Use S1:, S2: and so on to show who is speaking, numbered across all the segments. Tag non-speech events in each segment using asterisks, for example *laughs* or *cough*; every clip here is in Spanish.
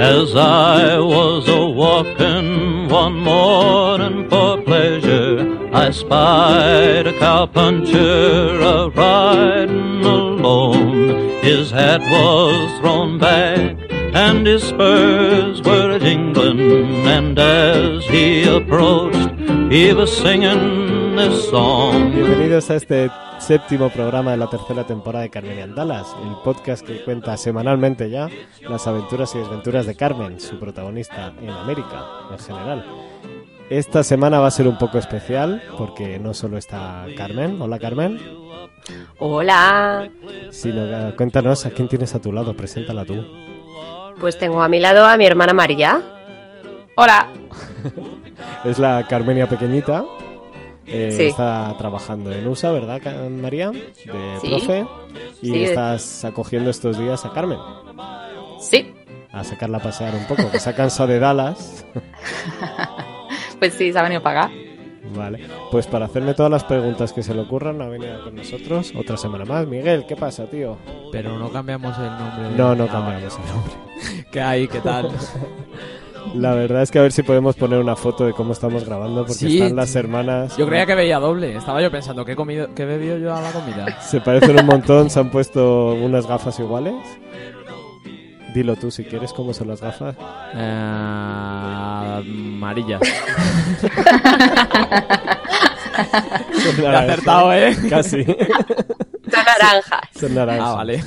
S1: I was a walking one morning for pleasure, I spied a cowpuncher a riding alone. His hat was thrown back and his spurs were jingling, and as he approached, he was singing this song.
S2: Bienvenidos a este séptimo programa de la tercera temporada de Carmen y Andalas, el podcast que cuenta semanalmente ya las aventuras y desventuras de Carmen, su protagonista en América en general. Esta semana va a ser un poco especial porque no solo está Carmen, hola Carmen,
S3: Hola,
S2: sino que- cuéntanos a quién tienes a tu lado, preséntala tú.
S3: pues tengo a mi lado a mi hermana María. Hola.
S2: Es la Carmenia pequeñita. eh,
S3: Sí.
S2: Está trabajando en USA, ¿verdad, Ca- María? De
S3: Sí.
S2: profe. Y
S3: Sí.
S2: estás acogiendo estos días a Carmen.
S3: Sí,
S2: A sacarla a pasear un poco, que se ha cansado de Dallas.
S4: *laughs* Pues sí, se ha venido para acá.
S2: Vale. Pues para hacerme todas las preguntas que se le ocurran, ha venido con nosotros otra semana más. Miguel, ¿qué pasa, tío?
S5: Pero no cambiamos el nombre. de-
S2: No, no
S5: Ah, vale.
S2: cambiamos el nombre.
S5: ¿Qué hay? ¿Qué tal?
S2: La verdad es que a ver si podemos poner una foto de cómo estamos grabando, porque
S5: Sí,
S2: están las
S5: tío.
S2: hermanas.
S5: Yo creía que veía doble. Estaba yo pensando, ¿qué he, comido, qué he bebido yo a la comida?
S2: Se parecen un montón, se han puesto unas gafas iguales. Dilo tú si quieres cómo son las gafas.
S5: Eh, *laughs* amarilla.
S2: Son
S5: He acertado, ¿eh?
S2: Casi.
S3: son naranjas.
S2: Son naranjas.
S5: *laughs* Ah, vale.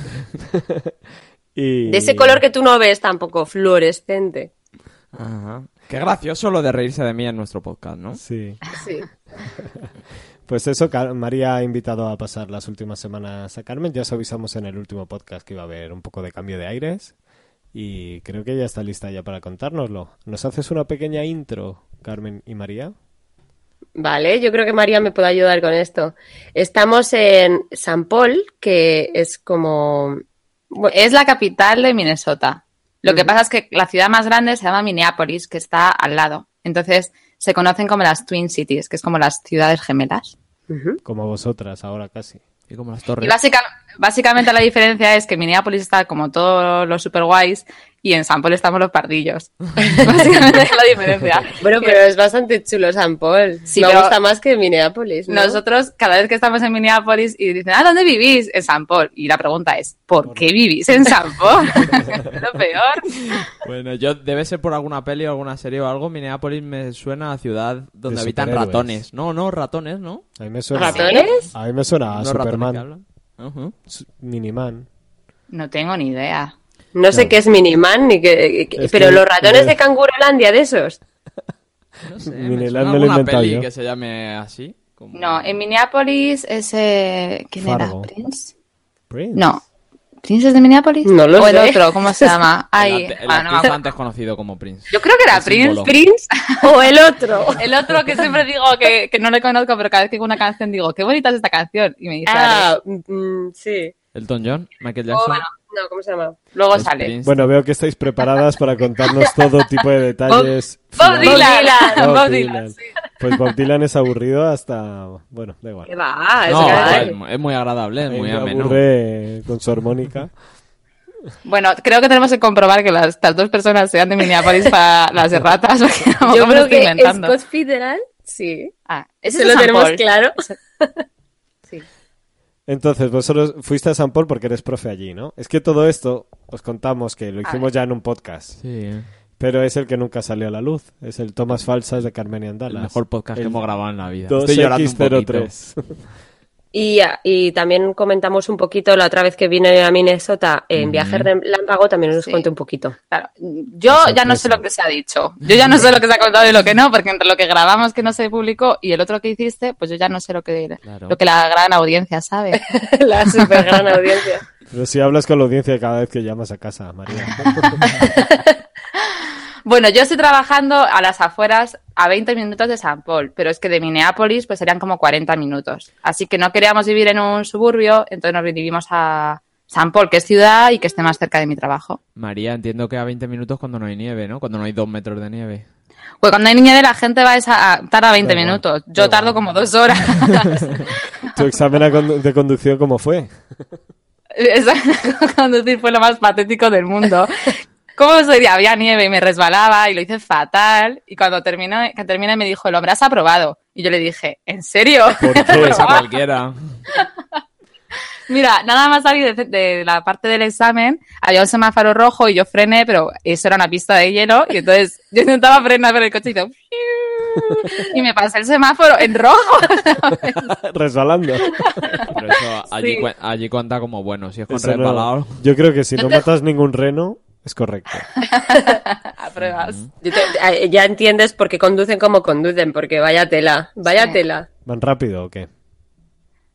S2: Y...
S3: De ese color que tú no ves tampoco, fluorescente.
S5: Ajá. Qué gracioso lo de reírse de mí en nuestro podcast, ¿no?
S2: Sí.
S3: Sí.
S2: Pues eso, Car- María ha invitado a pasar las últimas semanas a Carmen. Ya os avisamos en el último podcast que iba a haber un poco de cambio de aires. Y creo que ya está lista ya para contárnoslo. ¿Nos haces una pequeña intro, Carmen y María?
S3: Vale, yo creo que María me puede ayudar con esto. Estamos en San Paul, que es como...
S4: Bu- Es la capital de Minnesota. Lo que pasa es que la ciudad más grande se llama Minneapolis, que está al lado. Entonces se conocen como las Twin Cities, que es como las ciudades gemelas.
S3: Ujú.
S2: Como vosotras ahora casi.
S5: Y como las
S4: Y
S5: torres.
S4: básica- básicamente la diferencia es que Minneapolis está como todos los super guays y en San Paul estamos los *laughs* pardillos. básicamente es la *laughs* diferencia.
S3: Bueno, pero es bastante chulo San Paul.
S4: Sí,
S3: me
S4: pero-
S3: gusta más que Minneapolis. ¿no?
S4: Nosotros, cada vez que estamos en Minneapolis y dicen, ¿ah, dónde vivís? En San Paul. Y la pregunta es, ¿por qué vivís en San Paul? *laughs* Es lo peor. *laughs*
S5: Bueno, yo debe ser por alguna peli o alguna serie o algo. Minneapolis me suena a ciudad donde
S2: De
S5: habitan
S2: superhéroes.
S5: ratones. No, no, ratones, ¿no?
S2: A mí me suena,
S3: ¿Ratones?
S2: A, mí me suena a
S5: no ratones que
S2: Superman,
S5: hablan. Ujú.
S2: Su- Miniman.
S4: No tengo ni idea.
S3: No sé
S2: Claro.
S3: qué es Miniman, ni qué... qué-
S2: Es
S3: pero
S2: que-
S3: los ratones de Cangurolandia de esos.
S2: *laughs*
S5: No sé.
S2: Miniland
S5: Me suena
S2: me lo he
S5: alguna
S2: inventado
S5: peli
S2: yo.
S5: que se llame así. como-
S4: No, en Minneapolis es... eh, ¿Quién
S2: Fargo.
S4: era? ¿Prince?
S2: Prince.
S4: No. ¿Prince es de Minneapolis?
S3: No lo
S4: o el
S3: sé.
S4: otro, ¿cómo se llama?
S5: El,
S4: Ay,
S5: ante- el
S4: ah, no me
S5: actriz
S4: acuerdo.
S5: antes conocido como Prince.
S4: Yo creo que era
S5: El
S4: Prince.
S5: símbolo.
S4: Prince.
S3: *laughs* O el otro.
S4: El otro que siempre digo que, que no le conozco, pero cada vez que hago una canción digo, qué bonita es esta canción. Y me dice, "Ale".
S3: Ah, mm, sí.
S5: Elton John, Michael
S4: O,
S5: Jackson.
S4: Oh, bueno,
S3: No, ¿cómo se llama?
S4: luego
S5: es
S4: sale.
S5: Prince.
S2: Bueno, veo que estáis preparadas para contarnos todo tipo de detalles.
S4: *laughs* Bob
S2: Finales.
S4: Dylan.
S2: Bob
S4: Bob
S2: Dylan.
S4: Dylan, sí.
S2: Pues Bob Dylan es aburrido hasta... Bueno, da igual.
S3: ¿Qué va? Es
S5: No,
S3: cada-
S5: es, es muy agradable, es muy
S2: Ahí me
S5: ameno.
S2: aburre con su armónica.
S4: Bueno, creo que tenemos que comprobar que las, estas dos personas sean de Minneapolis para las erratas. *laughs* porque a
S3: Yo
S4: lo mejor me lo
S3: creo
S4: estoy
S3: que
S4: inventando.
S3: Scott Fitzgerald, sí.
S4: Ah, ese
S3: Eso
S4: es
S3: lo
S4: San
S3: tenemos
S4: Paul. *laughs*
S3: claro.
S2: Entonces, vosotros fuiste a San Paul porque eres profe allí, ¿no? Es que todo esto os contamos que lo hicimos ya en un podcast,
S5: Sí, eh.
S2: pero es el que nunca salió a la luz. Es el Tomas Falsas de Carmen y
S5: el
S2: Andalas.
S5: mejor podcast
S2: El
S5: que hemos grabado en la vida. Estoy llorando un poquito.
S2: 2X03.
S3: Y, ah, y también comentamos un poquito la otra vez que vine a Minnesota en
S5: Ujú.
S3: Viaje Relámpago, también os
S4: Sí.
S3: conté un
S4: *laughs*
S3: poquito.
S4: Claro, Yo ya no sé lo que se ha dicho. Yo ya no sé lo que se ha contado y lo que no, porque entre lo que grabamos que no se publicó y el otro que hiciste, pues yo ya no sé lo que,
S5: Claro.
S4: lo que la gran
S2: *laughs*
S4: audiencia sabe.
S3: la super gran audiencia.
S2: Pero si hablas con la audiencia cada vez que llamas a casa, María.
S4: Bueno, yo estoy trabajando a las afueras a 20 minutos de San Paul, pero es que de Minneapolis pues serían como 40 minutos. Así que no queríamos vivir en un suburbio, entonces nos vivimos a San Paul, que es ciudad y que esté más cerca de mi trabajo.
S5: María, entiendo que a 20 minutos cuando no hay nieve, ¿no? Cuando no hay dos metros de nieve.
S4: Pues cuando hay niña de la gente va esa- a, tarda 20
S2: Da igual,
S4: minutos.
S2: da
S4: Yo
S2: igual.
S4: tardo como dos horas.
S2: *laughs* ¿Tu examen a condu- de conducción cómo fue?
S4: *laughs* Esa- conducir fue lo más patético del mundo. ¿Cómo sería? Había nieve y me resbalaba y lo hice fatal. Y cuando terminó, que terminé me dijo, el hombre has aprobado. Y yo le dije, ¿en serio? *laughs*
S5: *laughs* ¿Por qué? Es a cualquiera.
S4: Mira, nada más salir de, de la parte del examen, había un semáforo rojo y yo frené, pero eso era una pista de hielo. Y entonces yo intentaba frenar, pero el coche hizo... *laughs* Y me pasé el semáforo en rojo. *laughs*
S2: Resbalando.
S5: Pero eso
S4: *laughs*
S5: allí,
S4: Sí.
S5: cuen- allí cuenta como bueno. Si es con
S2: Eso no-
S5: resbalado.
S2: Yo creo que si no
S4: Entonces-
S2: matas ningún reno, es correcto.
S4: Apruebas.
S3: Yo te- eh, Ya entiendes por qué conducen como conducen, porque vaya tela, vaya
S4: Sí.
S3: tela.
S2: ¿Van rápido o qué?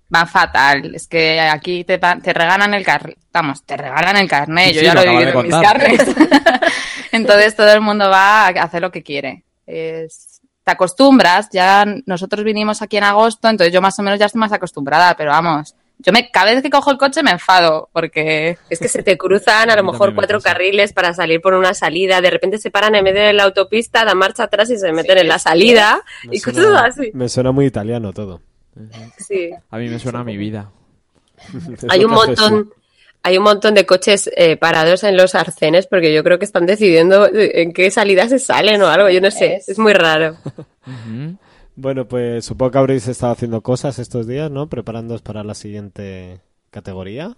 S4: Van fatal. Es que aquí te, pa- te regalan el carnet. Vamos, te regalan el carnet.
S5: Sí,
S4: Yo
S5: sí,
S4: ya
S5: lo
S4: lo he
S5: acabas
S4: vivido
S5: de
S4: en mis
S5: contar.
S4: carnes. *laughs* Entonces todo el mundo va a hacer lo que quiere. Es- Te acostumbras. Ya nosotros vinimos aquí en agosto, entonces yo más o menos ya estoy más acostumbrada, pero vamos. Yo me, cada vez que cojo el coche me enfado, porque
S3: Es que se te cruzan a
S5: A
S3: lo
S5: mí
S3: mejor
S5: también me
S3: cuatro
S5: pasa.
S3: carriles para salir por una salida, de repente se paran en medio de la autopista, dan marcha atrás y se meten
S4: Sí,
S3: en la
S4: sí.
S3: salida
S2: Me
S3: *laughs* y
S2: suena-
S3: cosas así.
S2: Me suena muy italiano todo.
S3: Sí.
S5: A mí me suena a mi vida.
S2: Es
S3: *laughs* Hay
S2: lo
S3: un
S2: que haces tú.
S3: montón, hay un montón de coches eh, parados en los arcenes porque yo creo que están decidiendo eh, en qué salida se salen o algo, yo no sé,
S4: Es-
S3: es muy raro.
S4: *laughs*
S5: Ujú.
S2: Bueno, pues supongo que habréis estado haciendo cosas estos días, ¿no? Preparándoos para la siguiente categoría.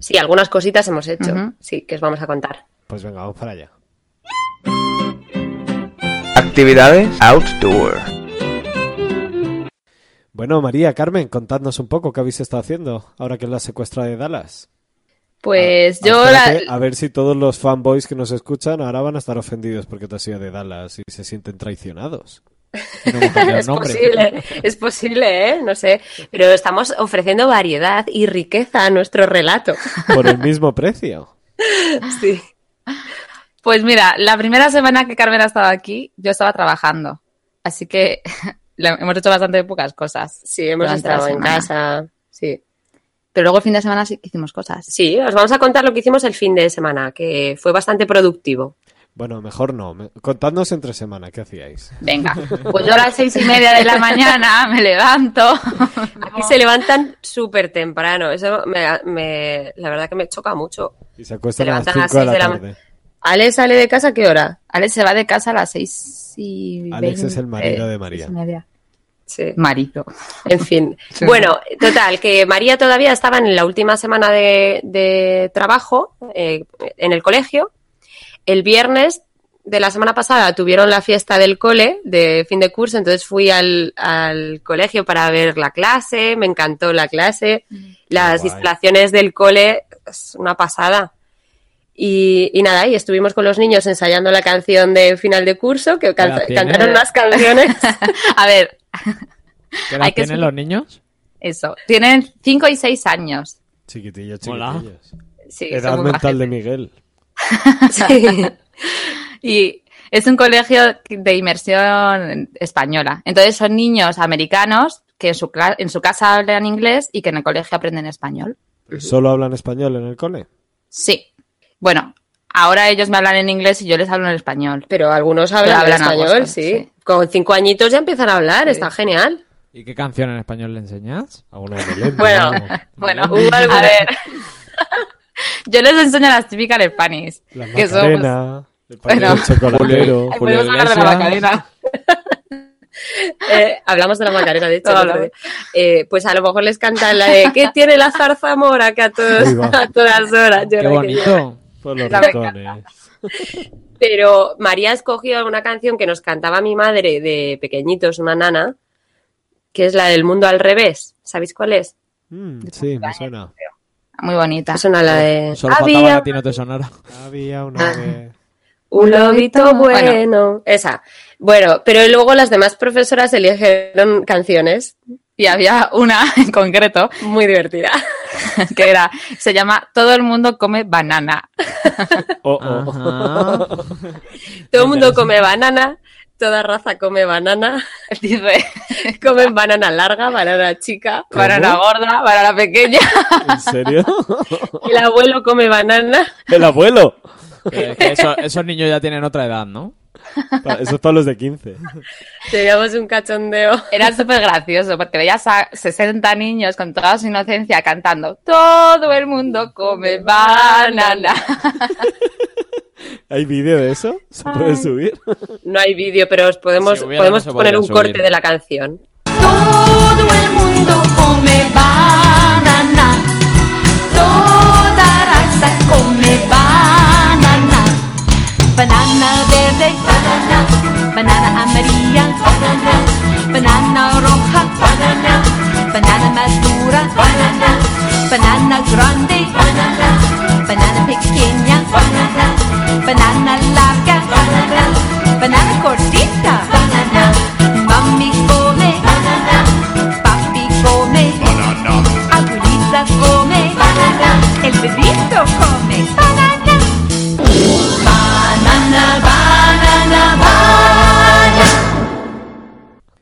S3: Sí, algunas cositas hemos hecho,
S4: Ujú.
S3: sí, que os vamos a contar.
S2: Pues venga, vamos para allá.
S6: Actividades outdoor.
S2: Bueno, María, Carmen, contadnos un poco qué habéis estado haciendo ahora que es la secuestra de Dallas.
S4: pues
S2: Ah,
S4: yo la-
S2: espérate, A ver si todos los fanboys que nos escuchan ahora van a estar ofendidos porque te has ido de Dallas y se sienten
S3: *laughs*
S2: traicionados.
S5: Y no me cambia el
S3: Es
S5: nombre.
S3: posible, es posible, ¿eh? No sé. Pero estamos ofreciendo variedad y riqueza a nuestro
S4: *laughs*
S3: relato.
S2: Por el mismo precio.
S3: Sí.
S4: Pues mira, la primera semana que Carmen ha estado aquí, yo estaba trabajando. Así que *laughs* le- hemos hecho bastante pocas cosas.
S3: Sí, hemos
S4: Durante la
S3: estado en
S4: semana.
S3: casa. Sí.
S4: Pero luego el fin de semana sí que hicimos cosas.
S3: Sí, os vamos a contar lo que hicimos el fin de semana, que fue bastante productivo.
S2: Bueno, mejor no. Me- Contadnos entre semana, ¿qué hacíais?
S4: Venga, pues yo a las seis y media de la mañana me levanto.
S3: Aquí se levantan súper temprano. Eso me, me- la verdad que me choca mucho.
S2: Y se acuestan
S3: Se
S2: a las
S3: levantan a
S2: 5 de la
S3: las seis de
S2: tarde.
S3: ¿Ale sale de casa a qué hora?
S4: Alex se va de casa a las seis y
S2: Alex es el marido
S4: veinte,
S2: de María.
S4: seis y media.
S3: Sí.
S4: Marido.
S3: En fin.
S4: Sí.
S3: Bueno, total, que María todavía estaba en la última semana de, de trabajo eh, en el colegio. El viernes de la semana pasada tuvieron la fiesta del cole de fin de curso, entonces fui al, al colegio para ver la clase, me encantó la clase, las
S2: Qué guay.
S3: instalaciones del cole, es una pasada. Y, y nada, y estuvimos con los niños ensayando la canción de final de curso, que
S5: ¿Qué edad
S3: canta-
S5: tienen?
S3: cantaron unas canciones.
S4: A ver,
S5: ¿Qué edad
S4: Hay que
S5: tienen
S4: ser-
S5: los niños?
S4: eso. Tienen cinco y seis años.
S2: Chiquitillos,
S5: Hola.
S2: chiquitillos.
S4: Sí, son
S2: Edad
S4: muy
S2: mental de
S4: majetes.
S2: Miguel.
S3: Sí.
S4: *laughs* Y es un colegio de inmersión española. Entonces son niños americanos que en su, cla- en su casa hablan inglés y que en el colegio aprenden español.
S2: ¿Solo hablan español en el cole?
S4: Sí. Bueno, ahora ellos me hablan en inglés y yo les hablo en español.
S3: Pero algunos hablan,
S4: Pero hablan
S3: español,
S4: algo,
S3: sí.
S4: sí.
S3: Con cinco añitos ya empiezan a hablar, está genial.
S5: ¿Y qué canción en español le enseñas?
S2: ¿A una de Belén,
S3: Bueno.
S2: o algo?
S4: Bueno,
S3: Hubo alguna-
S4: *laughs* a ver. *laughs* yo les enseño las típicas de Spanish.
S2: La
S4: que somos-
S2: Macarena, el pastel
S4: Bueno.
S2: chocolatero.
S4: Ay,
S5: Julio
S4: podemos hablar de la
S5: Iglesias.
S4: Macarena.
S3: Eh, *laughs* hablamos de la Macarena, de hecho.
S4: Todo
S3: el otro
S4: hablamos.
S3: día. Eh, pues a lo mejor les cantan la de ¿Qué tiene la zarzamora? Que a, todos-
S2: Ahí va.
S3: a todas horas.
S5: Qué
S3: llora que llora.
S5: bonito.
S2: Por los rincones.
S3: Pero María escogió una canción que nos cantaba mi madre de pequeñitos, una nana, que es la del mundo al revés. ¿Sabéis cuál es?
S2: Mm, sí, me suena.
S4: Muy bonita.
S3: Es una la de...
S5: Solo faltaba que
S3: Había
S5: a ti no te sonara.
S2: Había
S3: Ah.
S2: una vez.
S3: Un lobito bueno.
S4: Bueno.
S3: Esa. Bueno, pero luego las demás profesoras eligieron canciones
S4: Y había una *laughs* en concreto
S3: muy divertidas.
S4: que era, se llama Todo el mundo come banana. *laughs*
S2: Oh, oh.
S5: Ajá.
S3: Todo el mundo come banana, toda raza come banana, *laughs*
S4: Dice,
S3: comen banana larga, banana chica,
S4: banana gorda, banana pequeña. *laughs*
S2: Ah. ¿En serio? *laughs*
S3: el abuelo come banana. *laughs*
S2: ¿El abuelo?
S5: Pero es Eh, que eso- esos niños ya tienen otra edad, ¿no?
S2: Pa- Eso es para los de 15.
S3: Teníamos un cachondeo.
S4: Era súper gracioso porque veías a 60 niños con toda su inocencia *laughs* cantando Todo el mundo come banana.
S2: ¿Hay vídeo de eso? ¿Se puede subir?
S3: No hay vídeo, pero os podemos,
S5: Si hubiera,
S3: podemos
S5: no se
S3: poner
S5: podría
S3: un
S5: subir.
S3: corte de la canción.
S7: Todo el mundo come banana. Toda raza come banana. Banana verde, banana. Banana amarilla, banana. Banana roja, banana. Banana madura, banana. Banana grande, banana. Banana pequeña, banana. Banana larga, banana. Banana cortita, banana. Mami come banana. Papi come banana. Abuelita come banana. El bebito come banana. Banana, banana, banana.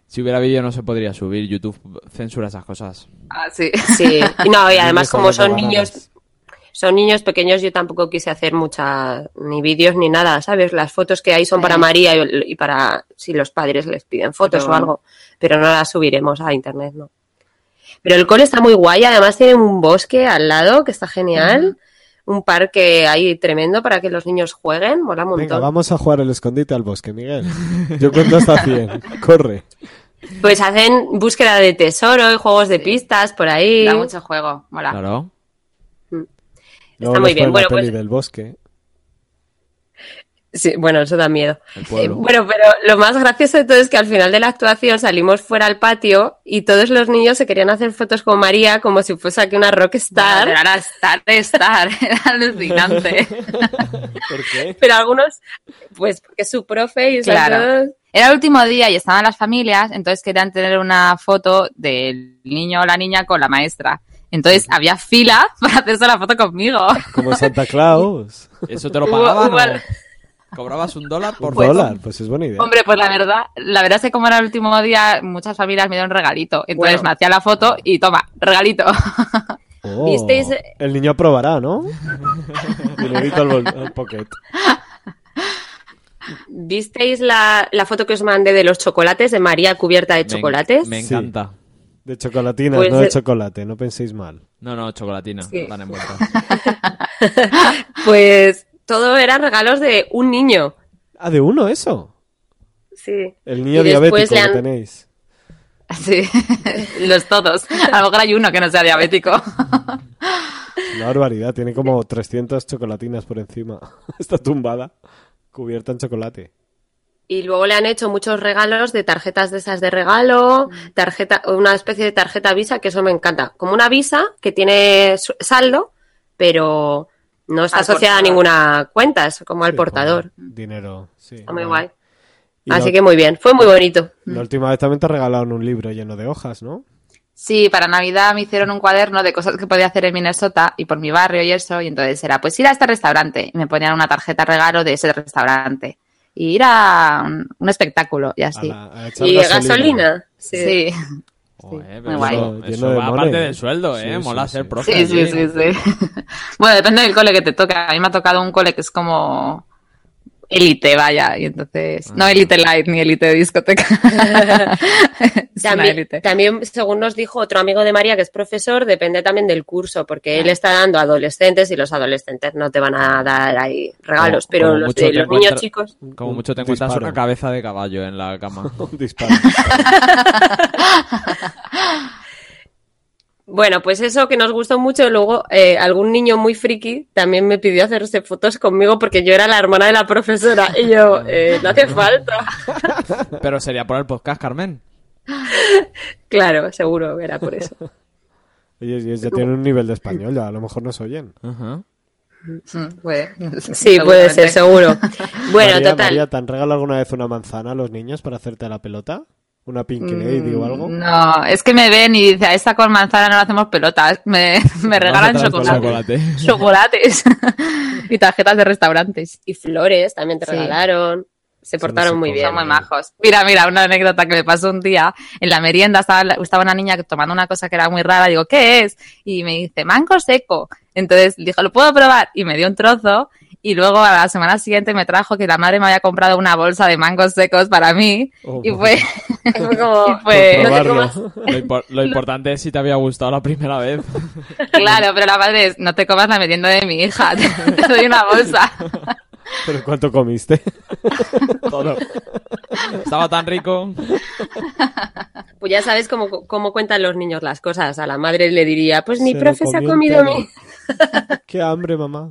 S5: Si hubiera vídeo no se podría subir. YouTube censura esas cosas.
S4: Ah, sí.
S3: Sí. Y No, y además como
S2: Niños
S3: son
S2: hablando
S3: niños, son niños pequeños, yo tampoco quise hacer mucha, ni vídeos ni nada, ¿sabes? Las fotos que hay son para
S4: Sí.
S3: María y, y para si los padres les piden fotos
S4: Pero-
S3: o algo, pero no las subiremos a internet, no. Pero el cole está muy guay, además tiene un bosque al lado que está genial, un parque ahí tremendo para que los niños jueguen, mola un
S2: Venga,
S3: montón.
S2: vamos a jugar el escondite al bosque, Miguel. Yo cuento
S3: *laughs*
S2: hasta 100. Corre.
S3: Pues hacen búsqueda de tesoro y juegos de pistas por ahí.
S4: Da mucho juego, mola.
S5: Claro.
S2: Luego
S3: muy
S2: nos ponen
S3: bien. Bueno,
S2: la peli
S3: pues-
S2: del bosque.
S3: Sí, bueno, eso da miedo.
S5: El
S3: Eh,
S5: pueblo.
S3: Bueno, pero lo más gracioso de todo es que al final de la actuación salimos fuera al patio y todos los niños se querían hacer fotos con María como si fuese aquí una rockstar.
S4: Era estar de estar, *laughs* era alucinante.
S2: ¿Por qué?
S3: Pero algunos, pues porque es su profe y
S4: Claro.
S3: claro.
S4: Era el último día y estaban las familias, entonces querían tener una foto del niño o la niña con la maestra. Entonces había fila *laughs* para hacerse la foto conmigo.
S2: Como Santa
S3: *laughs*
S2: Claus.
S5: ¿Eso te lo
S3: Hubo-
S5: pagaban
S3: hubo-
S5: o cobrabas un dólar por
S2: Un dólar, pues es buena idea.
S4: Hombre, pues la verdad, la verdad es que como era el último día, muchas familias me dieron regalito. Entonces
S3: Bueno.
S4: me hacía la foto y toma, regalito. *laughs*
S2: Oh,
S3: ¿visteis? eh,
S2: El niño aprobará,
S3: *laughs*
S2: ¿no? Dinerito al, bol- al pocket.
S3: ¿Visteis la, la foto que os mandé de los chocolates, de María cubierta de
S5: Me-
S3: chocolates?
S5: Me
S2: Sí.
S5: encanta.
S2: De chocolatina,
S3: Pues
S2: no de
S3: el-
S2: chocolate, no penséis mal.
S5: No, no, chocolatina.
S3: Sí.
S5: Tan envuelta.
S3: Pues todo eran regalos de un niño.
S2: Ah, de uno eso.
S3: Sí.
S2: El niño
S3: Y después
S2: diabético
S3: le han-
S2: que tenéis.
S4: Sí, *laughs* los todos. A lo mejor hay uno que no sea diabético.
S2: Una barbaridad, tiene como 300 chocolatinas por encima. *laughs* Está tumbada, cubierta en chocolate.
S3: Y luego le han hecho muchos regalos de tarjetas de esas de regalo, tarjeta, una especie de tarjeta Visa, que eso me encanta. Como una Visa que tiene su- saldo, pero no está
S4: Al
S3: asociada a
S4: portador.
S3: ninguna cuenta, es como al
S2: Sí,
S3: portador.
S2: con Dinero, sí.
S3: Está muy
S2: Ah.
S3: guay.
S2: Y
S3: Así
S2: la-
S3: que muy bien, fue muy bonito.
S2: La última vez también te regalaron un libro lleno de hojas, ¿no?
S4: Sí, para Navidad me hicieron un cuaderno de cosas que podía hacer en Minnesota y por mi barrio y eso, y entonces era pues ir a este restaurante y me ponían una tarjeta regalo de ese restaurante y ir a un, un espectáculo y
S2: A
S4: así.
S2: la- a echar
S3: Ah, ¿Y gasolina? Sí.
S4: Sí.
S5: Joder,
S4: muy
S5: pero
S4: guay.
S5: eso,
S2: Lleno
S5: eso
S2: de
S5: va
S2: mole.
S5: aparte del sueldo, ¿eh?
S2: Sí,
S5: Mola
S2: sí,
S5: ser
S2: sí.
S5: profe.
S4: Sí, sí,
S5: allí.
S4: sí, sí. *laughs* Bueno, depende del cole que te toque. A mí me ha tocado un cole que es como élite, vaya, y entonces
S5: Ah.
S4: no élite light ni élite de discoteca. *laughs* es una
S3: También,
S4: élite.
S3: también, según nos dijo otro amigo de María, que es profesor, depende también del curso, porque él está dando adolescentes y los adolescentes no te van a dar ahí regalos,
S5: Como-
S3: pero
S5: como
S3: los,
S5: mucho
S3: de
S5: te
S3: los niños
S5: encuentra-
S3: chicos.
S5: Como
S2: Un
S5: mucho te encuentras
S2: disparo.
S5: una cabeza de caballo en la
S2: *laughs*
S5: cama.
S2: *laughs* Un disparo.
S3: Bueno, pues eso que nos gustó mucho. Luego, eh, algún niño muy friki también me pidió hacerse fotos conmigo porque yo era la hermana de la profesora. Y yo, eh, no hace falta.
S5: Pero sería por el podcast, Carmen.
S3: Claro, seguro que era por eso.
S2: Ellos, ellos ya tienen un nivel de español, ya a lo mejor nos oyen.
S5: Ajá.
S4: Mm, puede.
S3: Sí, puede ser, seguro. Bueno,
S2: María,
S3: total.
S2: María, ¿te han regalado alguna vez una manzana a los niños para hacerte la pelota? ¿Una Pink
S3: Mm.
S2: Lady o algo?
S4: Mm, No, es que me ven y dicen, a esta con manzana no le hacemos pelotas, me, *laughs* me regalan
S5: Vamos a traer
S4: chocolate. *laughs* chocolates *laughs* y tarjetas de restaurantes.
S3: Y flores también te
S4: Sí.
S3: regalaron. Se
S2: Eso no
S3: portaron
S2: se
S3: muy
S2: cobra.
S3: bien.
S4: Son muy majos. Mira, mira, una anécdota que me pasó un día. En la merienda estaba, la- estaba una niña tomando una cosa que era muy rara. Digo, ¿qué es? Y me dice, mango seco. Entonces dijo, ¿lo puedo probar? Y me dio un trozo. Y luego a la semana siguiente me trajo que la madre me había comprado una bolsa de mangos secos para mí.
S2: Oh,
S4: y fue, *laughs*
S3: Fue como, pues,
S4: y fue-
S2: Por
S3: no te
S2: probarlo.
S3: comas-
S5: Lo, impor- lo importante es si te había gustado la primera vez.
S4: *laughs*
S3: *laughs*
S4: Claro, pero la madre es, no te comas la merienda de mi hija, te, te doy una bolsa.
S2: ¿Pero cuánto comiste? Todo.
S5: Estaba tan rico.
S3: Pues ya sabes cómo, cómo cuentan los niños las cosas. A la madre le diría, *laughs* pues mi
S2: Se lo
S3: profe se ha
S2: comió
S3: comido
S2: entero.
S3: mi...
S2: *laughs* Qué hambre, mamá.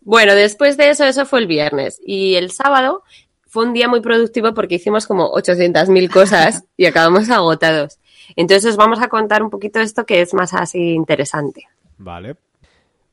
S3: Bueno, después de eso, eso fue el viernes. Y el sábado fue un día muy productivo porque hicimos como 800.000 cosas y acabamos agotados. Entonces os vamos a contar un poquito esto que es más así interesante.
S2: Vale.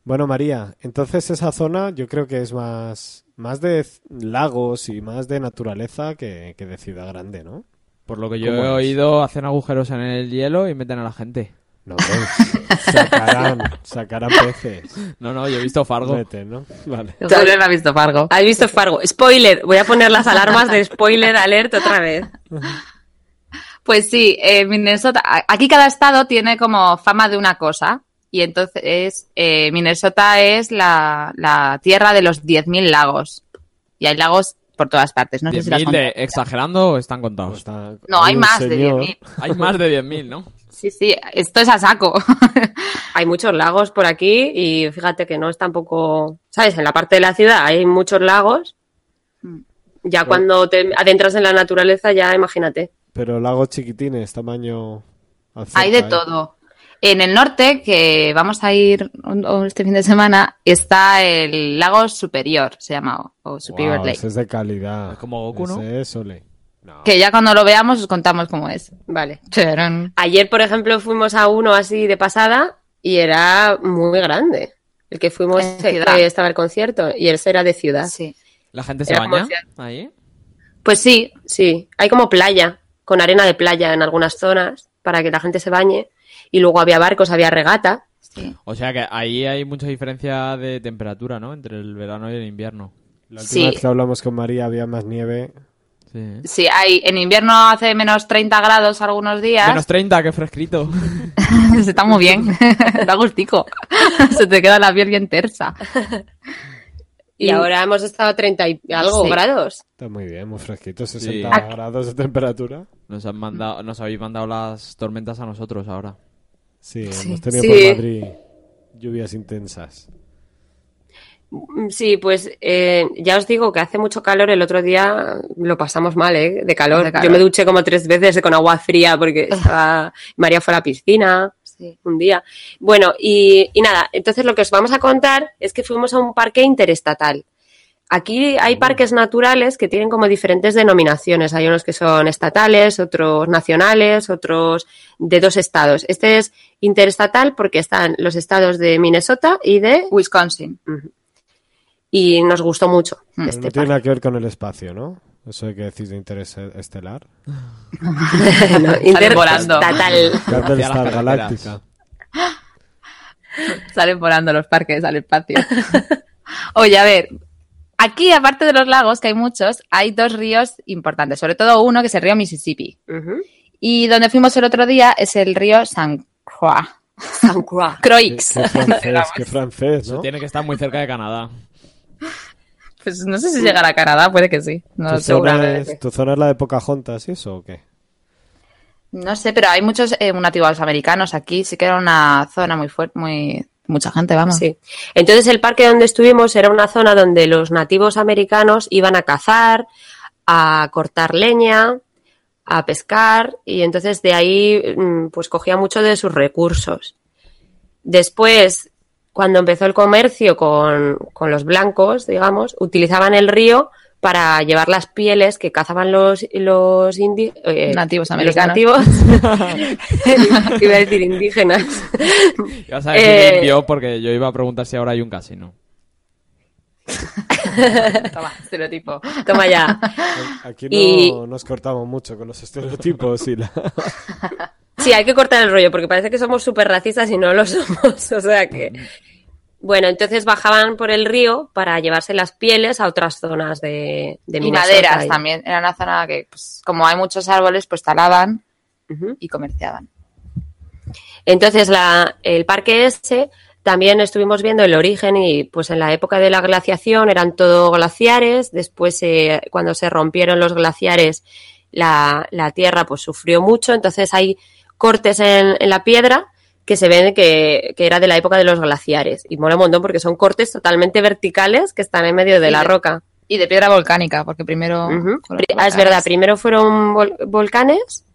S2: Bueno, María, entonces esa zona yo creo que es más, más de c- lagos y más de naturaleza que, que de ciudad grande, ¿no?
S5: Por lo que yo
S2: ¿Cómo
S5: he
S2: es?
S5: oído, hacen agujeros en el hielo y meten a la gente.
S2: No, pues, sacarán, sacarán peces.
S5: No, no, yo he visto Fargo.
S3: *laughs*
S2: Meten, ¿no? Vale.
S4: Seguro no ha visto Fargo.
S3: ¿Has visto Fargo? Spoiler, voy a poner las alarmas de spoiler alert otra vez.
S4: Pues sí, eh, Minnesota. a- Aquí cada estado tiene como fama de una cosa. Y entonces eh, Minnesota es la, la tierra de los 10.000 lagos. Y hay lagos por todas partes. No sé si las
S5: 10.000 de...
S4: contaste.
S5: ¿Exagerando o están
S2: Pues
S5: contados?
S2: está-
S4: No, hay
S2: un
S4: más de
S2: señor-
S4: 10.000.
S5: Hay más de 10.000, ¿no?
S4: Sí, sí, esto es a saco. *laughs*
S3: Hay muchos lagos por aquí y fíjate que no es tampoco, ¿sabes? En la parte de la ciudad hay muchos lagos. Ya cuando te adentras en la naturaleza, ya imagínate.
S2: Pero lagos chiquitines, tamaño... alfalfa,
S4: Hay de
S2: ¿eh?
S4: todo. En el norte, que vamos a ir un- un- este fin de semana, está el lago superior, se llama, o o Superior
S2: Guau,
S4: Lake.
S2: ese es de calidad.
S5: Es como Goku, ¿no?
S2: Ese es Sole.
S4: Que ya cuando lo veamos os contamos cómo es.
S3: Vale.
S4: Tcharam.
S3: Ayer, por ejemplo, fuimos a uno así de pasada y era muy grande. El que fuimos
S4: En
S3: eh,
S4: ciudad.
S3: que estaba el concierto y ese era de ciudad. Sí.
S4: Sí.
S5: ¿La gente se
S3: Era
S5: baña
S3: comercial.
S5: ahí?
S4: Pues sí,
S3: hay como playa, con arena de playa en algunas zonas para que la gente se bañe. Y luego había barcos, había regata.
S4: sí.
S5: O sea que ahí hay mucha diferencia de temperatura, ¿no? Entre el verano y el invierno.
S2: La última
S4: Sí.
S2: vez que hablamos con María había más nieve. ¿eh?
S5: Sí.
S4: Sí, hay, en invierno hace menos 30 grados algunos días.
S5: Menos 30, qué fresquito. *laughs*
S4: *laughs* Se está
S2: *laughs*
S4: muy bien, da gustico. *laughs* Se te queda la piel bien tersa.
S3: Y, ahora hemos estado a 30 y algo
S4: Sí.
S3: grados.
S2: Está muy bien, muy fresquito,
S5: Sí.
S2: 60
S4: Ah.
S2: grados de temperatura.
S5: Nos, han mandado, nos habéis mandado las tormentas a nosotros ahora.
S2: Sí,
S4: Sí.
S2: hemos tenido
S3: Sí.
S2: por Madrid lluvias intensas.
S3: Mm, Sí, pues eh, ya os digo que hace mucho calor. El otro día lo pasamos mal, ¿eh? De calor.
S4: De calor.
S3: Yo me duché como tres veces con agua fría
S4: *laughs*
S3: porque estaba... María fue a la piscina.
S4: Sí.
S3: un día. Bueno, y, y nada, entonces lo que os vamos a contar es que fuimos a un parque interestatal. Aquí
S4: Mm.
S3: hay parques naturales que tienen como diferentes denominaciones. Hay unos que son estatales, otros nacionales, otros de dos estados. Este es interestatal porque están los estados de Minnesota y de...
S4: Wisconsin.
S3: Y nos gustó mucho.
S4: Mm.
S2: Pero
S3: este
S2: no tiene nada que ver con el espacio, ¿no? Eso de que decís de interés estelar.
S3: parque. No, *laughs*
S4: volando.
S3: interestatal.
S2: Cartel
S5: Hacia
S2: Star
S5: las carreteras.
S2: Galáctica.
S4: Salen volando los parques al espacio. *laughs* Oye, a ver, aquí aparte de los lagos, que hay muchos, hay dos ríos importantes, sobre todo uno que es el río Mississippi.
S3: Ujú.
S4: Y donde fuimos el otro día es el río San Croix.
S3: San Croix.
S2: Qué,
S3: *laughs*
S4: Croix.
S2: qué francés, qué francés,
S5: Eso
S2: ¿no?
S5: tiene que estar muy cerca de Canadá.
S4: *laughs* Pues no sé si llegará a Canadá, puede que sí. No,
S2: ¿Tu,
S4: sé.
S2: zona
S3: seguramente.
S2: es, tu zona es la de Pocahontas y eso o *laughs* qué?
S4: No sé, pero hay muchos eh, nativos americanos aquí, sí que era una zona muy fuerte, muy mucha gente, vamos.
S3: Sí. Entonces el parque donde estuvimos era una zona donde los nativos americanos iban a cazar, a cortar leña, a pescar y entonces de ahí mm, pues cogía mucho de sus recursos. Después, cuando empezó el comercio con, con los blancos, digamos, utilizaban el río para llevar las pieles que cazaban los, los indi- eh,
S4: Nativos
S3: los
S4: americanos. *laughs*
S3: nativos. *laughs* Iba a decir indígenas. *laughs*
S5: Ibas a decir
S3: Eh,
S5: indio porque yo iba a preguntar si ahora hay un casino.
S4: *laughs* Toma, estereotipo. *laughs*
S3: Toma ya.
S2: Aquí no
S3: Y-
S2: nos cortamos mucho con los estereotipos y la... *laughs*
S3: Sí, hay que cortar el rollo porque parece que somos súper racistas y no lo *laughs* somos. O sea que. Bueno, entonces bajaban por el río para llevarse las pieles a otras zonas de, de
S4: Y
S3: Minnesota
S4: maderas
S3: y-
S4: también. Era una zona que, pues, como hay muchos árboles, pues talaban
S3: Ujú.
S4: y comerciaban.
S3: Entonces, la- el parque ese también estuvimos viendo el origen y pues en la época de la glaciación eran todo glaciares, después eh, cuando se rompieron los glaciares la, la tierra pues sufrió mucho, entonces hay cortes en, en la piedra que se ven que, que era de la época de los glaciares. Y mola un montón porque son cortes totalmente verticales que están en medio de
S4: Y
S3: la
S4: de-
S3: roca.
S4: Y de piedra volcánica, porque primero...
S3: Ujú.
S4: con los
S3: Pri- ah, es verdad,
S4: volcanes.
S3: primero fueron vol- volcanes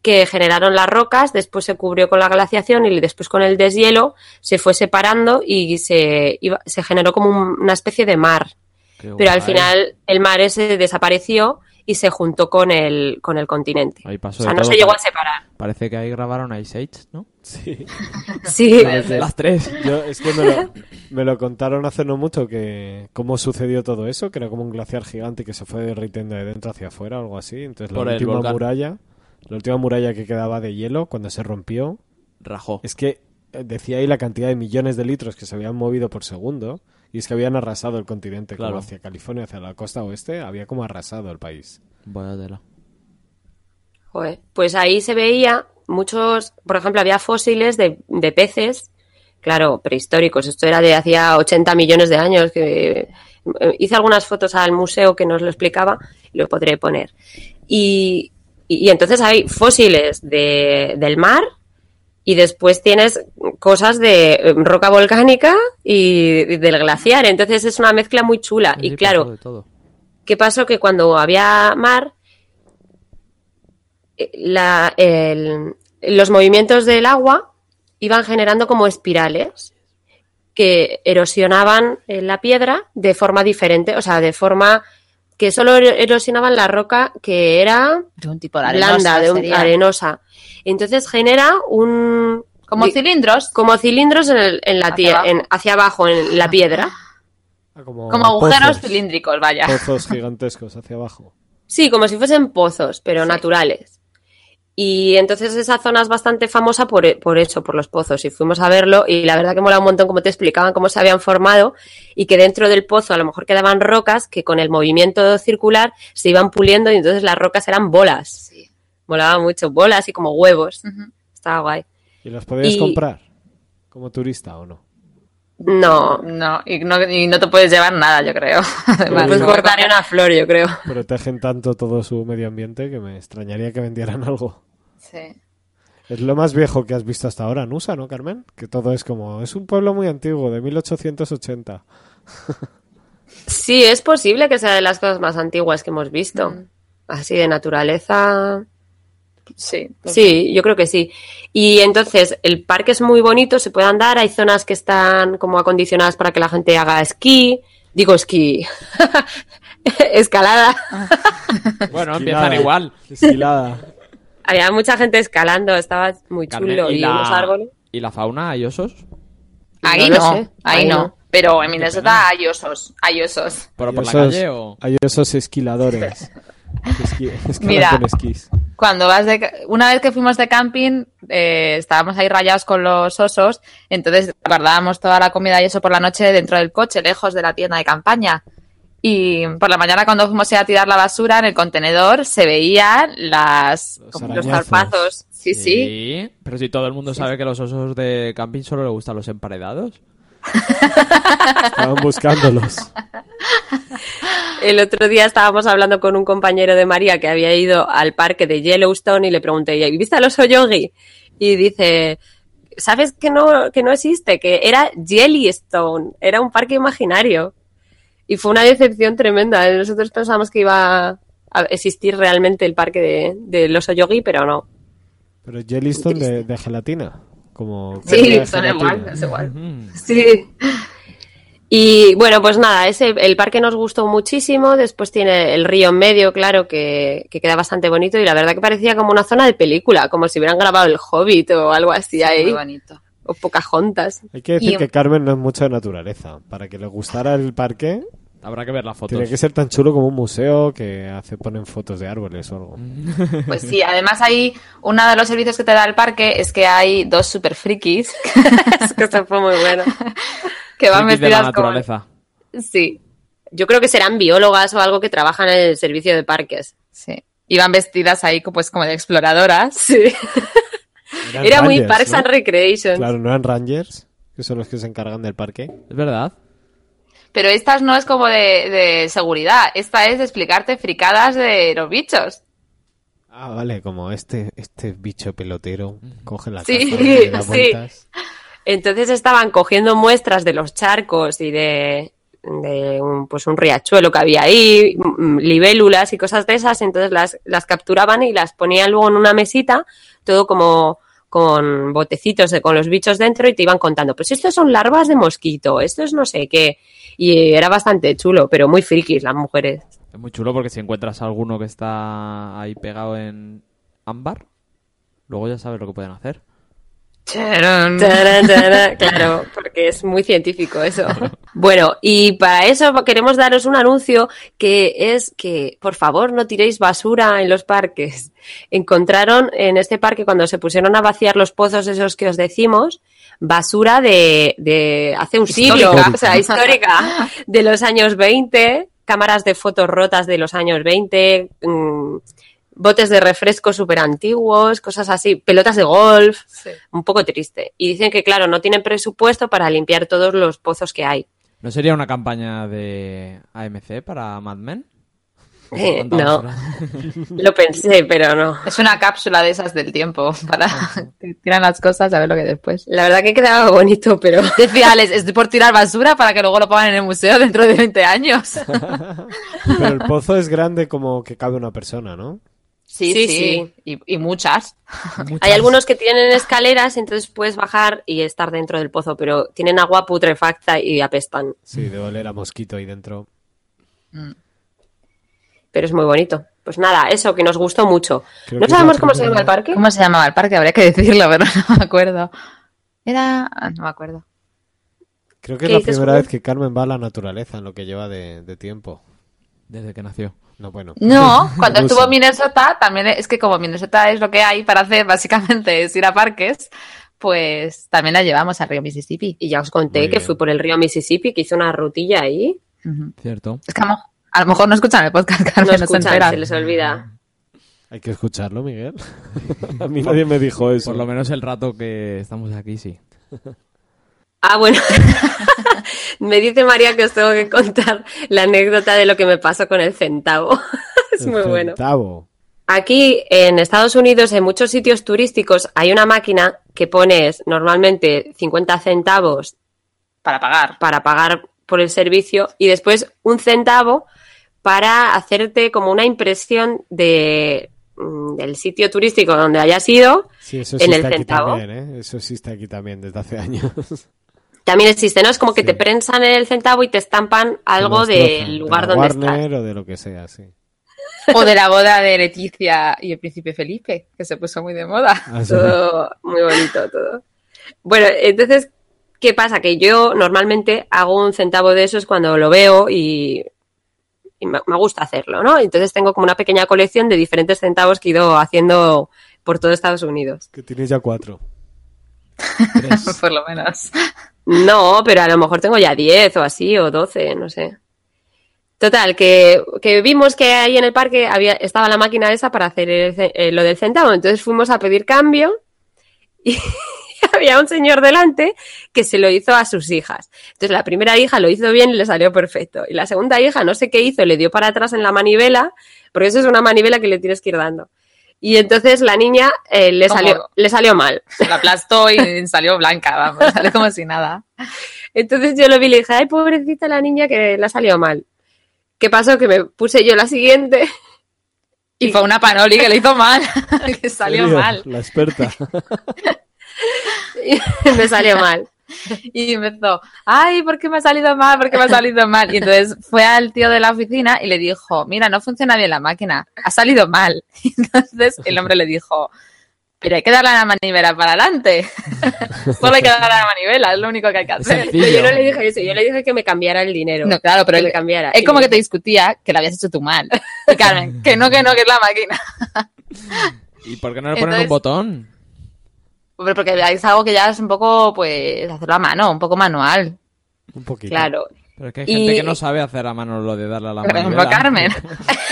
S3: que generaron las rocas, después se cubrió con la glaciación y después con el deshielo se fue separando y se, iba- se generó como un- una especie de mar.
S5: Qué
S3: Pero al
S5: guay.
S3: final el mar ese desapareció y se juntó con el, con el continente.
S5: Ahí
S3: O
S5: pasó
S3: sea,
S5: de
S3: no
S5: todo.
S3: se llegó a separar.
S5: Parece que ahí grabaron Ice Age, ¿no?
S2: Sí.
S3: Sí,
S5: Las tres.
S2: Yo, es que me lo, me lo contaron hace no mucho que cómo sucedió todo eso, que era como un glaciar gigante que se fue derritiendo de dentro hacia afuera o algo así. Entonces la
S5: Por el
S2: última
S5: volcán.
S2: muralla, la última muralla que quedaba de hielo cuando se rompió,
S5: Rajó.
S2: es que eh, decía ahí la cantidad de millones de litros que se habían movido por segundo y es que habían arrasado el continente
S5: Claro.
S2: como hacia California, hacia la costa oeste, había como arrasado el país.
S5: Vaya tela.
S3: Joder, Pues ahí se veía muchos, por ejemplo, había fósiles de, de peces, claro, prehistóricos. Esto era de hacía 80 millones de años. Que eh, hice algunas fotos al museo que nos lo explicaba, lo podré poner. Y, y- y entonces hay fósiles de- del mar y después tienes cosas de eh, roca volcánica y, y del glaciar. Entonces es una mezcla muy chula. Ah,
S5: Sí,
S3: Y
S5: pasó
S3: claro,
S5: de todo.
S3: ¿Qué pasó? Que cuando había mar, eh, la- el- los movimientos del agua iban generando como espirales que erosionaban eh, la piedra de forma diferente, o sea, de forma que solo ero- erosionaban la roca que era
S4: De un tipo de arenosa
S3: blanda, de un-
S4: sería.
S3: arenosa. Entonces genera un...
S4: Como
S3: di-
S4: cilindros.
S3: como cilindros en, el- en la
S4: Hacia
S3: tierra,
S4: abajo.
S3: hacia abajo, en la piedra.
S2: Como,
S4: Como agujeros
S2: pozos,
S4: cilíndricos, vaya.
S3: Pues-
S4: *laughs*
S2: pozos gigantescos hacia abajo.
S3: Sí, como si fuesen pozos, pero naturales. Y entonces esa zona es bastante famosa por, e, por eso, por los pozos. Y fuimos a verlo y la verdad que mola un montón cómo te explicaban cómo se habían formado y que dentro del pozo a lo mejor quedaban rocas que con el movimiento circular se iban puliendo y entonces las rocas eran bolas. Molaba mucho, bolas y como huevos.
S4: Ujú.
S3: Estaba guay.
S2: ¿Y las podías
S3: Y-
S2: comprar como turista o no?
S3: No,
S4: No y, no, y no te puedes llevar nada, yo creo. *laughs* Además,
S3: pues
S4: ¿no?
S3: cortaré una flor, yo creo.
S2: Protegen tanto todo su medio ambiente que me extrañaría que vendieran algo.
S4: Sí.
S2: Es lo más viejo que has visto hasta ahora en USA, ¿no, Carmen? Que todo es como... Es un pueblo muy antiguo, de 1880.
S3: Sí, es posible que sea de las cosas más antiguas que hemos visto. Así de naturaleza.
S4: Sí.
S3: Sí, yo creo que sí. Y entonces el parque es muy bonito, se puede andar, hay zonas que están como acondicionadas para que la gente haga esquí, digo esquí, *laughs* escalada.
S5: Bueno,
S2: Esquilada.
S5: empiezan igual.
S2: Esquilada.
S3: Había mucha gente escalando, estaba muy
S5: Carmen,
S3: chulo y, unos árboles.
S5: ¿Y la fauna? ¿Hay osos?
S4: Ahí
S3: No
S4: no,
S3: lo sé,
S4: ahí
S3: ahí
S4: no.
S3: no.
S4: Pero en Minnesota hay osos, hay osos.
S5: ¿Pero
S2: Hay
S5: por la
S2: esos-
S5: calle o...?
S2: Hay esos esquiladores. que
S3: *laughs*
S2: esqui- escalan
S4: Mira.
S2: con esquís.
S4: Cuando vas de... ca- Una vez que fuimos de camping, eh, estábamos ahí rayados con los osos, entonces guardábamos toda la comida y eso por la noche dentro del coche, lejos de la tienda de campaña. Y por la mañana cuando fuimos a tirar la basura en el contenedor se veían las,
S2: Los
S4: como los
S2: arañazos.
S4: zarpazos. Sí, sí.
S5: Pero si todo el mundo sabe que los osos de camping solo le gustan los emparedados.
S2: Estaban buscándolos.
S3: El otro día estábamos hablando con un compañero de María que había ido al parque de Yellowstone y le pregunté, ¿y viste al oso yogi? Y dice, ¿sabes que no, que no existe? Que era Jellystone, era un parque imaginario. Y fue una decepción tremenda. Nosotros pensamos que iba a existir realmente el parque de- del oso yogi, pero no.
S2: Pero Jellystone de, de gelatina. Como
S3: Sí,
S2: de
S4: son
S2: gelatina.
S4: igual, es igual.
S5: Mm.
S3: Sí. Y bueno, pues nada, ese, el parque nos gustó muchísimo. Después tiene el río en medio, claro, que, que queda bastante bonito. Y la verdad que parecía como una zona de película, como si hubieran grabado El Hobbit o algo así
S4: Muy
S3: ahí,
S4: bonito.
S3: o Pocahontas. *laughs*
S2: Hay que decir
S4: Y-
S2: que Carmen no es mucho de naturaleza. Para que le gustara el parque,
S5: Habrá que ver las fotos.
S2: tiene que ser tan chulo como un museo que hace ponen fotos de árboles o algo.
S5: Mm.
S4: Pues sí, además hay uno de los servicios que te da el parque es que hay dos super frikis
S3: Es que esto fue muy bueno.
S4: *laughs* que van
S5: Frikis de la
S4: vestidas como
S5: naturaleza.
S4: sí,
S3: Yo creo que serán biólogas o algo que trabajan en el servicio de parques.
S4: sí, y van vestidas ahí co- pues como de exploradoras.
S3: Sí.
S2: Eran
S3: Era muy
S2: Rangers,
S3: Parks
S2: ¿no?
S3: and Recreation.
S2: Claro, no eran Rangers, que son los que se encargan del parque.
S5: Es verdad.
S4: Pero estas no es como de, de seguridad, esta es de explicarte fricadas de los bichos.
S2: Ah, vale, como este, este bicho pelotero coge la
S3: Sí,
S2: caja y le da
S3: *laughs* sí.
S2: vueltas.
S3: Entonces estaban cogiendo muestras de los charcos y de, de un, pues un riachuelo que había ahí, mm, libélulas y cosas de esas, entonces las, las capturaban y las ponían luego en una mesita, todo como con botecitos de- con los bichos dentro y te iban contando, pues estos son larvas de mosquito, esto es no sé qué. Y era bastante chulo, pero muy frikis las mujeres.
S5: Es muy chulo porque si encuentras alguno que está ahí pegado en ámbar, luego ya sabes lo que pueden hacer.
S4: Charán.
S3: Tarán, tarán. Claro, porque es muy científico *laughs* eso. Bueno, y para eso queremos daros un anuncio que es que, por favor, no tiréis basura en los parques. Encontraron en este parque, cuando se pusieron a vaciar los pozos esos que os decimos, basura de, de hace un siglo,
S4: Histórica.
S3: o sea, histórica, de los años 20, cámaras de fotos rotas de los años 20, mm, botes de refresco súper antiguos, cosas así, pelotas de golf un poco triste. Y dicen que, claro, no tienen presupuesto para limpiar todos los pozos que hay.
S5: ¿No sería una campaña de AMC para Mad Men?
S3: Eh, *laughs*
S5: Tanta
S3: no.
S5: basura.
S3: Lo pensé, pero no.
S4: Es una cápsula de esas del tiempo para
S3: Ah,
S4: *laughs* que tiran las cosas a ver lo que después.
S3: La verdad que quedaba bonito, pero
S4: Decía Alex, estoy por tirar basura para que luego lo pongan en el museo dentro de 20
S3: *laughs*
S4: años.
S2: Pero el pozo es grande como que cabe una persona, ¿no?
S4: Sí,
S3: Sí,
S4: sí,
S3: sí.
S4: Y, y muchas.
S3: hay algunos que tienen escaleras, entonces puedes bajar y estar dentro del pozo, pero tienen agua putrefacta y apestan.
S2: Sí, de oler a mosquito ahí dentro.
S3: Pero es muy bonito. Pues nada, eso que nos gustó mucho.
S2: Creo
S3: ¿No
S2: que es la
S3: sabemos cómo se
S2: primera-
S3: llama el parque?
S4: ¿Cómo se llamaba el parque? Habría que decirlo, pero *laughs* no me acuerdo. Era... ah, No me acuerdo.
S2: Creo que es
S3: ¿Qué
S2: la
S3: dices,
S2: primera
S3: Juan?
S2: vez que Carmen va a la naturaleza en lo que lleva de, de tiempo.
S5: Desde que nació.
S2: No, bueno. *laughs*
S4: No, cuando
S2: Ruso.
S4: estuvo en Minnesota, también es que como Minnesota es lo que hay para hacer, básicamente es ir a parques, pues también la llevamos al río Mississippi.
S3: Y ya os conté
S2: Muy
S3: que
S2: bien.
S3: fui por el río Mississippi, que hice una rutilla ahí.
S4: Ujú.
S5: Cierto.
S4: Es que a, lo mo- a lo mejor no escuchan el podcast, *laughs*
S3: No,
S4: Carmen, no, se
S3: escuchan, se,
S4: enteran.
S3: les olvida.
S2: Hay que escucharlo, Miguel. *laughs* a mí nadie me dijo eso.
S5: Por lo menos el rato que estamos aquí, sí.
S3: Ah, bueno. *laughs* me dice María que os tengo que contar la anécdota de lo que me pasó con el centavo. *laughs* es
S2: El
S3: muy bueno.
S2: centavo.
S3: Aquí en Estados Unidos, en muchos sitios turísticos, hay una máquina que pones normalmente 50 centavos
S4: Para pagar.
S3: para pagar por el servicio y después un centavo para hacerte como una impresión de, mm, del sitio turístico donde hayas ido.
S2: Sí, eso
S3: En
S2: existe
S3: el
S2: aquí
S3: centavo.
S2: también, ¿eh? Eso existe aquí también desde hace años.
S3: También existe, ¿no? Es como que
S2: Sí.
S3: te prensan el centavo y te estampan *laughs* algo
S2: Los trozan,
S3: del lugar
S2: de la
S3: donde estás.
S2: Warner o de lo que sea, sí.
S4: *laughs* O de la boda de Leticia y el príncipe Felipe, que se puso muy de moda.
S2: Ah, sí.
S3: todo muy bonito todo. Bueno, entonces, ¿qué pasa? Que yo normalmente hago un centavo de esos cuando lo veo y, y me, me gusta hacerlo, ¿no? Entonces tengo como una pequeña colección de diferentes centavos que he ido haciendo por todo Estados Unidos.
S2: *laughs* Que tienes ya cuatro.
S4: *laughs* Por lo menos.
S3: No, pero a lo mejor tengo ya 10 o así, o 12, no sé. Total, que, que vimos que ahí en el parque había, estaba la máquina esa para hacer el ce- eh, lo del centavo. Entonces fuimos a pedir cambio *laughs* y había un señor delante que se lo hizo a sus hijas. Entonces la primera hija lo hizo bien y le salió perfecto. Y la segunda hija no sé qué hizo, le dio para atrás en la manivela, porque eso es una manivela que le tienes que ir dando. Y entonces la niña eh, le,
S4: ¿Cómo?
S3: salió, le salió mal.
S4: Se la aplastó y salió blanca, vamos. Salió como si nada.
S3: Entonces yo lo vi y le dije, ay, pobrecita la niña que la salió mal. ¿Qué pasó? Que me puse yo la siguiente. *laughs*
S4: Y fue una panoli que le hizo mal, *laughs* que salió
S2: Elliot,
S4: mal.
S2: La experta. *laughs*
S3: Y me
S4: *laughs*
S3: salió mal.
S4: Y empezó, ay, ¿por qué me ha salido mal? ¿Por qué me ha salido mal? Y entonces fue al tío de la oficina y le dijo, mira, no funciona bien la máquina, ha salido mal. *laughs* Y entonces el hombre le dijo, pero hay que darle a la manivela para adelante. Solo hay que darle a la manivela, es lo único que hay que
S5: Es
S4: hacer.
S3: Pero
S5: sencillo.
S3: yo no le dije eso, yo le dije que me cambiara el dinero.
S4: No, claro, pero
S3: que me
S4: él-
S3: cambiara.
S4: es
S3: Y
S4: como
S3: me
S4: que te discutía que lo habías hecho tú mal. Y Carmen, que no, que no, que es la máquina.
S5: ¿Y por qué no le ponen
S4: Entonces-
S5: un botón?
S4: Hombre, porque es algo que ya es un poco, pues, hacerlo a mano, un poco manual.
S2: Un poquito.
S3: Claro.
S5: Pero es que hay
S3: Y-
S5: gente que no sabe hacer a mano lo de darle a la
S4: Por ejemplo,
S5: manivela.
S4: Carmen.
S5: *laughs*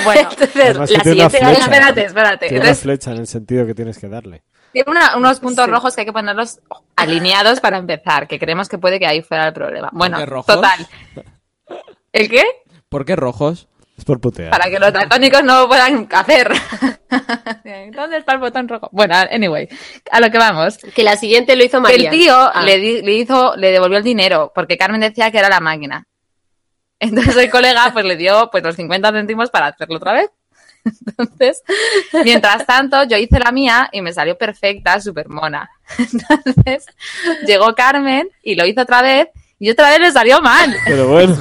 S4: Bueno, *laughs*
S3: Entonces,
S2: Además que
S3: la
S2: tiene una
S3: siguiente
S2: flecha.
S4: espérate, espérate.
S2: Tiene una
S4: Entonces,
S2: flecha en el sentido que tienes que darle.
S4: Tiene una- unos puntos
S3: Sí.
S4: rojos que hay que ponerlos alineados para empezar, que creemos que puede que ahí fuera el problema. Bueno,
S5: ¿Por qué rojos?
S4: total. ¿El qué?
S5: ¿Por qué rojos?
S2: Es por putear.
S4: para que los daltónicos no lo puedan hacer. *laughs* ¿Dónde está el botón rojo? Bueno, anyway, a lo que vamos.
S3: Que la siguiente lo hizo
S4: Que
S3: María.
S4: el tío
S3: Ah.
S4: le, di- le hizo, le devolvió el dinero, porque Carmen decía que era la máquina. *laughs* Entonces el colega pues le dio pues los 50 céntimos para hacerlo otra vez. *laughs* Entonces, mientras tanto, yo hice la mía y me salió perfecta, súper mona. *laughs* Entonces, llegó Carmen y lo hizo otra vez y otra vez le salió mal.
S2: Pero bueno,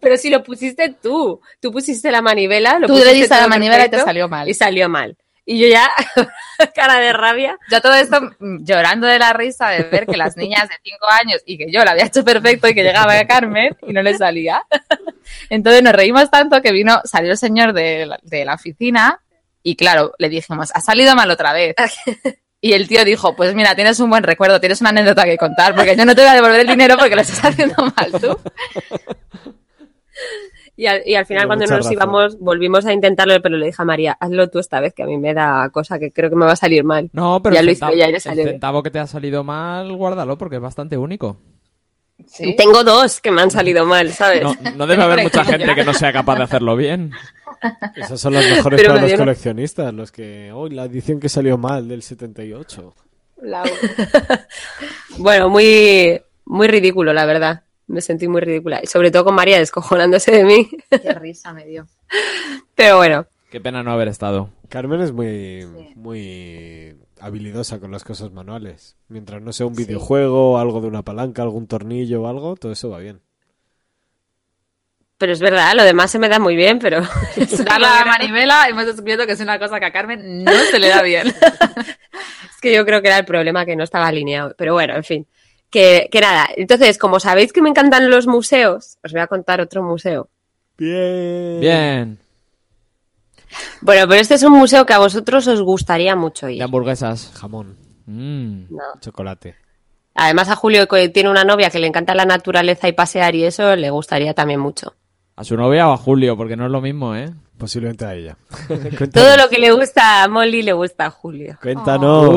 S3: Pero si lo pusiste tú, tú pusiste la manivela, lo
S4: Tú
S3: pusiste
S4: le diste a la
S3: todo
S4: manivela y te
S3: perfecto,
S4: salió mal.
S3: Y salió mal. Y yo ya, *laughs* cara de rabia,
S4: Yo todo esto mm, llorando de la risa de ver que las niñas de 5 años y que yo la había hecho perfecto y que llegaba a Carmen y no le salía. Entonces nos reímos tanto que vino, salió el señor de la, de la oficina y claro, le dijimos, ha salido mal otra vez. Y el tío dijo, pues mira, tienes un buen recuerdo, tienes una anécdota que contar, porque yo no te voy a devolver el dinero porque lo estás haciendo mal tú.
S3: Y al, y al final,
S2: Tiene
S3: cuando
S2: mucha
S3: nos
S2: razón.
S3: íbamos, volvimos a intentarlo, pero le dije a María, hazlo tú esta vez, que a mí me da cosa que creo que me va a salir mal.
S5: No, pero
S3: Ya
S5: el
S3: lo hizo
S5: centavo-
S3: ella y le
S5: el
S3: salió bien.
S5: centavo que te ha salido mal, guárdalo porque es bastante único.
S3: Tengo dos que me han salido mal, ¿sabes?
S5: No, no debe haber
S4: Hombre,
S3: *laughs*
S5: mucha
S4: coño.
S5: gente que no sea capaz de hacerlo bien.
S2: esos son los mejores
S3: Pero
S2: para
S3: me
S2: los
S3: dio una-
S2: coleccionistas, los que, hoy la edición que salió mal del 78.
S3: Bueno, muy, muy ridículo, la verdad. Me sentí muy ridícula. Y sobre todo con María descojonándose de mí. *laughs*
S4: Qué risa me dio.
S3: Pero bueno,
S5: Qué pena no haber estado.
S2: Carmen es muy, muy habilidosa con las cosas manuales. Mientras no sea un videojuego, algo de una palanca, algún tornillo o algo, todo eso va bien.
S3: pero es verdad, lo demás se me da muy bien, pero *laughs* es una
S4: Dar la
S3: locura.
S4: manivela hemos descubierto que es una cosa que a Carmen no se le da bien.
S3: Es que yo creo que era el problema que no estaba alineado. Pero bueno, en fin. Que, que nada. Entonces, como sabéis que me encantan los museos, os voy a contar otro museo.
S2: Bien.
S5: Bien.
S3: Bueno, pero este es un museo que a vosotros os gustaría mucho
S5: De
S3: ir.
S5: hamburguesas.
S2: Jamón,
S5: Mm.
S3: No.
S2: chocolate.
S3: Además, a Julio, que tiene una novia que le encanta la naturaleza y pasear y eso, le gustaría también mucho.
S5: A su novia o a Julio, porque no es lo mismo, ¿eh?
S2: Posiblemente a ella. *laughs* Cuéntanos.
S3: Todo lo que le gusta a Molly le gusta a Julio.
S2: Cuéntanos.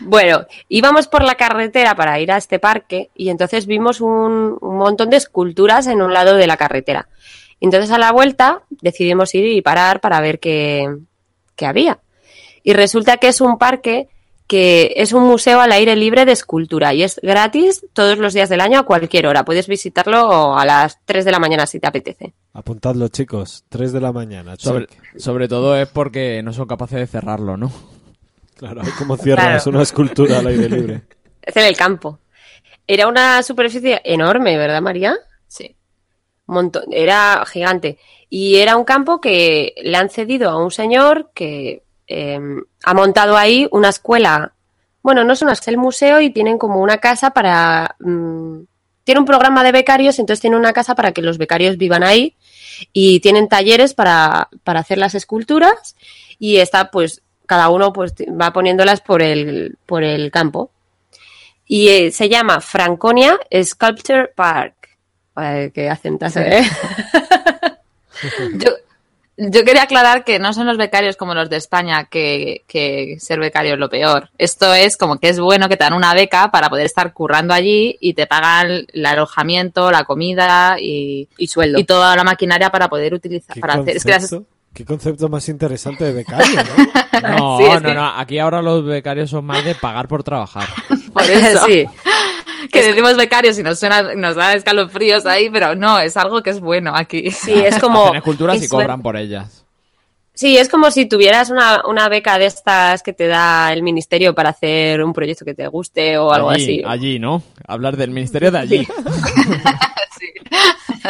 S3: Bueno, íbamos por la carretera para ir a este parque y entonces vimos un, un montón de esculturas en un lado de la carretera. Entonces a la vuelta decidimos ir y parar para ver qué, qué había. Y resulta que es un parque que es un museo al aire libre de escultura y es gratis todos los días del año a cualquier hora. Puedes visitarlo a las 3 de la mañana si te apetece.
S2: Apuntadlo, chicos. 3 de la mañana.
S5: Sobre,
S2: check.
S5: sobre todo es porque no son capaces de cerrarlo, ¿no?
S2: Claro, como cierras
S3: Claro.
S2: una escultura al aire libre.
S3: Es en el campo. Era una superficie enorme, ¿verdad, María?
S4: Sí.
S3: montón, era gigante. Y era un campo que le han cedido a un señor que eh, ha montado ahí una escuela. Bueno, no es una, es el museo y tienen como una casa para... mm, tiene un programa de becarios, entonces tiene una casa para que los becarios vivan ahí y tienen talleres para, para hacer las esculturas y está pues cada uno pues va poniéndolas por el, por el campo. Y eh, se llama Franconia Sculpture Park. Ay, qué acentazo, *laughs* ¿eh?
S4: Yo, yo quería aclarar que no son los becarios como los de España, que, que ser becario es lo peor. Esto es como que es bueno que te dan una beca para poder estar currando allí y te pagan el alojamiento, la comida y,
S3: Y sueldo.
S4: y toda la maquinaria para poder utilizar.
S2: ¿Qué,
S4: Para hacer, es que las-
S2: concepto, qué concepto más interesante de becario, ¿no?
S5: No,
S4: Sí, es
S5: no,
S4: que-
S5: no. Aquí ahora los becarios son más de pagar por trabajar.
S3: *laughs*
S4: *laughs* por eso,
S3: Sí.
S4: que decimos becarios y nos, suena, nos da escalofríos ahí, pero no, es algo que es bueno aquí.
S3: Sí, es como.
S5: Hacen esculturas y
S3: suel-
S5: cobran por ellas.
S3: Sí, es como si tuvieras una, una beca de estas que te da el ministerio para hacer un proyecto que te guste o algo
S5: allí,
S3: así.
S5: Allí, ¿no? Hablar del ministerio de allí.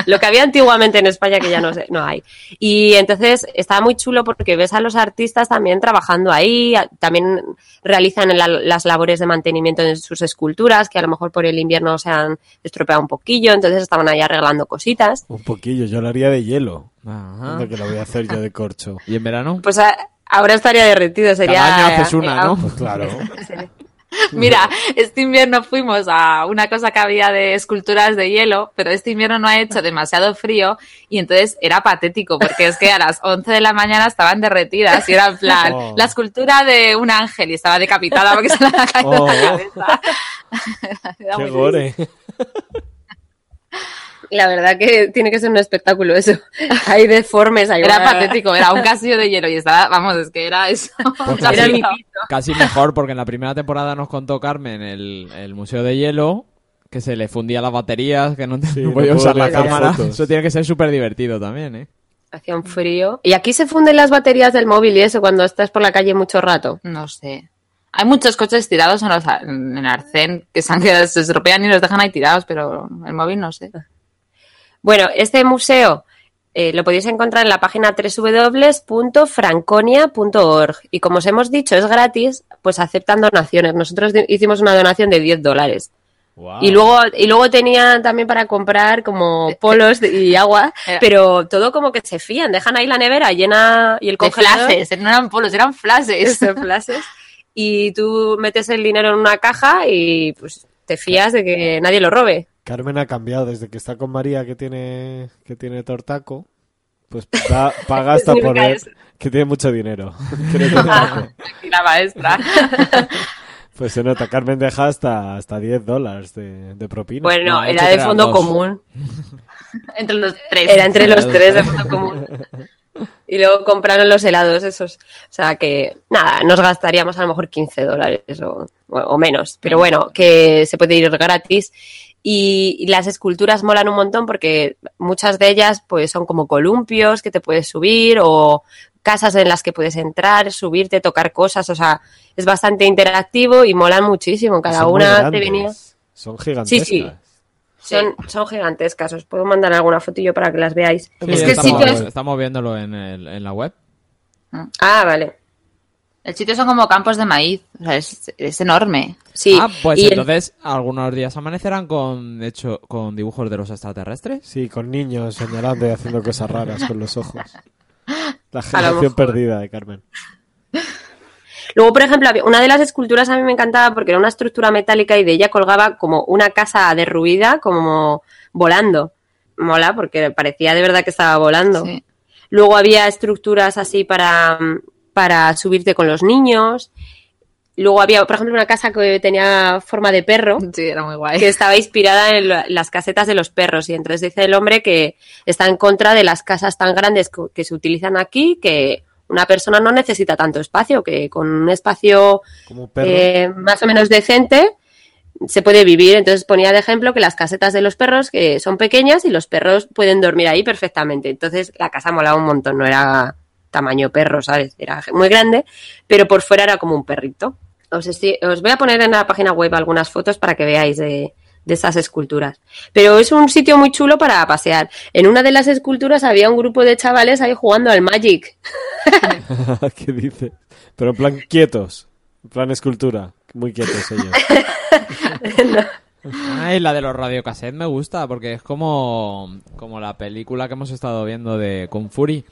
S3: Lo que había antiguamente en España que ya no, sé- no hay. Y entonces estaba muy chulo porque ves a los artistas también trabajando ahí, a- también realizan la- las labores de mantenimiento de sus esculturas, que a lo mejor por el invierno se han estropeado un poquillo, entonces estaban ahí arreglando cositas.
S2: Un poquillo, yo lo haría de hielo.
S3: Ah.
S5: Ajá.
S2: Anda que lo voy a hacer yo de corcho.
S5: ¿Y en verano?
S3: Pues a- ahora estaría derretido, sería...
S5: Cada año haces una, ¿no?
S2: Pues claro.
S4: Mira, este invierno fuimos a una cosa que había de esculturas de hielo, pero este invierno no
S2: *laughs*
S4: ha hecho demasiado frío y entonces era patético porque es que a las 11 de la mañana estaban derretidas y era en plan
S2: Oh.
S4: la escultura de un ángel y estaba decapitada porque se
S2: *laughs*
S4: le había caído
S2: Oh.
S4: la cabeza. Era
S2: Qué
S4: muy
S2: gore.
S3: *laughs* La verdad que tiene que ser un espectáculo
S4: *laughs*
S3: eso. Hay deformes, hay
S4: Era
S3: una-
S4: patético, era un castillo de hielo y estaba, vamos, es que era eso.
S3: *laughs*
S5: Pues
S3: Era
S5: casi,
S3: mi
S5: casi mejor, porque en la primera temporada nos contó Carmen el, el Museo de Hielo, que se le fundía las baterías, que no, *laughs* te-
S2: Sí,
S5: no
S2: no
S5: podía
S2: puedo
S5: usar la
S2: sacar
S5: cámara.
S2: fotos.
S5: Eso tiene que ser súper divertido también, ¿eh?
S3: Hacía un frío. Y aquí se funden las baterías del móvil y eso cuando estás por la calle mucho rato.
S4: No sé. Hay muchos coches tirados en, los, a- en el arcén que se, han quedado, se estropean y los dejan ahí tirados, pero el móvil no sé.
S3: Bueno, este museo eh, lo podéis encontrar en la página www.franconia.org. Y como os hemos dicho, es gratis, pues aceptan donaciones. Nosotros di- hicimos una donación de 10 dólares. Y luego, y luego tenía también para comprar como polos y agua,
S4: Era-
S3: pero todo como que se fían, dejan ahí la nevera llena y el
S4: Con
S3: congelador.
S4: flashes, no eran polos, eran flashes.
S3: Eso, flashes. Y tú metes el dinero en una caja y pues te fías de que nadie lo robe.
S2: Carmen ha cambiado desde que está con María, que tiene, que tiene tortaco. Pues da- paga
S3: *laughs*
S2: hasta
S3: Significa
S2: por ver
S3: eso. Ah.
S2: que tiene mucho dinero. *laughs* que no tiene nada.
S4: La maestra.
S2: pues se nota, Carmen deja hasta, hasta 10 dólares de, de propina.
S3: Bueno,
S5: no,
S3: era
S5: esto
S3: de
S5: eran
S3: fondo
S5: dos.
S3: común.
S4: *laughs* Entre los tres.
S3: Era entre los tres de fondo común. Y luego compraron los helados esos. O sea que, nada, nos gastaríamos a lo mejor 15 dólares o, o menos. Pero bueno, que se puede ir gratis. Y, y las esculturas molan un montón porque muchas de ellas pues son como columpios que te puedes subir o casas en las que puedes entrar, subirte, tocar cosas. O sea, es bastante interactivo y molan muchísimo. Cada
S2: Son muy
S3: una te
S2: grandes,
S3: venía.
S2: Son gigantescas.
S3: Sí, sí. Son, son gigantescas. Os puedo mandar alguna fotillo para que las veáis.
S5: Sí,
S4: es que el
S5: estamos,
S4: sitio
S2: es-
S5: estamos viéndolo en, el- en la web.
S3: Ah, vale.
S4: El sitio son como campos de maíz. O sea, es, es enorme.
S3: Sí.
S5: ah, pues
S3: y el-
S5: entonces algunos días amanecerán con, de hecho, con dibujos de
S2: *gasps*
S5: los extraterrestres.
S2: Sí, con niños señalando y haciendo cosas raras con los ojos. La
S3: mejor.
S2: generación perdida de Carmen.
S3: Luego, por ejemplo, había- una de las esculturas a mí me encantaba porque era una estructura metálica y de ella colgaba como una casa derruida, como volando. Mola, porque parecía de verdad que estaba volando.
S4: Sí.
S3: Luego había estructuras así para, para subirte con los niños. Luego había, por ejemplo, una casa que tenía forma de perro.
S4: Sí, era muy guay.
S3: que estaba inspirada en la- las casetas de los perros y entonces dice el hombre que está en contra de las casas tan grandes que, que se utilizan aquí que una persona no necesita tanto espacio que con un espacio
S2: Como un perro.
S3: eh, más o menos decente se puede vivir entonces ponía de ejemplo que las casetas de los perros que son pequeñas y los perros pueden dormir ahí perfectamente entonces la casa molaba un montón no era tamaño perro sabes era muy grande pero por fuera era como un perrito os, estoy- os voy a poner en la página web algunas fotos para que veáis de, de esas esculturas. Pero es un sitio muy chulo para pasear. En una de las esculturas había un grupo de chavales ahí jugando al Magic.
S2: *laughs* ¿Qué dice? Pero en plan quietos. En plan escultura. Muy quietos
S4: *laughs*
S2: ellos.
S5: Ay, la de los radiocassettes me gusta, porque es como, como la película que hemos estado viendo de Kung Fury.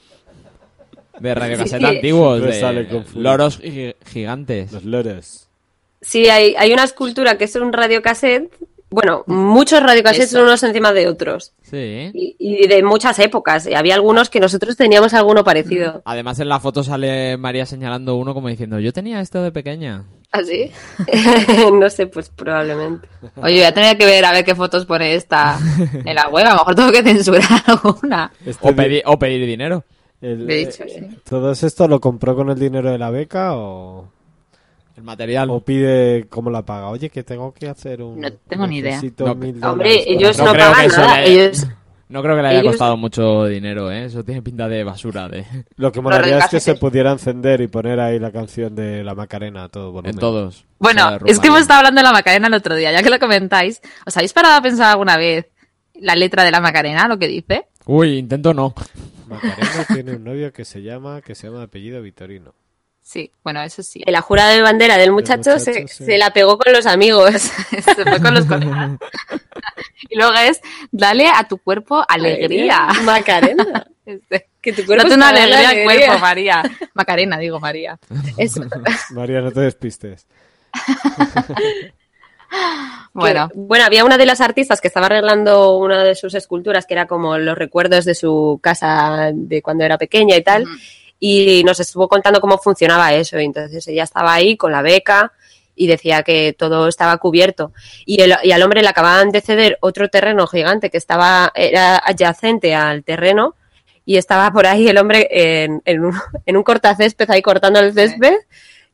S5: De radiocassettes
S3: Sí.
S5: antiguos,
S2: Siempre
S5: de
S2: sale Kung Fury.
S5: loros gi- gigantes.
S2: Los loros.
S3: Sí, hay, hay una escultura que es un radiocassette. Bueno, muchos radiocassettes
S4: Eso.
S3: unos encima de otros.
S5: Sí.
S3: Y, y de muchas épocas. Y había algunos que nosotros teníamos alguno parecido.
S5: Además, en la foto sale María señalando uno como diciendo, yo tenía esto de pequeña.
S3: Mm. ¿Ah,
S4: ¿Así?
S3: *laughs* no sé, pues probablemente.
S4: Oye, voy a tener que ver a ver qué fotos pone esta en la web. A lo mejor tengo que censurar *laughs* alguna.
S2: Este
S5: O,
S2: di-
S5: pedi- o pedir dinero.
S2: el- eh,
S4: De hecho, sí.
S2: ¿Todo esto lo compró con el dinero de la beca o,
S5: El material.
S2: o pide cómo la paga? Oye, que tengo que hacer un...
S4: No tengo ni idea.
S2: necesito
S5: No,
S2: mil dólares para
S3: Hombre, ellos
S5: No
S3: no,
S2: comprar-
S5: creo que
S3: pagan
S5: eso
S3: nada.
S5: le-
S3: Ellos...
S5: No creo que le haya
S3: Ellos-
S5: costado mucho dinero, ¿eh? Eso tiene pinta de basura, de...
S2: Lo que molaría es que
S4: regates.
S2: se pudiera encender y poner ahí la canción de la Macarena a todo volumen.
S5: en todos. Se
S4: Bueno,
S5: derrumbaría.
S4: es que hemos estado hablando de la Macarena el otro día, ya que lo comentáis. ¿Os habéis parado a pensar alguna vez la letra de la Macarena, lo que dice?
S5: Uy, intento no. *laughs*
S2: Macarena tiene un novio que se llama, que se llama de apellido Vitorino.
S4: Sí, bueno, eso sí. *laughs*
S3: La jura de bandera del muchacho,
S2: muchacho,
S3: se,
S2: sí.
S3: se la pegó con los amigos.
S4: Se fue con los colegas. Y luego es, dale a tu cuerpo alegría.
S3: Macarena.
S4: Este,
S3: Que tu cuerpo
S4: Date una
S3: está dando
S4: alegría al
S3: alegría.
S4: cuerpo, María. Macarena, digo, María. *laughs*
S3: Eso.
S2: María, no te despistes.
S4: Bueno,
S3: Que- bueno, había una de las artistas que estaba arreglando una de sus esculturas, que era como los recuerdos de su casa de cuando era pequeña y tal,
S4: Ujú.
S3: y nos estuvo contando cómo funcionaba eso. Y entonces ella estaba ahí con la beca y decía que todo estaba cubierto. Y, el- y al hombre le acababan de ceder otro terreno gigante que estaba era adyacente al terreno y estaba por ahí el hombre en, en un, *laughs* en un cortacésped ahí cortando el césped.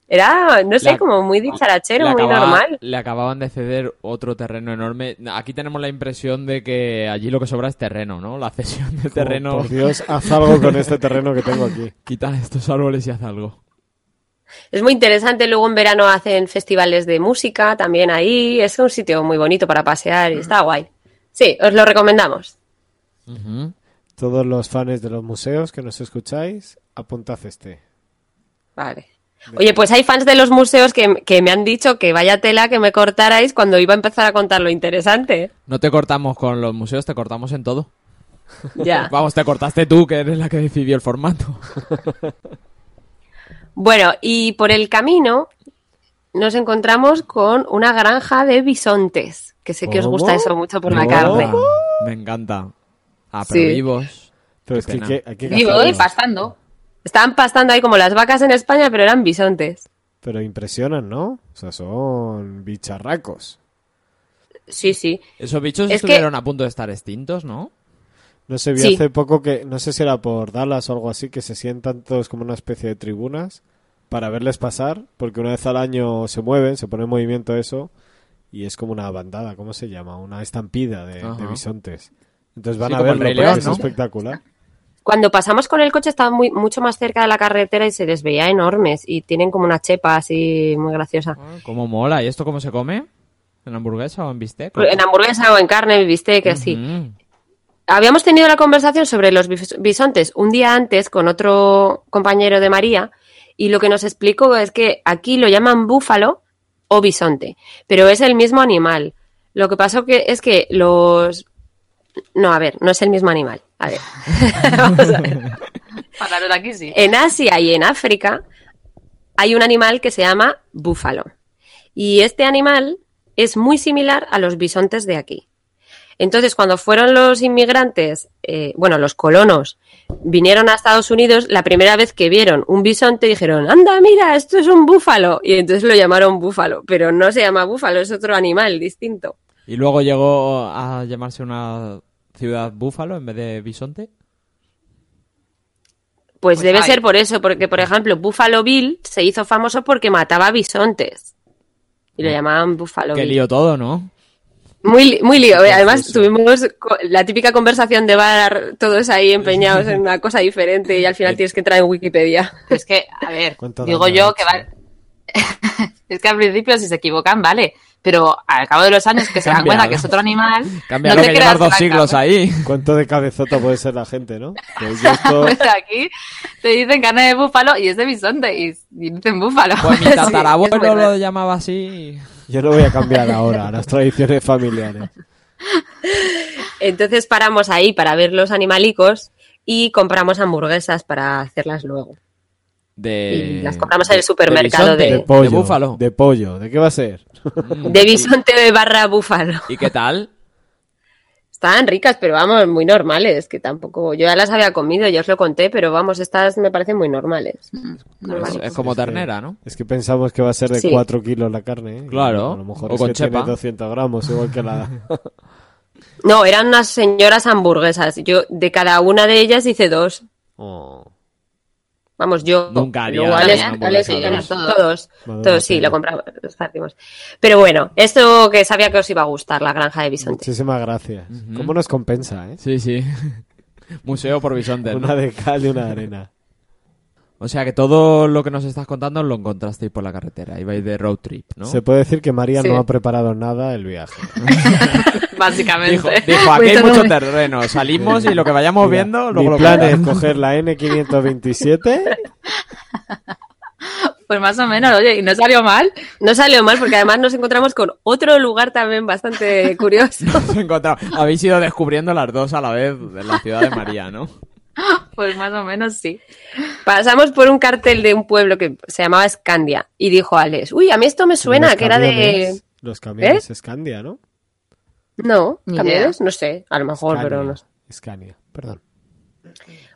S3: Era, no sé,
S5: La-
S3: como muy dicharachero,
S5: le
S3: muy
S5: acababa-
S3: normal.
S5: Le acababan de ceder otro terreno enorme. Aquí tenemos la impresión de que allí lo que sobra es terreno, ¿no? La cesión de terreno.
S2: Por Dios, haz algo con este terreno que tengo aquí.
S5: Quitar estos árboles y haz algo.
S3: Es muy interesante, luego en verano hacen festivales de música también ahí, es un sitio muy bonito para pasear y está guay. Sí, os lo recomendamos.
S5: Ujú.
S2: Todos los fans de los museos que nos escucháis, apuntad este.
S3: Vale. Oye, pues hay fans de los museos que, que me han dicho que vaya tela que me cortarais cuando iba a empezar a contar
S2: *laughs*
S3: lo interesante.
S5: No te cortamos con los museos, te cortamos en todo.
S3: Ya.
S5: Vamos, te cortaste tú, que eres la que decidió el formato.
S3: Bueno, y por el camino nos encontramos con una granja de bisontes, que sé que os gusta
S2: ¿Cómo?
S3: eso mucho por la
S5: Me
S3: carne.
S5: encanta, Oh, Me encanta. Ah, pero
S3: Sí.
S5: vivos.
S2: Pero
S5: Qué
S2: es que
S5: pena.
S2: hay que- hay que
S4: Vivo y
S2: cazarlos.
S4: pastando.
S3: Estaban pastando ahí como las vacas en España, pero eran bisontes.
S2: Pero impresionan, ¿no? O sea, son bicharracos.
S3: Sí, sí.
S5: Esos bichos
S3: Es que-
S5: estuvieron a punto de estar extintos, ¿no?
S2: No sé, vi
S3: Sí.
S2: hace poco que, no sé si era por Dallas o algo así, que se sientan todos como una especie de tribunas para verles pasar, porque una vez al año se mueven, se pone en movimiento eso, y es como una bandada, ¿cómo se llama? Una estampida de, de
S5: Ajá.
S2: bisontes. Entonces
S5: Sí,
S2: van a
S5: como el
S2: verlo,
S5: Rey
S2: porque
S5: León,
S2: es
S5: ¿no?
S2: espectacular.
S3: Cuando pasamos con el coche estaban muy, mucho más cerca de la carretera y se les veía enormes y tienen como una chepa así muy graciosa.
S5: Ah, ¿Cómo mola? ¿Y esto cómo se come? ¿En hamburguesa o en bistec?
S3: En hamburguesa o en carne, bistec, así.
S5: Pues Ujú.
S3: Habíamos tenido la conversación sobre los bis- bisontes un día antes con otro compañero de María y lo que nos explicó es que aquí lo llaman búfalo o bisonte, pero es el mismo animal. Lo que pasó que es que los... No, a ver, no es el mismo animal. A ver. Vamos a ver.
S4: Para lo de aquí sí.
S3: En Asia y en África hay un animal que se llama búfalo. Y este animal es muy similar a los bisontes de aquí. Entonces, cuando fueron los inmigrantes, eh, bueno, los colonos, vinieron a Estados Unidos, la primera vez que vieron un bisonte dijeron, anda, mira, esto es un búfalo. Y entonces lo llamaron búfalo, pero no se llama búfalo, es otro animal distinto.
S5: Y luego llegó a llamarse una ciudad búfalo en vez de bisonte.
S3: Pues,
S4: Pues
S3: debe
S4: ay.
S3: ser por eso, porque, por ejemplo, Buffalo Bill se hizo famoso porque mataba bisontes. Y lo llamaban Buffalo
S5: Mm. Qué
S3: Bill.
S5: lío todo, ¿no?
S3: Muy, li- muy lío. eh.
S2: Qué
S3: Además,
S2: confuso.
S3: tuvimos co- la típica conversación de bar, todos ahí empeñados en una cosa diferente y al final tienes que entrar en Wikipedia.
S4: Es que, a ver,
S2: ¿Cuánto
S4: digo
S2: daño
S4: yo
S2: ha
S4: que
S2: hecho?
S4: va... *laughs* es que al principio si se equivocan, vale, pero al cabo de los años que se dan
S5: Cambia
S4: cuenta
S5: algo.
S4: que es otro animal,
S5: Cambia
S4: no
S5: lo
S4: te
S5: que
S4: creas
S5: llevas dos
S4: la
S5: siglos
S3: *laughs*
S4: cabeza.
S5: ahí.
S2: ¿Cuánto de cabezota puede ser la gente,
S5: *laughs*
S2: no? Que yo esto-
S4: *laughs* Pues aquí te dicen carne de búfalo y es de bisonte y, y dicen búfalo.
S5: Pues mi
S4: *laughs* Sí,
S5: tatarabuelo
S4: es muy raro.
S5: lo llamaba así.
S2: yo no voy a cambiar ahora las tradiciones
S5: *laughs*
S2: familiares.
S3: Entonces paramos ahí para ver los animalicos y compramos hamburguesas para hacerlas luego.
S5: De...
S3: Y las compramos en el
S5: de-
S3: supermercado
S5: bisonte,
S2: De
S3: de-
S2: pollo.
S5: búfalo.
S2: De pollo. ¿De qué va a ser?
S5: Mm.
S3: De bisonte de barra búfalo.
S5: ¿Y qué
S3: *laughs*
S5: tal?
S3: Estaban ricas, pero vamos, muy normales, que tampoco... Yo ya las había comido, ya os lo conté, pero vamos, estas me parecen muy normales.
S5: Es,
S3: Normales.
S5: es como
S2: Es que-
S5: ternera, ¿no?
S2: Es que pensamos que va a ser de
S3: Sí.
S2: 4 kilos la carne. ¿eh?
S5: Claro.
S2: A lo mejor
S5: O
S2: es
S5: con
S2: que
S5: chepa.
S2: tiene 200 gramos, igual que
S5: *laughs*
S2: la...
S3: No, eran unas señoras hamburguesas. Yo de cada una de ellas hice dos.
S2: Oh.
S3: Vamos, yo.
S5: Nunca haría
S3: luego
S5: una
S3: Alex-
S5: hamburguesa
S3: Alex-
S5: de
S3: Alex-
S4: dos.
S3: todos.
S2: Madonna
S3: Todos, sí,
S2: tenga.
S3: lo compramos. los partimos. Pero bueno, esto que sabía que os iba a gustar, la granja de bisontes.
S2: Muchísimas gracias. ¿Cómo nos compensa, eh?
S5: Sí, *laughs* sí. Museo por bisonte. ¿no?
S2: Una de cal y una de arena.
S5: O sea que todo lo que nos estás contando lo encontrasteis por la carretera. Ibais de road trip, *laughs* ¿no?
S2: Se puede decir que María
S4: Sí.
S2: no ha preparado nada el viaje.
S4: Básicamente.
S5: Dijo, dijo, aquí hay
S3: Pues
S5: mucho
S3: todo-
S5: terreno. Salimos y lo que vayamos
S2: Mira,
S5: viendo,
S2: Mi
S5: luego lo
S2: plan es
S5: contamos.
S2: coger la N527
S4: Pues más o menos, oye, y no salió mal.
S3: No salió mal porque además nos encontramos con otro lugar también bastante curioso.
S5: *laughs* Os he encontrado. Habéis ido descubriendo las dos a la vez de la ciudad de María, ¿no?
S4: Pues más o menos sí.
S3: Pasamos por un cartel de un pueblo que se llamaba Escandia y dijo Alex, uy, a mí esto me suena,
S2: los
S3: que era de...
S2: camiones- Los camiones Escandia, ¿no?
S3: No,
S4: Ni
S3: camiones, no sé, a lo mejor,
S2: Scania.
S3: pero Oh, no sé.
S2: Scania, perdón.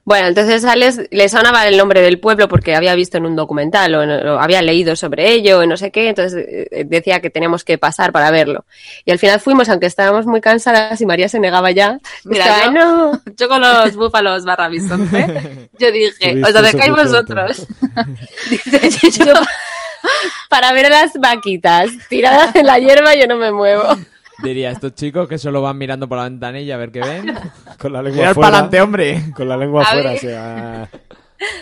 S3: Bueno, entonces a Alex le sonaba el nombre del pueblo porque había visto en un documental o, en- o había leído sobre ello, o no sé qué, entonces eh, decía que teníamos que pasar para verlo. Y al final fuimos, aunque estábamos muy cansadas y María se negaba ya.
S4: Mira,
S3: Estaba,
S4: yo-
S3: "No".
S4: Yo con
S2: *laughs*
S4: los búfalos barra bisonte, yo dije, os
S2: Tuviste
S4: acercáis
S2: suficiente. *laughs*
S4: vosotros.
S3: Dice, "Yo pa- para ver las vaquitas tiradas en la hierba yo no me muevo.
S5: Diría, estos chicos que solo van mirando por la ventanilla a ver qué ven.
S2: *laughs* Con la lengua
S5: Mirar para
S2: fuera.
S5: adelante, hombre.
S2: *laughs* Con la lengua
S4: A
S2: fuera,
S4: ver.
S2: o sea.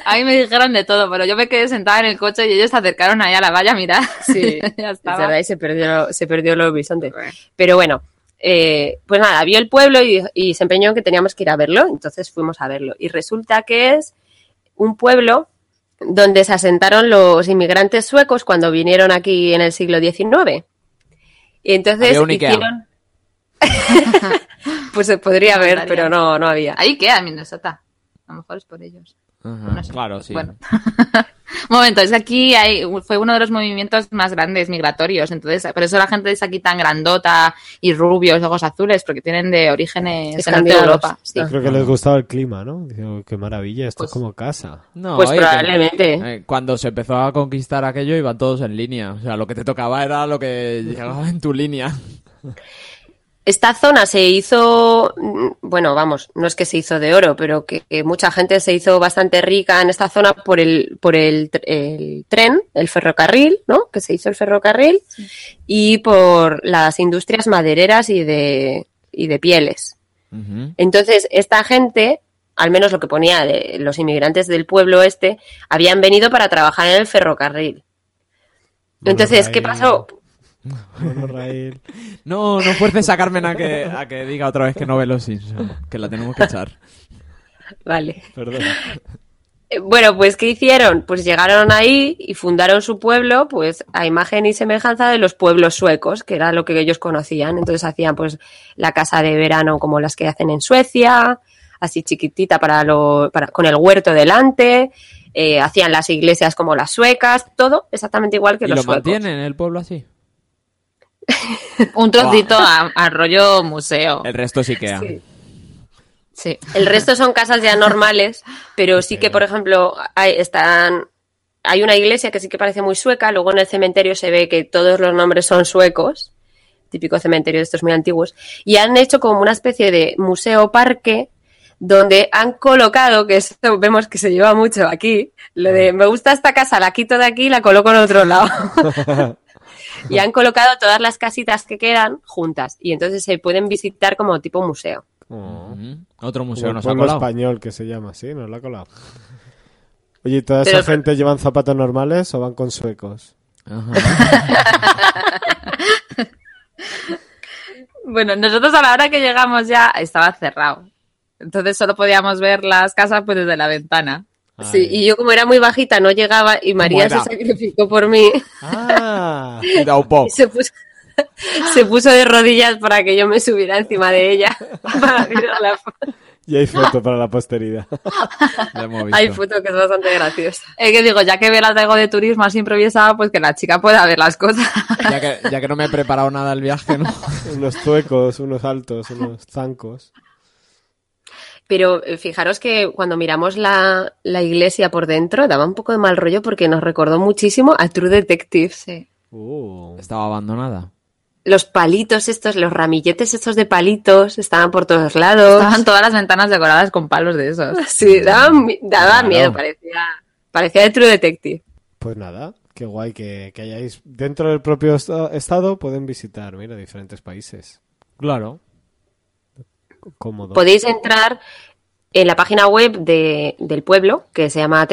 S4: A mí me dijeron de todo, pero yo me quedé sentada en el coche y ellos se acercaron ahí a la valla, mira. *laughs*
S3: *laughs* Sí,
S4: ya
S3: Es
S4: estaba.
S3: verdad, y se perdió, se perdió el horizonte. Pero bueno, eh, pues nada, vio el pueblo y, y se empeñó en que teníamos que ir a verlo, entonces fuimos a verlo. Y resulta que es un pueblo donde se asentaron los inmigrantes suecos cuando vinieron aquí en el siglo XIX. Y entonces
S5: Había un Ikea.
S3: hicieron... *laughs* pues se podría
S4: Me
S3: haber,
S4: encantaría.
S3: pero no, no había.
S4: Ahí queda Minnesota. A lo mejor es por ellos.
S5: Ajá,
S4: No sé.
S5: Claro, sí.
S4: Bueno. *laughs* Momento, es que aquí hay, fue uno de los movimientos más grandes migratorios, entonces por eso la gente es aquí tan grandota y rubios, ojos azules, porque tienen de orígenes en norte de
S3: Escandinavos,
S4: Europa.
S3: sí.
S2: Creo que les gustaba el clima, ¿no? Digo, qué maravilla, esto
S4: Pues-
S2: es como casa.
S5: No,
S3: Pues
S5: oye, que-
S3: probablemente.
S5: eh, cuando se empezó a conquistar aquello iban todos en línea. O sea, lo que te tocaba era lo que llegaba en tu línea.
S3: Esta zona se hizo, mm, bueno, vamos, no es que se hizo de oro, pero que, que mucha gente se hizo bastante rica en esta zona por el, por el, tr- el tren, el ferrocarril, ¿no? Que se hizo el ferrocarril y por las industrias madereras y de, y de pieles.
S5: Ujú.
S3: Entonces, esta gente, al menos lo que ponía de los inmigrantes del pueblo este, habían venido para trabajar en el ferrocarril. Entonces, ¿qué pasó?
S2: Monorail.
S5: No, no fuerces a Carmen a que, a que diga otra vez que no ve los Simpsons, que la tenemos que echar.
S3: Vale.
S2: Perdón.
S3: Eh, Bueno, pues ¿qué hicieron? Pues llegaron ahí y fundaron su pueblo, pues a imagen y semejanza de los pueblos suecos, que era lo que ellos conocían. Entonces hacían pues la casa de verano como las que hacen en Suecia, así chiquitita para lo, para, con el huerto delante, eh, hacían las iglesias como las suecas, todo exactamente igual que
S5: ¿Y
S3: los
S5: lo
S3: suecos.
S5: mantienen el pueblo así?
S4: Un trocito a, a
S2: *laughs*
S4: rollo museo.
S5: El resto sí queda.
S3: Sí.
S4: Sí.
S3: El resto son casas ya normales, pero sí que, por ejemplo, hay, están, hay una iglesia que sí que parece muy sueca, luego en el cementerio se ve que todos los nombres son suecos, típico cementerio de estos muy antiguos, y han hecho como una especie de museo parque donde han colocado, que esto vemos que se lleva mucho aquí, lo de me gusta esta casa, la quito de aquí y la coloco en otro lado. y han colocado todas las casitas que quedan juntas y entonces se pueden visitar como tipo museo.
S2: Oh.
S5: Ujú. Otro
S2: Como
S5: museo
S2: el
S5: Mm, nos ha
S2: pueblo
S5: colado.
S2: español que se llama, sí, nos lo ha colado. Oye, ¿y ¿toda esa
S3: Pero-
S2: gente llevan zapatos normales o van con suecos?
S3: *laughs*
S5: Ajá.
S4: Bueno, nosotros a la hora que llegamos ya estaba cerrado. Entonces solo podíamos ver las casas pues desde la ventana.
S3: Sí, y yo como era muy bajita no llegaba y María se
S5: era?
S3: sacrificó por mí *laughs*
S2: ¡Ah!
S5: Da un poco.
S3: y se puso, se puso de rodillas para que yo me subiera encima de ella. *laughs* para mirar la foto.
S2: Y hay foto para la posteridad.
S5: Ya hemos visto.
S3: Hay foto que es bastante graciosa.
S4: Es que digo, ya que Vela traigo de turismo así improvisado, pues que la chica pueda ver las cosas. *laughs*
S5: Ya que, ya que no me he preparado nada el viaje, ¿no?
S2: unos suecos, unos altos, unos zancos.
S3: Pero eh, fijaros que cuando miramos la, la iglesia por dentro daba un poco de mal rollo porque nos recordó muchísimo a True Detective.
S4: Sí.
S2: Uh,
S5: Estaba abandonada.
S3: Los palitos estos, los ramilletes estos de palitos estaban por todos lados.
S4: Estaban todas las ventanas decoradas con palos de esos.
S3: Sí, daba, mi- daba
S5: Claro.
S3: miedo, parecía, parecía de True Detective.
S2: pues nada, qué guay que, que hayáis. Dentro del propio esta- estado pueden visitar, mira, diferentes países.
S5: Claro.
S2: Cómodo.
S3: podéis entrar en la página web de- del pueblo, que se llama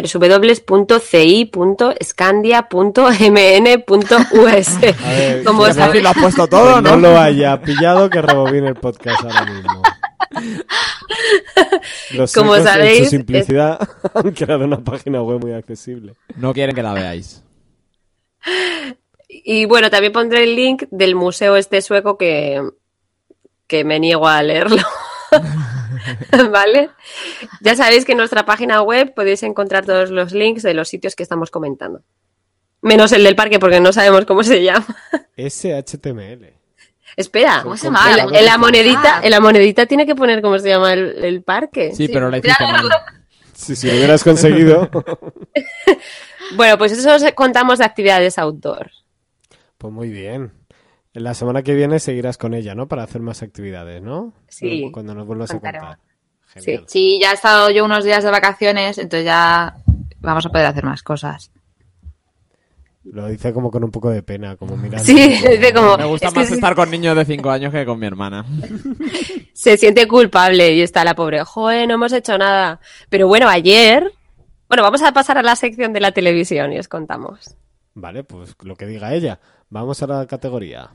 S3: www.ci.scandia.mn.us.
S2: A
S5: Eh,
S2: ver,
S3: Como
S2: que
S3: os sabéis,
S5: lo has puesto
S2: no,
S5: todo,
S2: Pues no
S5: Pues ¿no?
S2: lo haya pillado que rebobine el podcast ahora
S3: *laughs*
S2: mismo. Los
S3: Como
S2: suecos, en
S3: sabéis,
S2: su simplicidad *laughs* han creado una página web muy accesible.
S5: No quieren que la veáis.
S3: y bueno, también pondré el link del museo este sueco que, que me niego a leerlo. *laughs* ¿Vale? Ya sabéis que en nuestra página web podéis encontrar todos los links de los sitios que estamos comentando. Menos el del parque porque no sabemos cómo se llama.
S2: SHTML.
S3: Espera,
S4: ¿Cómo se llama?
S3: En la, en la monedita,
S4: Ah.
S3: en la monedita tiene que poner cómo se llama el, el parque.
S5: Sí, pero la
S4: Mira,
S5: hiciste mal.
S4: no, no.
S2: Si, si lo hubieras
S3: *laughs*
S2: conseguido.
S3: Bueno, pues eso os contamos de actividades outdoor.
S2: Pues muy bien. La semana que viene seguirás con ella, ¿no? Para hacer más actividades, ¿no?
S3: Sí.
S2: Cuando nos vuelvas
S4: Contaremos.
S2: a contar.
S3: Sí.
S4: Sí, ya he estado yo unos días de *laughs* vacaciones, entonces ya vamos a poder hacer más cosas.
S2: Lo dice como con un poco de pena, como mirando.
S3: Sí, *laughs* dice como.
S5: Me gusta
S3: es que
S5: más
S3: se-
S5: estar con niños de 5 años que con mi hermana.
S3: se siente culpable y está la pobre, joder, no hemos hecho nada. Pero bueno, ayer, bueno, vamos a pasar a la sección de la televisión y os contamos.
S2: Vale, pues lo que diga ella. Vamos a la categoría.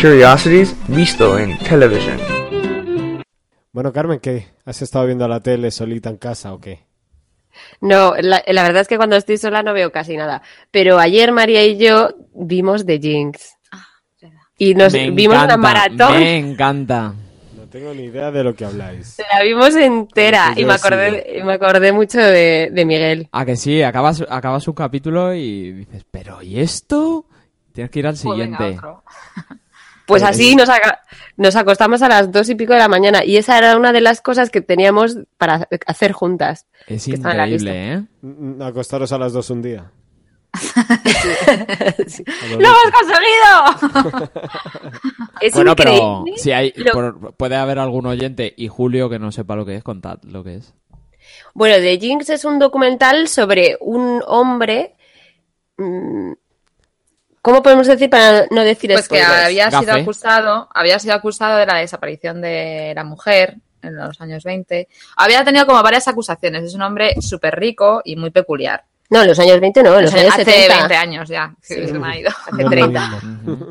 S6: Curiosities visto en television.
S2: Bueno, Carmen, ¿qué? ¿Has estado viendo la tele solita en casa o qué?
S3: No, la, la verdad es que cuando estoy sola no veo casi nada. Pero ayer María y yo vimos The Jinx.
S4: Ah,
S3: Y nos
S5: Me
S3: vimos
S5: encanta,
S3: una maratón,
S5: Me encanta.
S2: No tengo ni idea de lo que habláis.
S3: la vimos entera
S2: Pues yo
S3: y me
S2: he sido.
S3: acordé, y me acordé mucho de, de Miguel.
S5: A Ah, que sí, acabas, acabas un capítulo y dices, pero ¿y esto? Tienes que ir al siguiente.
S3: Pues así nos, aga- nos acostamos a las dos y pico de la mañana y esa era una de las cosas que teníamos para hacer juntas.
S5: es
S3: que estaba en la
S5: increíble, ¿eh?
S2: Mm, Acostaros a las dos un día. A lo
S4: ¡Lo
S2: loco.
S4: hemos conseguido!
S5: *laughs*
S3: Es
S5: bueno, pero
S3: increíble.
S5: si hay,
S3: lo-
S5: por- puede haber algún oyente y Julio que no sepa lo que es, contad lo que es.
S3: Bueno, The Jinx es un documental sobre un hombre. mm, ¿Cómo podemos decir para no decir
S4: Pues que
S3: spoilers?
S4: había sido
S5: Gafe.
S4: acusado, había sido acusado de la desaparición de la mujer en los años 20. Había tenido como varias acusaciones. Es un hombre súper rico y muy peculiar.
S3: No, en los años 20 no, en los años
S4: hace
S3: 70.
S4: 20 años ya. que se me ha ido.
S2: No es
S4: Hace
S2: lo
S4: 30.
S2: mismo.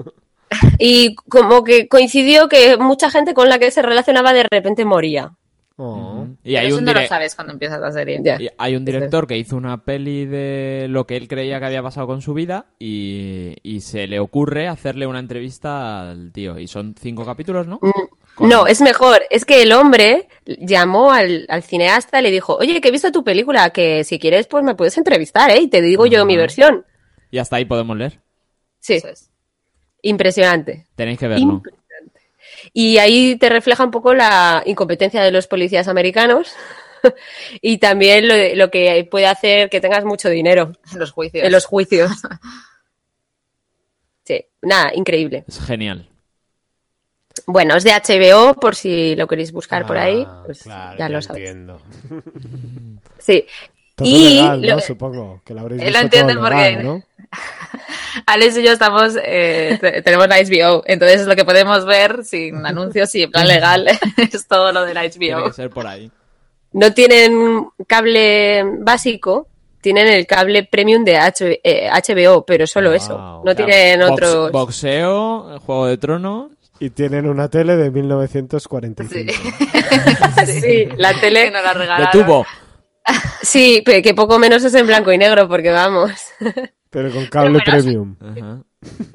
S3: Y como que coincidió que mucha gente con la que se relacionaba de repente moría.
S2: Oh.
S5: Y hay
S4: Eso
S5: un
S4: no lo
S5: dire-
S4: sabes cuando empiezas la serie.
S3: Ya.
S5: Y hay un director que hizo una peli de lo que él creía que había pasado con su vida y, y se le ocurre hacerle una entrevista al tío. Y son cinco capítulos,
S3: Mm.
S5: ¿no? Con-
S3: No, es mejor. Es que el hombre llamó al, al cineasta y le dijo, oye, que he visto tu película, que si quieres, pues me puedes entrevistar, ¿eh? Y te digo yo mi versión.
S5: Y hasta ahí podemos leer.
S3: Sí,
S4: Eso es.
S3: impresionante.
S5: Tenéis que verlo.
S3: Y ahí te refleja un poco la incompetencia de los policías americanos *laughs* y también lo, lo que puede hacer que tengas mucho dinero
S4: En los juicios.
S3: en los juicios. Sí, nada, increíble.
S5: Es genial.
S3: Bueno, es de HBO, por si lo queréis buscar por ahí,
S2: Ah,
S3: pues
S2: claro,
S3: ya lo sabéis.
S2: entiendo.
S3: Sí,
S2: Todo
S3: Y
S2: legal, ¿no?
S3: lo-
S2: Supongo que lo habréis
S4: Él
S2: visto
S4: lo entiende
S2: todo
S4: porque-
S2: legal, ¿no?
S4: Alex y yo estamos, eh, te- tenemos la HBO, entonces es lo que podemos ver sin anuncios y
S5: *laughs*
S4: en plan legal *laughs* es todo lo de la
S5: Tiene
S4: HBO.
S5: que ser por ahí.
S3: no tienen cable básico, tienen el cable premium de H- eh, HBO, pero solo
S2: Wow,
S3: eso. No
S2: claro.
S3: tienen
S5: Box-
S3: otros.
S5: Boxeo, Juego de Tronos.
S2: Y tienen una tele de 1945.
S3: *laughs* Sí, la
S4: Que
S3: tele.
S4: *laughs* nos la
S5: De
S4: regalaron.
S5: tubo.
S3: Sí, pe- que poco menos es en blanco y negro, porque vamos.
S2: Pero con cable
S4: bueno,
S2: premium.
S5: Ajá.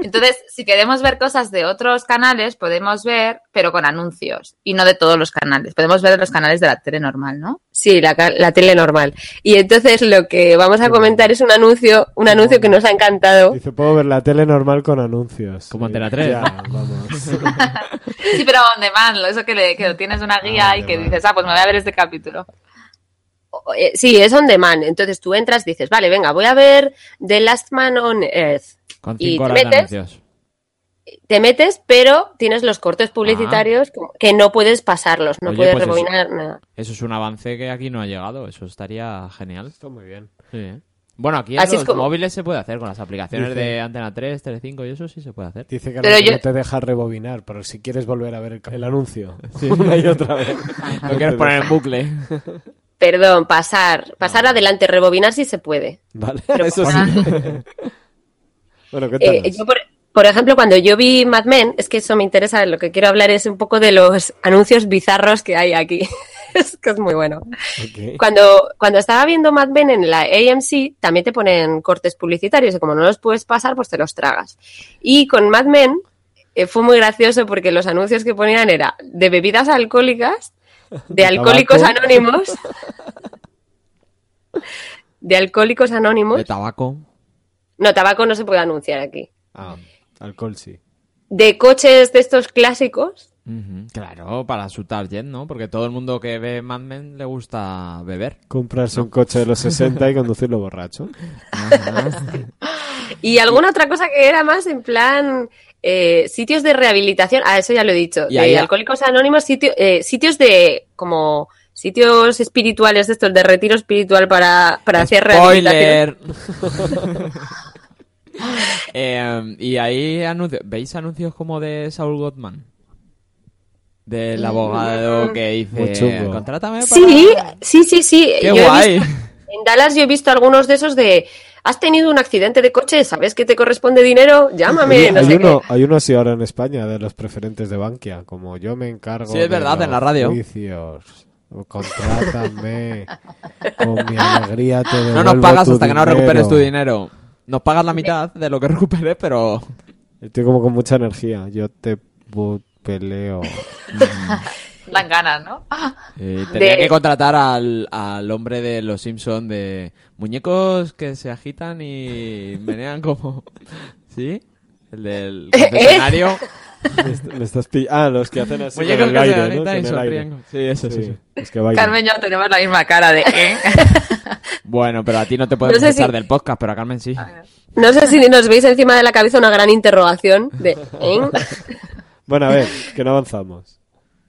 S4: Entonces, si queremos ver cosas de otros canales, podemos ver, pero con anuncios y no de todos los canales. Podemos ver de los canales de la tele normal, ¿no?
S3: Sí, la, ca- la tele normal. Y entonces lo que vamos a comentar es un anuncio, un anuncio que nos ha encantado.
S2: Dice, puedo ver la tele normal con anuncios. Y-
S5: Como Antena tres,
S2: Ya, *laughs*
S5: ¿no?
S2: vamos.
S4: Sí, pero on demand, eso que, le, que tienes una guía
S2: Ah, on
S4: y que
S2: demand.
S4: dices, ah, pues me voy a ver este capítulo.
S3: Eh, Sí, es on demand. Entonces tú entras, dices, vale, venga, voy a ver The Last Man on Earth.
S5: Con
S3: ¿Y
S5: cinco
S3: te
S5: horas de
S3: metes?
S5: anuncios.
S3: Te metes, pero tienes los cortes publicitarios que no puedes pasarlos, no
S5: Ah. Oye,
S3: puedes
S5: pues eso.
S3: rebobinar nada.
S5: Eso es un avance que aquí no ha llegado. Eso estaría genial.
S2: Está muy bien.
S5: Sí, ¿eh? Bueno, aquí en
S3: Así es
S5: los
S3: como-
S5: móviles se puede hacer con las aplicaciones
S2: Dice-
S5: de Antena 3, Tele5 y eso sí se puede hacer.
S2: Dice que
S4: Pero
S2: ahora
S4: yo-
S2: no te deja rebobinar, pero si quieres volver a ver el, el anuncio. *laughs* Una y otra vez.
S5: No quieres poner en bucle.
S3: Perdón, pasar, pasar
S5: Ah.
S3: adelante, rebobinar si se puede.
S2: Vale, eso sí. *laughs* bueno,
S3: Eh,
S2: cuéntanos.
S3: yo, por, por ejemplo, cuando yo vi Mad Men, es que eso me interesa, lo que quiero hablar es un poco de los anuncios bizarros que hay aquí. *laughs* es que es muy bueno.
S2: Ok.
S3: Cuando, cuando estaba viendo Mad Men en la AMC, también te ponen cortes publicitarios y como no los puedes pasar, pues te los tragas. Y con Mad Men eh, fue muy gracioso porque los anuncios que ponían era de bebidas alcohólicas, de alcohólicos
S2: tabaco.
S3: anónimos, de alcohólicos anónimos.
S5: De tabaco.
S3: No, tabaco no se puede anunciar aquí.
S2: Ah, alcohol sí.
S3: De coches de estos clásicos,
S5: Ujú, Claro, para su target, ¿no? Porque todo el mundo que ve Mad Men le gusta beber.
S2: Comprarse un coche de
S5: *laughs*
S2: los 60 y conducirlo borracho.
S3: Y alguna otra cosa que era más en plan eh, sitios de rehabilitación, ah, eso ya lo he dicho,
S5: Y
S3: de
S5: ahí-
S3: Alcohólicos Anónimos, sitio- eh, sitios de como sitios espirituales de estos, de retiro espiritual para, para hacer rehabilitación.
S5: Spoiler.
S3: *laughs*
S5: *laughs* Eh, y ahí anuncio- veis anuncios como de Saul Gottman, del abogado que
S2: Muy
S5: dice
S2: chungo.
S5: contrátame para
S3: Sí, sí, sí, sí.
S5: qué
S3: Yo he
S5: guay.
S3: visto- en Dallas yo he visto algunos de esos de has tenido un accidente de coche, ¿sabes que te corresponde dinero? Llámame,
S2: Hay,
S3: no sé qué.
S2: uno, hay uno así ahora en España de los preferentes de Bankia, como yo me encargo.
S5: Sí, es
S2: de
S5: verdad,
S2: los
S5: en la radio.
S2: Juicios. o Contrátame. Con mi alegría te
S5: *laughs* No
S2: devuelvo
S5: nos pagas
S2: tu
S5: hasta que no recuperes tu
S2: dinero.
S5: dinero. Nos pagas la mitad de lo que *laughs* recuperes, pero
S2: Estoy como con mucha energía. Yo te bu-
S5: *laughs*
S2: peleo.
S4: Dan ganas, ¿no? Ah,
S5: Eh, tenía
S3: De-
S5: que contratar al, al hombre de los Simpson de muñecos que se agitan y menean como... *laughs* ¿Sí?
S3: *laughs*
S5: El del confesionario.
S2: Me est- me estás pill- Ah, los que hacen así con
S5: muñecos
S2: el
S5: que se
S2: aire, ¿no? Con
S5: agitan y
S2: el aire.
S5: sonríen. Sí, eso sí.
S2: Sí,
S5: sí.
S2: los que bailan.
S4: Carmen y yo tenemos la misma cara de... ¿eh? *laughs*
S5: Bueno, pero a ti no te podemos
S3: No sé si-
S5: echar del podcast, pero a Carmen sí.
S3: No sé si nos veis encima de la cabeza una gran interrogación de... ¿eh?
S2: Bueno, a ver, que no avanzamos.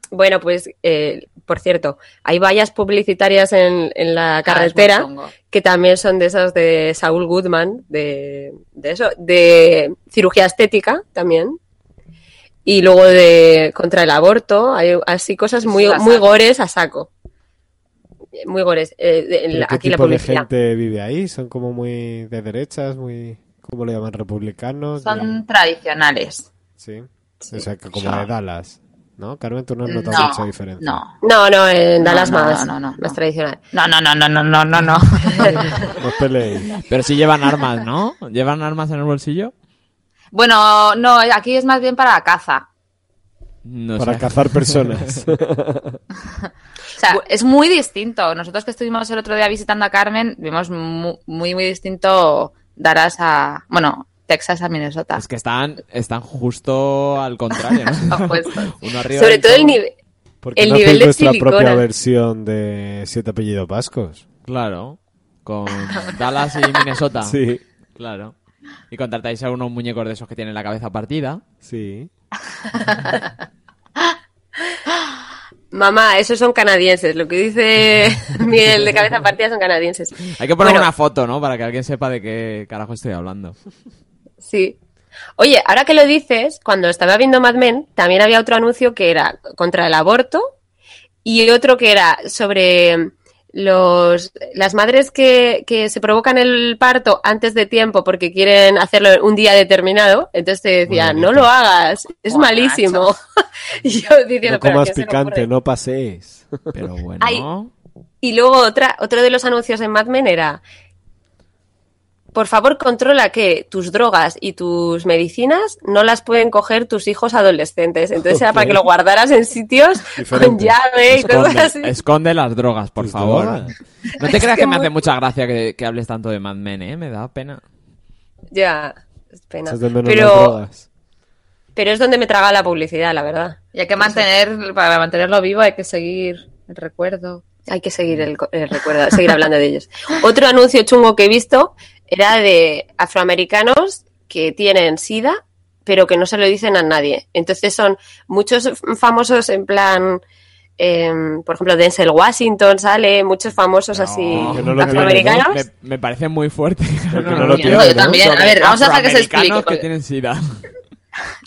S3: Bueno, pues, eh, por cierto, hay vallas publicitarias en, en
S4: Ah,
S3: la carretera que también son de esas de Saúl Goodman, de, de eso, de cirugía estética también. Y luego de contra el aborto, hay así cosas muy,
S4: Eso a
S3: muy
S4: saco.
S3: gores a saco. Eh, Muy gores. eh, de- en
S2: ¿Pero
S3: la-
S2: ¿Qué
S3: aquí la
S2: tipo de
S3: publicidad.
S2: gente vive ahí? ¿Son como muy de derechas? muy ¿Cómo le llaman? ¿Republicanos?
S4: Son
S2: De-
S4: tradicionales.
S2: Sí.
S4: Sí.
S2: O sea, que como
S4: Son-
S2: de Dallas. ¿No? Carmen, tú no has notado mucha
S4: No,
S2: diferencia.
S4: no.
S3: No, no, en Dallas
S4: no,
S3: más,
S4: no, no, no.
S3: más tradicional.
S4: No, no, no, no, no, no, no, *laughs* no.
S2: No os peleéis.
S5: Pero sí llevan armas, ¿no? ¿Llevan armas en el bolsillo?
S4: bueno, no, aquí es más bien para la caza.
S5: No
S2: para
S5: sé.
S2: cazar personas.
S4: O sea, es muy distinto. Nosotros que estuvimos el otro día visitando a Carmen, vimos mu- muy, muy distinto Dallas a... Bueno, Texas a Minnesota.
S5: Es que están, están justo al
S3: *laughs*
S5: contrario,
S4: *laughs* Ah,
S5: ¿no?
S4: Opuestos.
S5: Uno arriba
S3: Ah, pues. Sobre
S5: del
S3: todo el
S5: otro.
S3: nivel.
S2: Porque
S3: El
S2: no
S3: nivel
S2: hacéis
S3: de
S2: vuestra
S3: silicona.
S2: propia versión de Siete Apellidos Vascos.
S5: Claro.
S3: *laughs*
S5: Con Dallas y Minnesota.
S2: Sí,
S5: Claro. Y contratáis a unos muñecos de esos que tienen la cabeza partida.
S2: sí.
S3: Mamá, esos son canadienses. Lo que
S2: *laughs*
S3: dice Miguel de cabeza partida son canadienses.
S5: Hay que poner
S3: Bueno.
S5: una foto, ¿no? Para que alguien sepa de qué carajo estoy hablando.
S3: Sí. Oye, ahora que lo dices, cuando estaba viendo Mad Men, también había otro anuncio que era contra el aborto y otro que era sobre los, las madres que, que se provocan el parto antes de tiempo porque quieren hacerlo un día determinado. Entonces te decía,
S2: bonito.
S3: no lo hagas, es
S4: Guau,
S3: malísimo. *laughs* y yo diciendo,
S2: No
S3: "¿Pero a
S2: comas
S3: quién se le
S2: picante,
S3: ocurre?".
S2: no pasees.
S4: *laughs*
S5: Pero bueno.
S3: Ay. Y luego otra, otro de los anuncios en Mad Men era, por favor controla que tus drogas y tus medicinas no las pueden coger tus hijos adolescentes. Entonces era para que lo guardaras en *laughs* sitios con
S2: Diferente.
S3: llave y todo así.
S5: Esconde, esconde las drogas, por
S2: Tus
S5: favor.
S2: drogas.
S5: No te creas que,
S3: que
S5: me
S3: muy-
S5: hace mucha gracia que, que hables tanto de Mad Men, ¿eh? Me da pena.
S3: Ya, es pena.
S2: Estás de menos las
S3: Pero,
S2: drogas.
S3: pero es donde me traga la publicidad, la verdad.
S4: Y hay que mantener, para mantenerlo vivo hay que seguir el recuerdo.
S3: Hay que seguir el, co- el recuerdo, seguir hablando de ellos. Otro anuncio chungo que he visto era de afroamericanos que tienen SIDA, pero que no se lo dicen a nadie. Entonces son muchos f- famosos en plan, em, por ejemplo, Denzel Washington sale, muchos famosos
S4: Pues
S3: así
S2: que no lo
S3: afroamericanos.
S5: Me, me parece muy fuerte.
S2: Porque
S5: *laughs*
S2: no lo ¿eh?
S4: yo
S2: tienen, ¿no?
S4: también. A ver, vamos a hacer que se
S5: Afroamericanos
S4: explique.
S5: que tienen sida.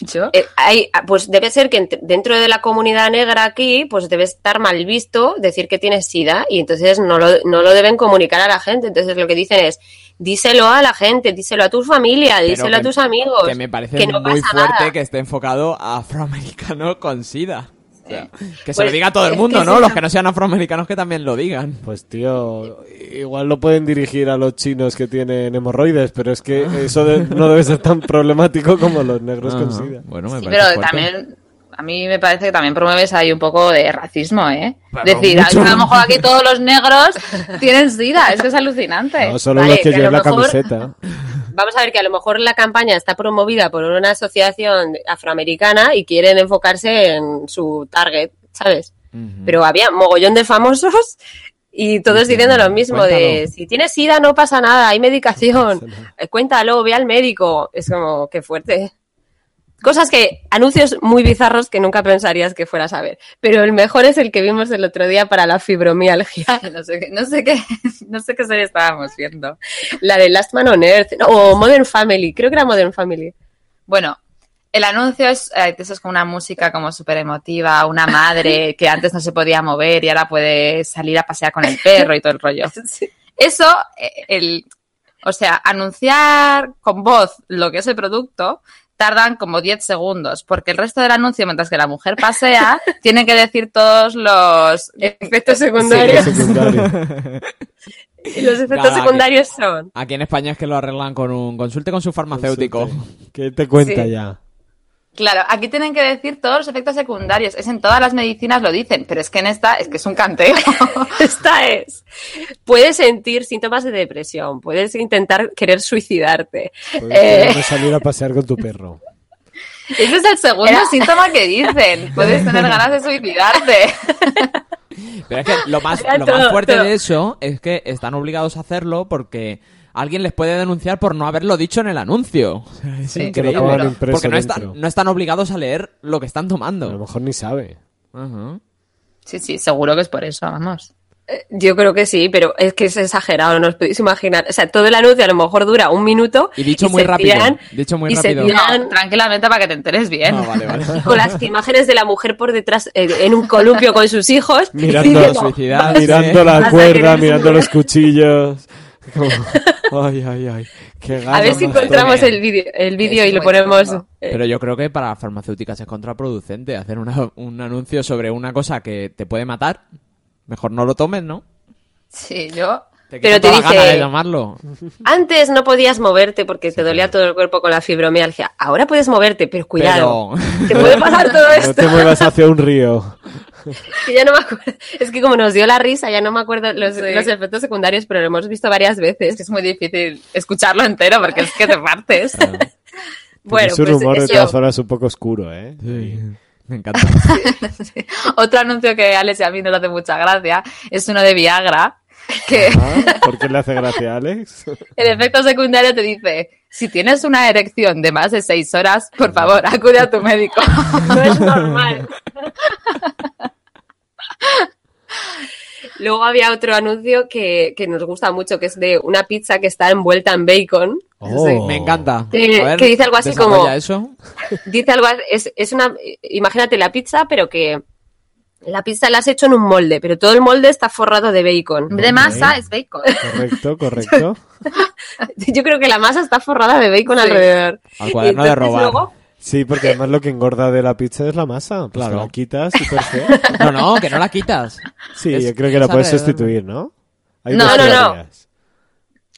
S4: ¿Yo?
S3: Eh, hay- ah, pues debe ser que ent- dentro de la comunidad negra aquí, pues debe estar mal visto decir que tienes SIDA y entonces no lo, no lo deben comunicar a la gente. Entonces lo que dicen es, díselo a la gente, díselo a tu familia, díselo
S5: que-
S3: a tus amigos.
S5: Que me parece
S3: que no
S5: muy
S3: pasa
S5: fuerte
S3: nada.
S5: que esté enfocado a afroamericanos con sida. O sea, que se
S3: Pues,
S5: lo diga a todo el
S3: es
S5: mundo,
S3: que
S5: ¿no?
S3: sí,
S5: Los
S3: no.
S5: que no sean afroamericanos que también lo digan.
S2: Pues tío, igual lo pueden dirigir a los chinos que tienen hemorroides, pero es que eso de- no debe ser tan problemático como los negros con
S5: Ajá.
S2: sida.
S5: Ah, Bueno, me
S4: Sí,
S5: parece
S4: pero
S5: fuerte.
S4: también, a mí me parece que también promueves ahí un poco de racismo, ¿eh? Decir,
S5: mucho.
S4: a lo mejor aquí
S5: *laughs*
S4: todos los negros tienen sida, es que es alucinante.
S2: No, solo
S3: Vale,
S4: *laughs*
S2: los que,
S3: que a
S2: lleven
S3: lo
S2: la
S3: mejor-
S2: camiseta.
S3: vamos a ver que a lo mejor la campaña está promovida por una asociación afroamericana y quieren enfocarse en su target, ¿sabes?
S5: Ujú.
S3: Pero había mogollón de famosos y todos diciendo lo mismo de
S5: Cuéntalo.
S3: si tienes sida no pasa nada, hay medicación,
S2: Excelente.
S3: Eh, cuéntalo, ve al médico. Es como, qué fuerte. Cosas que, anuncios muy bizarros que nunca pensarías que fueras a ver. Pero el mejor es el que vimos el otro día para la fibromialgia. *laughs*
S4: No sé, qué- no sé qué, no sé qué serie estábamos viendo.
S3: La de Last Man on Earth. no, o Modern Family. Creo que era Modern Family.
S4: Bueno, el anuncio es, eh, eso es como una música como súper emotiva, una *laughs* madre que antes no se podía mover y ahora puede salir a pasear con el perro y todo el *laughs* rollo. Eso, eh, el, o sea, anunciar con voz lo que es el producto tardan como 10 segundos, porque el resto del anuncio, mientras que la mujer *laughs* pasea, tiene que decir todos los...
S3: Efectos
S2: Efecto
S3: secundarios.
S2: secundario.
S3: Los efectos
S5: Nada,
S3: secundarios son. *laughs*
S5: Aquí en España es que lo arreglan con un consulte con su farmacéutico.
S2: ¿Qué te cuenta
S3: Sí.
S2: ya?
S4: Claro, aquí tienen que decir todos los efectos secundarios. Es en todas las medicinas lo dicen, pero es que en esta es que es un canteo.
S3: Esta es. Puedes sentir síntomas de depresión, puedes intentar querer suicidarte.
S2: Puedes
S3: Eh.
S2: quererme salir a pasear con tu perro.
S4: *laughs* Ese es el segundo síntoma Pues que dicen. Puedes tener ganas de suicidarte.
S5: Pero es que lo más,
S3: Era
S5: lo
S3: todo,
S5: más fuerte
S3: todo.
S5: de eso es que están obligados a hacerlo porque alguien les puede denunciar por no haberlo dicho en el anuncio. O sea, Es
S4: Sí,
S2: que lo
S5: increíble.
S2: pongan impreso
S5: porque no
S2: dentro.
S5: están, no están obligados a leer lo que están
S2: A lo
S5: tomando.
S2: mejor ni sabe.
S5: Ajá.
S4: *laughs* Sí, sí, seguro que es por eso, vamos.
S3: *laughs* Yo creo que sí, pero es que es exagerado, no os podéis imaginar. O sea, todo el anuncio a lo mejor dura un minuto.
S5: Y dicho muy
S3: se
S5: rápido.
S3: tiran-
S5: Dicho muy
S3: y se
S5: rápido.
S3: tiran-
S4: No, tranquilamente para que te enteres bien.
S5: Ah, vale, vale.
S3: con las imágenes de la mujer por detrás eh, en un columpio con sus hijos.
S2: *laughs* Mirando,
S3: diciendo, Ah,
S5: suicidar,
S2: mirando *laughs*
S3: Vas
S2: la
S3: a
S2: cuerda,
S3: querer
S2: mirando
S3: suicidar.
S2: los cuchillos. Como, ay, ay, ay.
S3: *laughs*
S2: Qué ganas
S3: A ver si
S2: nos tengo.
S3: encontramos el vídeo el vídeo
S4: Es
S3: y lo
S4: muy
S3: ponemos.
S4: chungo.
S3: eh,
S5: Pero yo creo que para farmacéuticas es contraproducente hacer una- un anuncio sobre una cosa que te puede matar. Mejor no lo tomes, ¿no?
S4: Sí, yo.
S5: Te
S3: Pero
S5: quita
S3: te
S5: toda la
S3: dice-
S5: gana de llamarlo.
S3: Antes no podías moverte porque te dolía todo el cuerpo con la fibromialgia. Ahora puedes moverte, pero cuidado.
S5: Pero-
S3: Te puede pasar
S2: *laughs*
S3: todo
S2: No
S3: esto. *laughs*
S2: te muevas hacia un río.
S3: que ya no me acuerdo. Es que como nos dio la risa, ya no me acuerdo los,
S4: Sí.
S3: los efectos secundarios, pero lo hemos visto varias
S4: Es
S3: veces.
S4: que es muy difícil escucharlo entero porque es que
S5: *laughs*
S4: te partes.
S3: Bueno,
S2: es un
S3: pues
S2: humor de
S3: eso.
S2: todas formas un poco oscuro, ¿eh? *laughs*
S5: *laughs* Me encanta.
S4: Otro anuncio que a Alex y a mí nos hace mucha gracia es uno de Viagra que
S3: *laughs*
S2: Ah, ¿Por qué le hace gracia a Alex?
S4: el efecto secundario te dice si tienes una erección de más de seis horas, por favor, acude a tu
S5: *laughs*
S4: médico.
S3: No es normal. Luego había otro anuncio que, que nos gusta mucho, que es de una pizza que está envuelta en bacon.
S2: Oh.
S5: Me encanta.
S3: Que-
S5: A ver,
S3: que dice algo así como-
S5: desarrolla eso.
S3: Dice algo, es, es una, imagínate la pizza, pero que la pizza la has hecho en un molde, pero todo el molde está forrado de bacon. *laughs*
S4: De masa es bacon.
S2: Correcto, correcto.
S3: Yo creo que la masa está forrada de bacon
S4: Sí.
S3: alrededor.
S5: Al cuaderno
S3: Y
S5: de
S3: entonces
S5: robar.
S3: luego-
S2: Sí, porque además lo que engorda de la pizza es la masa. Pues
S5: Claro.
S2: que la quitas y perfecto.
S5: *laughs* No, no, que no
S3: *laughs*
S5: la quitas.
S2: Sí,
S5: Es-
S2: yo creo que la
S5: es
S2: puedes
S5: alrededor.
S2: sustituir, ¿no? Hay
S3: No,
S2: dos
S3: no, no. *laughs*
S2: teorías.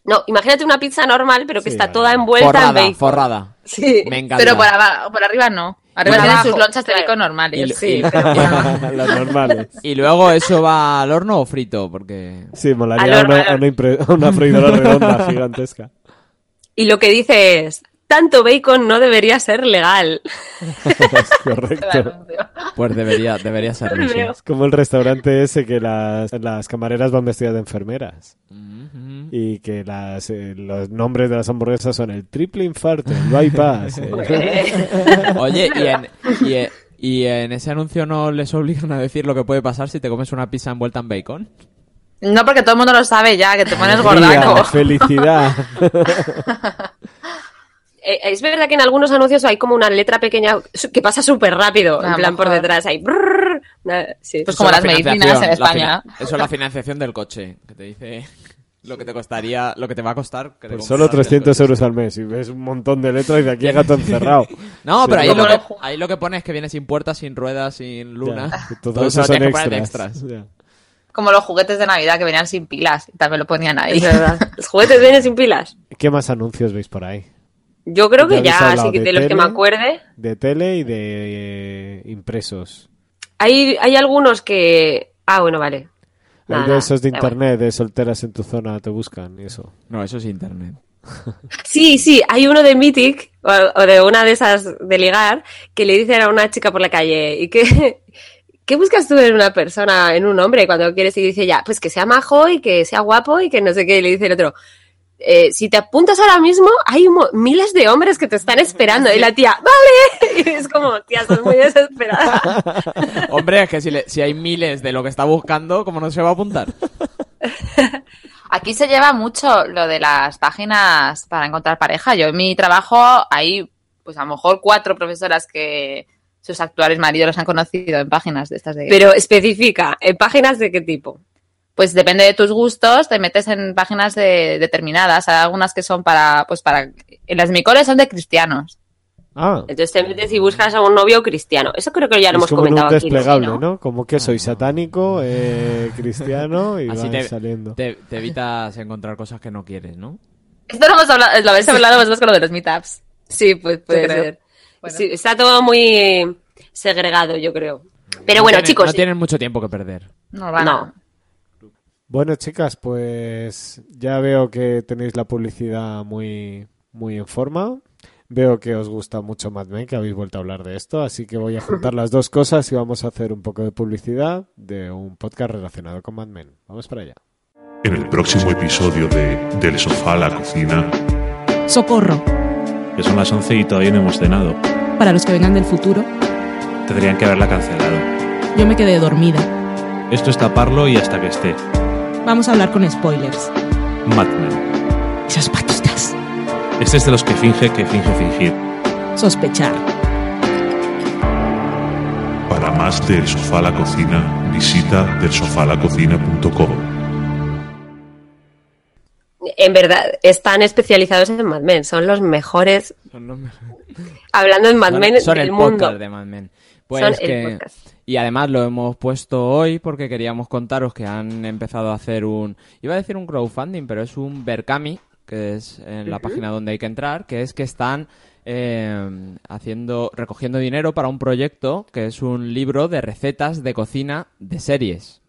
S3: No, imagínate una pizza normal, pero que
S2: Sí,
S3: está
S2: vale.
S3: toda envuelta en
S5: Forrada,
S3: bacon.
S5: forrada.
S3: Sí.
S5: Me encanta.
S4: Pero por, aba- por arriba no. Arriba
S5: Por
S4: tienen
S3: abajo,
S4: sus lonchas de
S3: claro.
S4: bacon
S5: Y lo-
S4: normales.
S3: Sí,
S5: y-
S3: pero
S5: *laughs*
S3: bueno.
S2: *laughs* Las normales.
S5: Y luego eso va al horno o frito, porque...
S2: Sí,
S3: Al
S2: molaría una,
S3: horno, al horno.
S2: una impre- una
S3: *laughs*
S2: freidora redonda gigantesca. *laughs*
S3: Y lo que dice es, tanto bacon no debería ser legal.
S2: Correcto.
S5: Pues debería,
S3: *laughs*
S5: debería serlo, sí.
S2: Es como el restaurante ese que las, las camareras van vestidas de enfermeras
S5: Mhm.
S2: y que las, eh, los nombres de las hamburguesas son el triple infarto, el
S3: *laughs*
S2: bypass. eh.
S5: Oye, y en, y, en- y en ese anuncio no les obligan a decir lo que puede pasar si te comes una pizza envuelta en bacon.
S4: No, porque todo el mundo lo sabe ya, que te pones
S2: Alegría,
S4: gordaco.
S2: felicidad.
S3: Eh, es verdad que en algunos anuncios hay como una letra pequeña su- que pasa súper rápido,
S4: A
S3: en
S4: lo
S3: plan por
S4: Ah, mejor.
S3: detrás, ahí. brrr, una- sí.
S4: Pues
S5: Eso
S4: como
S5: es la
S4: las medicinas
S5: financiación,
S4: en
S5: la
S4: España.
S5: fina- eso es la financiación del coche, que te dice lo que te costaría, lo que te va a costar. creo,
S2: Por Pues solo
S5: comprarte el
S2: 300
S5: coche.
S2: euros al mes y ves un montón de letras y de aquí a gato encerrado.
S5: No,
S2: Sí,
S5: pero ahí
S2: ¿no?
S5: lo,
S4: Como
S5: que,
S4: lo-
S5: ahí lo que pone es que viene sin puertas, sin ruedas, sin
S2: *laughs*
S5: luna.
S2: Ya,
S5: Todo
S2: Todo eso
S5: lo
S2: son
S5: tienes que poner de
S2: extras.
S5: extras.
S2: Ya.
S4: Como los juguetes de Navidad que venían sin pilas y también lo ponían ahí.
S3: Es verdad. Los juguetes vienen sin pilas.
S2: ¿Qué más anuncios veis por ahí?
S3: Yo creo que
S2: Ya habéis
S3: ya,
S2: hablado
S3: así que
S2: de
S3: de los que
S2: tele.
S3: me acuerde.
S2: De tele y de eh, impresos.
S3: Hay, hay algunos que... Ah, bueno, vale.
S2: Hay
S3: Nada,
S2: de esos de
S3: da igual.
S2: internet, de solteras en tu zona te buscan y eso.
S5: No, eso es internet.
S3: Sí, sí, hay uno de Mythic o, o de una de esas de ligar que le dicen a una chica por la calle y que *laughs* ¿qué buscas tú en una persona, en un hombre cuando quieres? Y dice ya, pues que sea majo y que sea guapo y que no sé qué. Y le dice el otro, eh, si te apuntas ahora mismo, hay mo- miles de hombres que te están esperando. Y la tía, vale. *laughs* Y es como, tía, estás muy desesperada.
S2: *laughs*
S5: Hombre, es que si, le- si hay miles de lo que está buscando, ¿cómo no se va a apuntar?
S4: *laughs* Aquí se lleva mucho lo de las páginas para encontrar pareja. Yo en mi trabajo hay, pues a lo mejor cuatro profesoras que sus actuales maridos los han conocido en páginas de estas de...
S3: Pero especifica, ¿en páginas de qué tipo?
S4: pues depende de tus gustos, te metes en páginas de, determinadas. Hay algunas que son para, pues para... En las micoles son de cristianos.
S2: Ah,
S3: Entonces te metes y buscas a un novio cristiano. Eso creo que ya lo
S2: es
S3: hemos
S2: como en
S3: comentado
S2: un
S3: aquí. ¿no?
S2: desplegable, ¿no? Como que soy satánico, eh, cristiano y
S5: Así
S2: van
S5: te-
S2: saliendo.
S5: Te, te evitas encontrar cosas que no quieres, ¿no?
S4: Esto lo hemos hablado, lo habéis hablado vosotros con lo de los meetups.
S3: Sí, pues puede
S4: Yo creo.
S3: ser.
S4: Bueno.
S3: Sí, está todo muy eh, segregado, yo creo. Pero
S5: No
S3: bueno,
S5: tienen-
S3: chicos,
S5: No tienen mucho tiempo que perder.
S4: No, van
S3: No.
S4: a-
S2: Bueno, chicas, pues ya veo que tenéis la publicidad muy, muy en forma. Veo que os gusta mucho Mad Men, que habéis vuelto a hablar de esto, así que voy a juntar las dos cosas y vamos a hacer un poco de publicidad de un podcast relacionado con Mad Men. Vamos para allá.
S8: En el próximo episodio de Del sofá a la cocina.
S9: Socorro.
S10: Que son las 11 y todavía no hemos cenado.
S9: Para los que vengan del futuro,
S10: Tendrían que haberla cancelado.
S9: yo me quedé dormida.
S10: Esto es taparlo y hasta que esté.
S9: Vamos a hablar con spoilers.
S10: Madman.
S9: Esas patitas.
S10: Este es de los que finge que finge fingir.
S9: Sospechar.
S8: Para más del sofá a la cocina, visita delsofalacocina.com.
S3: en verdad están especializados en Mad Men. Son los mejores,
S5: Son los mejores.
S3: hablando en Mad
S5: Son-
S3: Men,
S5: son
S3: del
S5: el
S3: mundo.
S5: podcast de Mad Men. Pues
S3: Son el
S5: que,
S3: podcast.
S5: y además lo hemos puesto hoy porque queríamos contaros que han empezado a hacer un... Iba a decir un crowdfunding, pero es un Berkami, que es en la página donde hay que entrar, que es que están eh, haciendo recogiendo dinero para un proyecto que es un libro de recetas de cocina de series.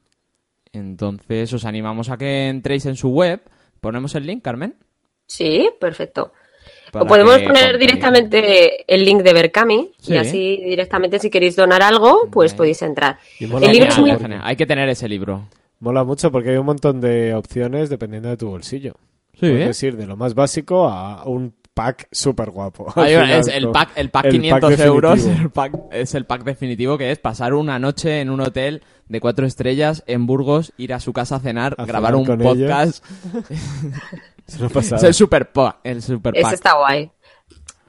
S5: Entonces os animamos a que entréis en su web. Ponemos el link, Carmen.
S3: Sí, perfecto.
S5: Para
S3: o podemos
S5: que
S3: poner
S5: compréis.
S3: directamente el link de Berkami
S5: Sí.
S3: y así directamente si queréis donar algo, pues
S5: Ok.
S3: podéis entrar.
S2: Y
S3: El libro es
S5: Genial,
S3: muy-
S5: genial. Hay que tener ese libro.
S2: Mola mucho porque hay un montón de opciones dependiendo de tu bolsillo.
S5: Sí,
S2: Puedes ir de lo más básico a un pack súper guapo. *laughs*
S5: Ahí va, es el pack, el pack 500 euros el pack- es el pack definitivo que es pasar una noche en un hotel de cuatro estrellas en Burgos, ir a su casa a cenar,
S2: A
S5: grabar
S2: cenar
S5: un
S2: con
S5: podcast.
S2: Se lo he
S5: *laughs*
S2: pasado.
S5: Es el super, pa- el super
S3: Ese
S5: pack.
S3: está guay.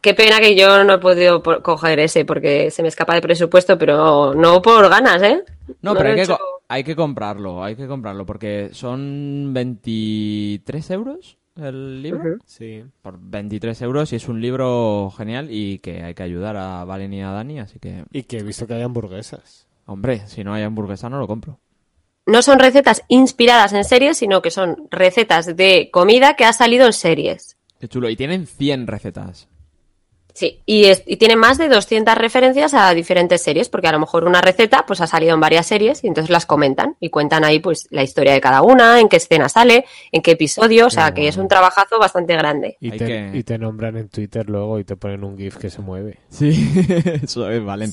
S3: Qué pena que yo no he podido por- coger ese porque se me escapa de presupuesto, pero no por ganas, ¿eh?
S5: No, pero
S3: lo
S5: hay
S3: he
S5: que,
S3: hecho-
S5: co- hay que comprarlo, hay que comprarlo porque son 23 euros el libro.
S2: Sí.
S5: Por 23 euros y es un libro genial y que hay que ayudar a Valen y a Dani, así que,
S2: Y que he visto que hay hamburguesas.
S5: hombre, si no hay hamburguesa no lo compro.
S3: no son recetas inspiradas en series, sino que son recetas de comida que ha salido en series.
S5: Qué chulo. Y tienen 100 recetas.
S3: Sí, y, es- y tiene más de 200 referencias a diferentes series, porque a lo mejor una receta pues ha salido en varias series y entonces las comentan y cuentan ahí pues la historia de cada una, en qué escena sale, en qué episodio, o sea,
S2: Qué
S3: que es
S2: guay.
S3: un trabajazo bastante grande.
S2: Y
S5: Hay
S2: te,
S5: que-
S2: y te nombran en Twitter luego y te ponen un GIF que se mueve.
S5: Sí, *laughs* eso es, Valen.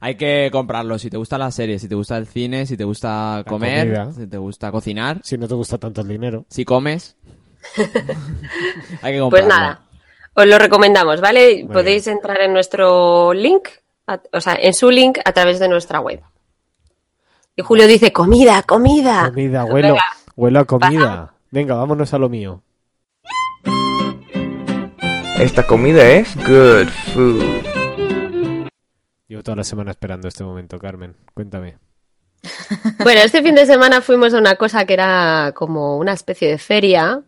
S5: Hay que comprarlo. Si te gusta la serie, si te gusta el cine, si te gusta comer,
S2: comida.
S5: si te gusta cocinar,
S2: Si no te gusta tanto el dinero.
S3: *laughs*
S5: si comes, hay que comprarlo.
S3: Pues nada, os lo recomendamos, ¿vale?
S2: Muy
S3: Podéis entrar en nuestro link, a- o sea, en su link a través de nuestra web. Y Julio dice, comida, comida.
S2: Comida, huelo.
S3: Ah, Venga.
S2: Huelo a comida. Venga, vámonos a lo mío.
S6: Esta comida es good food.
S2: Llevo toda la semana esperando este momento, Carmen. Cuéntame.
S3: Bueno, este fin de semana fuimos a una cosa que era como una especie de feria.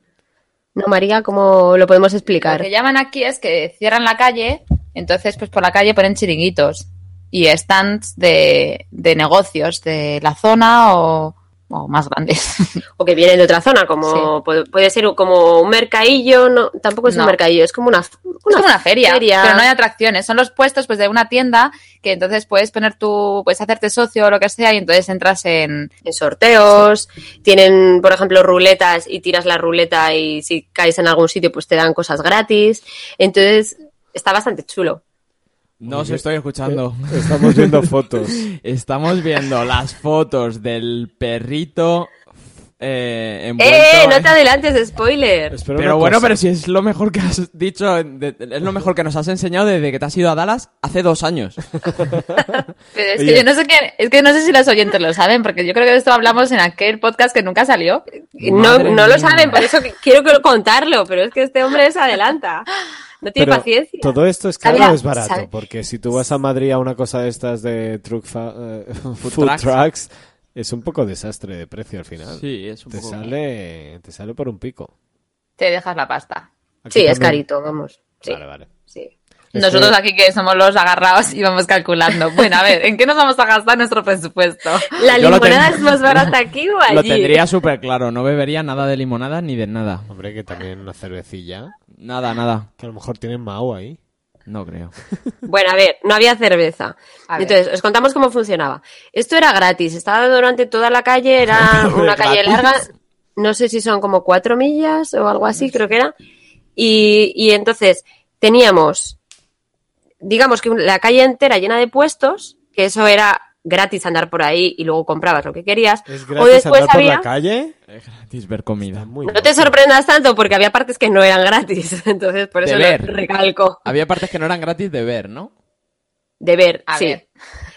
S3: No, María, ¿cómo lo podemos
S4: Lo
S3: explicar?
S4: que llaman aquí es que cierran la calle, entonces pues por la calle ponen chiringuitos y stands de, de negocios de la zona o, o más grandes. *laughs*
S3: O que vienen de otra zona, como puede, puede ser como un mercadillo, no, tampoco es
S4: No.
S3: un mercadillo, es como una,
S4: es como una feria, pero no hay atracciones. Son los puestos pues de una tienda que entonces puedes poner tu, puedes hacerte socio o lo que sea y entonces entras en...
S3: en sorteos, tienen, por ejemplo, ruletas y tiras la ruleta y si caes en algún sitio, pues te dan cosas gratis. Entonces, está bastante chulo.
S5: No os estoy *laughs* escuchando.
S2: Estamos viendo fotos.
S5: Estamos viendo las fotos del perrito eh, envuelto
S3: ¡Eh!
S5: en-
S3: No te adelantes, de spoiler.
S2: Espera
S5: Pero
S2: una
S5: bueno,
S2: cosa.
S5: pero si es lo mejor que has dicho, de- es lo mejor que nos has enseñado desde que te has ido a Dallas hace dos años.
S4: Pero es
S2: Oye.
S4: que yo no sé qué, es que no sé si los oyentes lo saben, porque yo creo que de esto hablamos en aquel podcast que nunca salió.
S3: No,
S5: Madre
S3: no lo
S5: mía.
S3: saben, por eso que- quiero que- contarlo, pero es que este hombre se adelanta. No tiene
S2: Pero
S3: paciencia.
S2: Todo esto es
S3: Sabe
S2: caro o
S3: la-
S2: es barato,
S3: sabe-
S2: porque si tú vas a Madrid a una cosa de estas de truck fa- eh, *laughs* food,
S5: trucks.
S2: trucks. es un poco desastre de precio al final.
S5: *laughs* Sí, es un
S2: te
S5: poco...
S2: sale, te sale por un pico.
S4: Te dejas la pasta.
S2: Aquí
S3: Sí, es
S2: también-
S3: carito, vamos. Sí,
S2: Vale, vale.
S3: sí.
S2: Este-
S4: Nosotros aquí que somos los agarrados y vamos calculando. Bueno, a ver, ¿en qué nos vamos a gastar nuestro presupuesto?
S3: ¿La
S5: Yo lo
S3: limonada
S5: tengo.
S3: es más barata aquí o allí?
S5: *laughs* Lo tendría súper claro, no bebería nada de limonada ni de nada.
S2: Hombre, que también una cervecilla,
S5: Nada, nada.
S2: que a lo mejor tienen Mao ahí.
S5: No creo.
S3: Bueno, a ver, no había cerveza.
S4: A ver.
S3: Entonces, os contamos cómo funcionaba. Esto era gratis, estaba durante toda la calle, era una calle larga, no sé si son como cuatro millas o algo así, creo que era. Y, y entonces teníamos, digamos que la calle entera llena de puestos, que eso era gratis andar por ahí y luego comprabas lo que querías.
S2: ¿Es
S3: o
S2: gratis
S3: después
S2: andar por
S3: había...
S2: la calle?
S5: Es gratis ver
S2: Está
S5: comida.
S2: muy
S3: No
S2: guapo.
S3: te sorprendas tanto porque había partes que no eran gratis, *laughs* entonces por
S5: De
S3: eso
S5: ver.
S3: lo recalco.
S5: Había partes que no eran gratis de ver, ¿no?
S3: De ver,
S4: A
S3: sí.
S4: ver.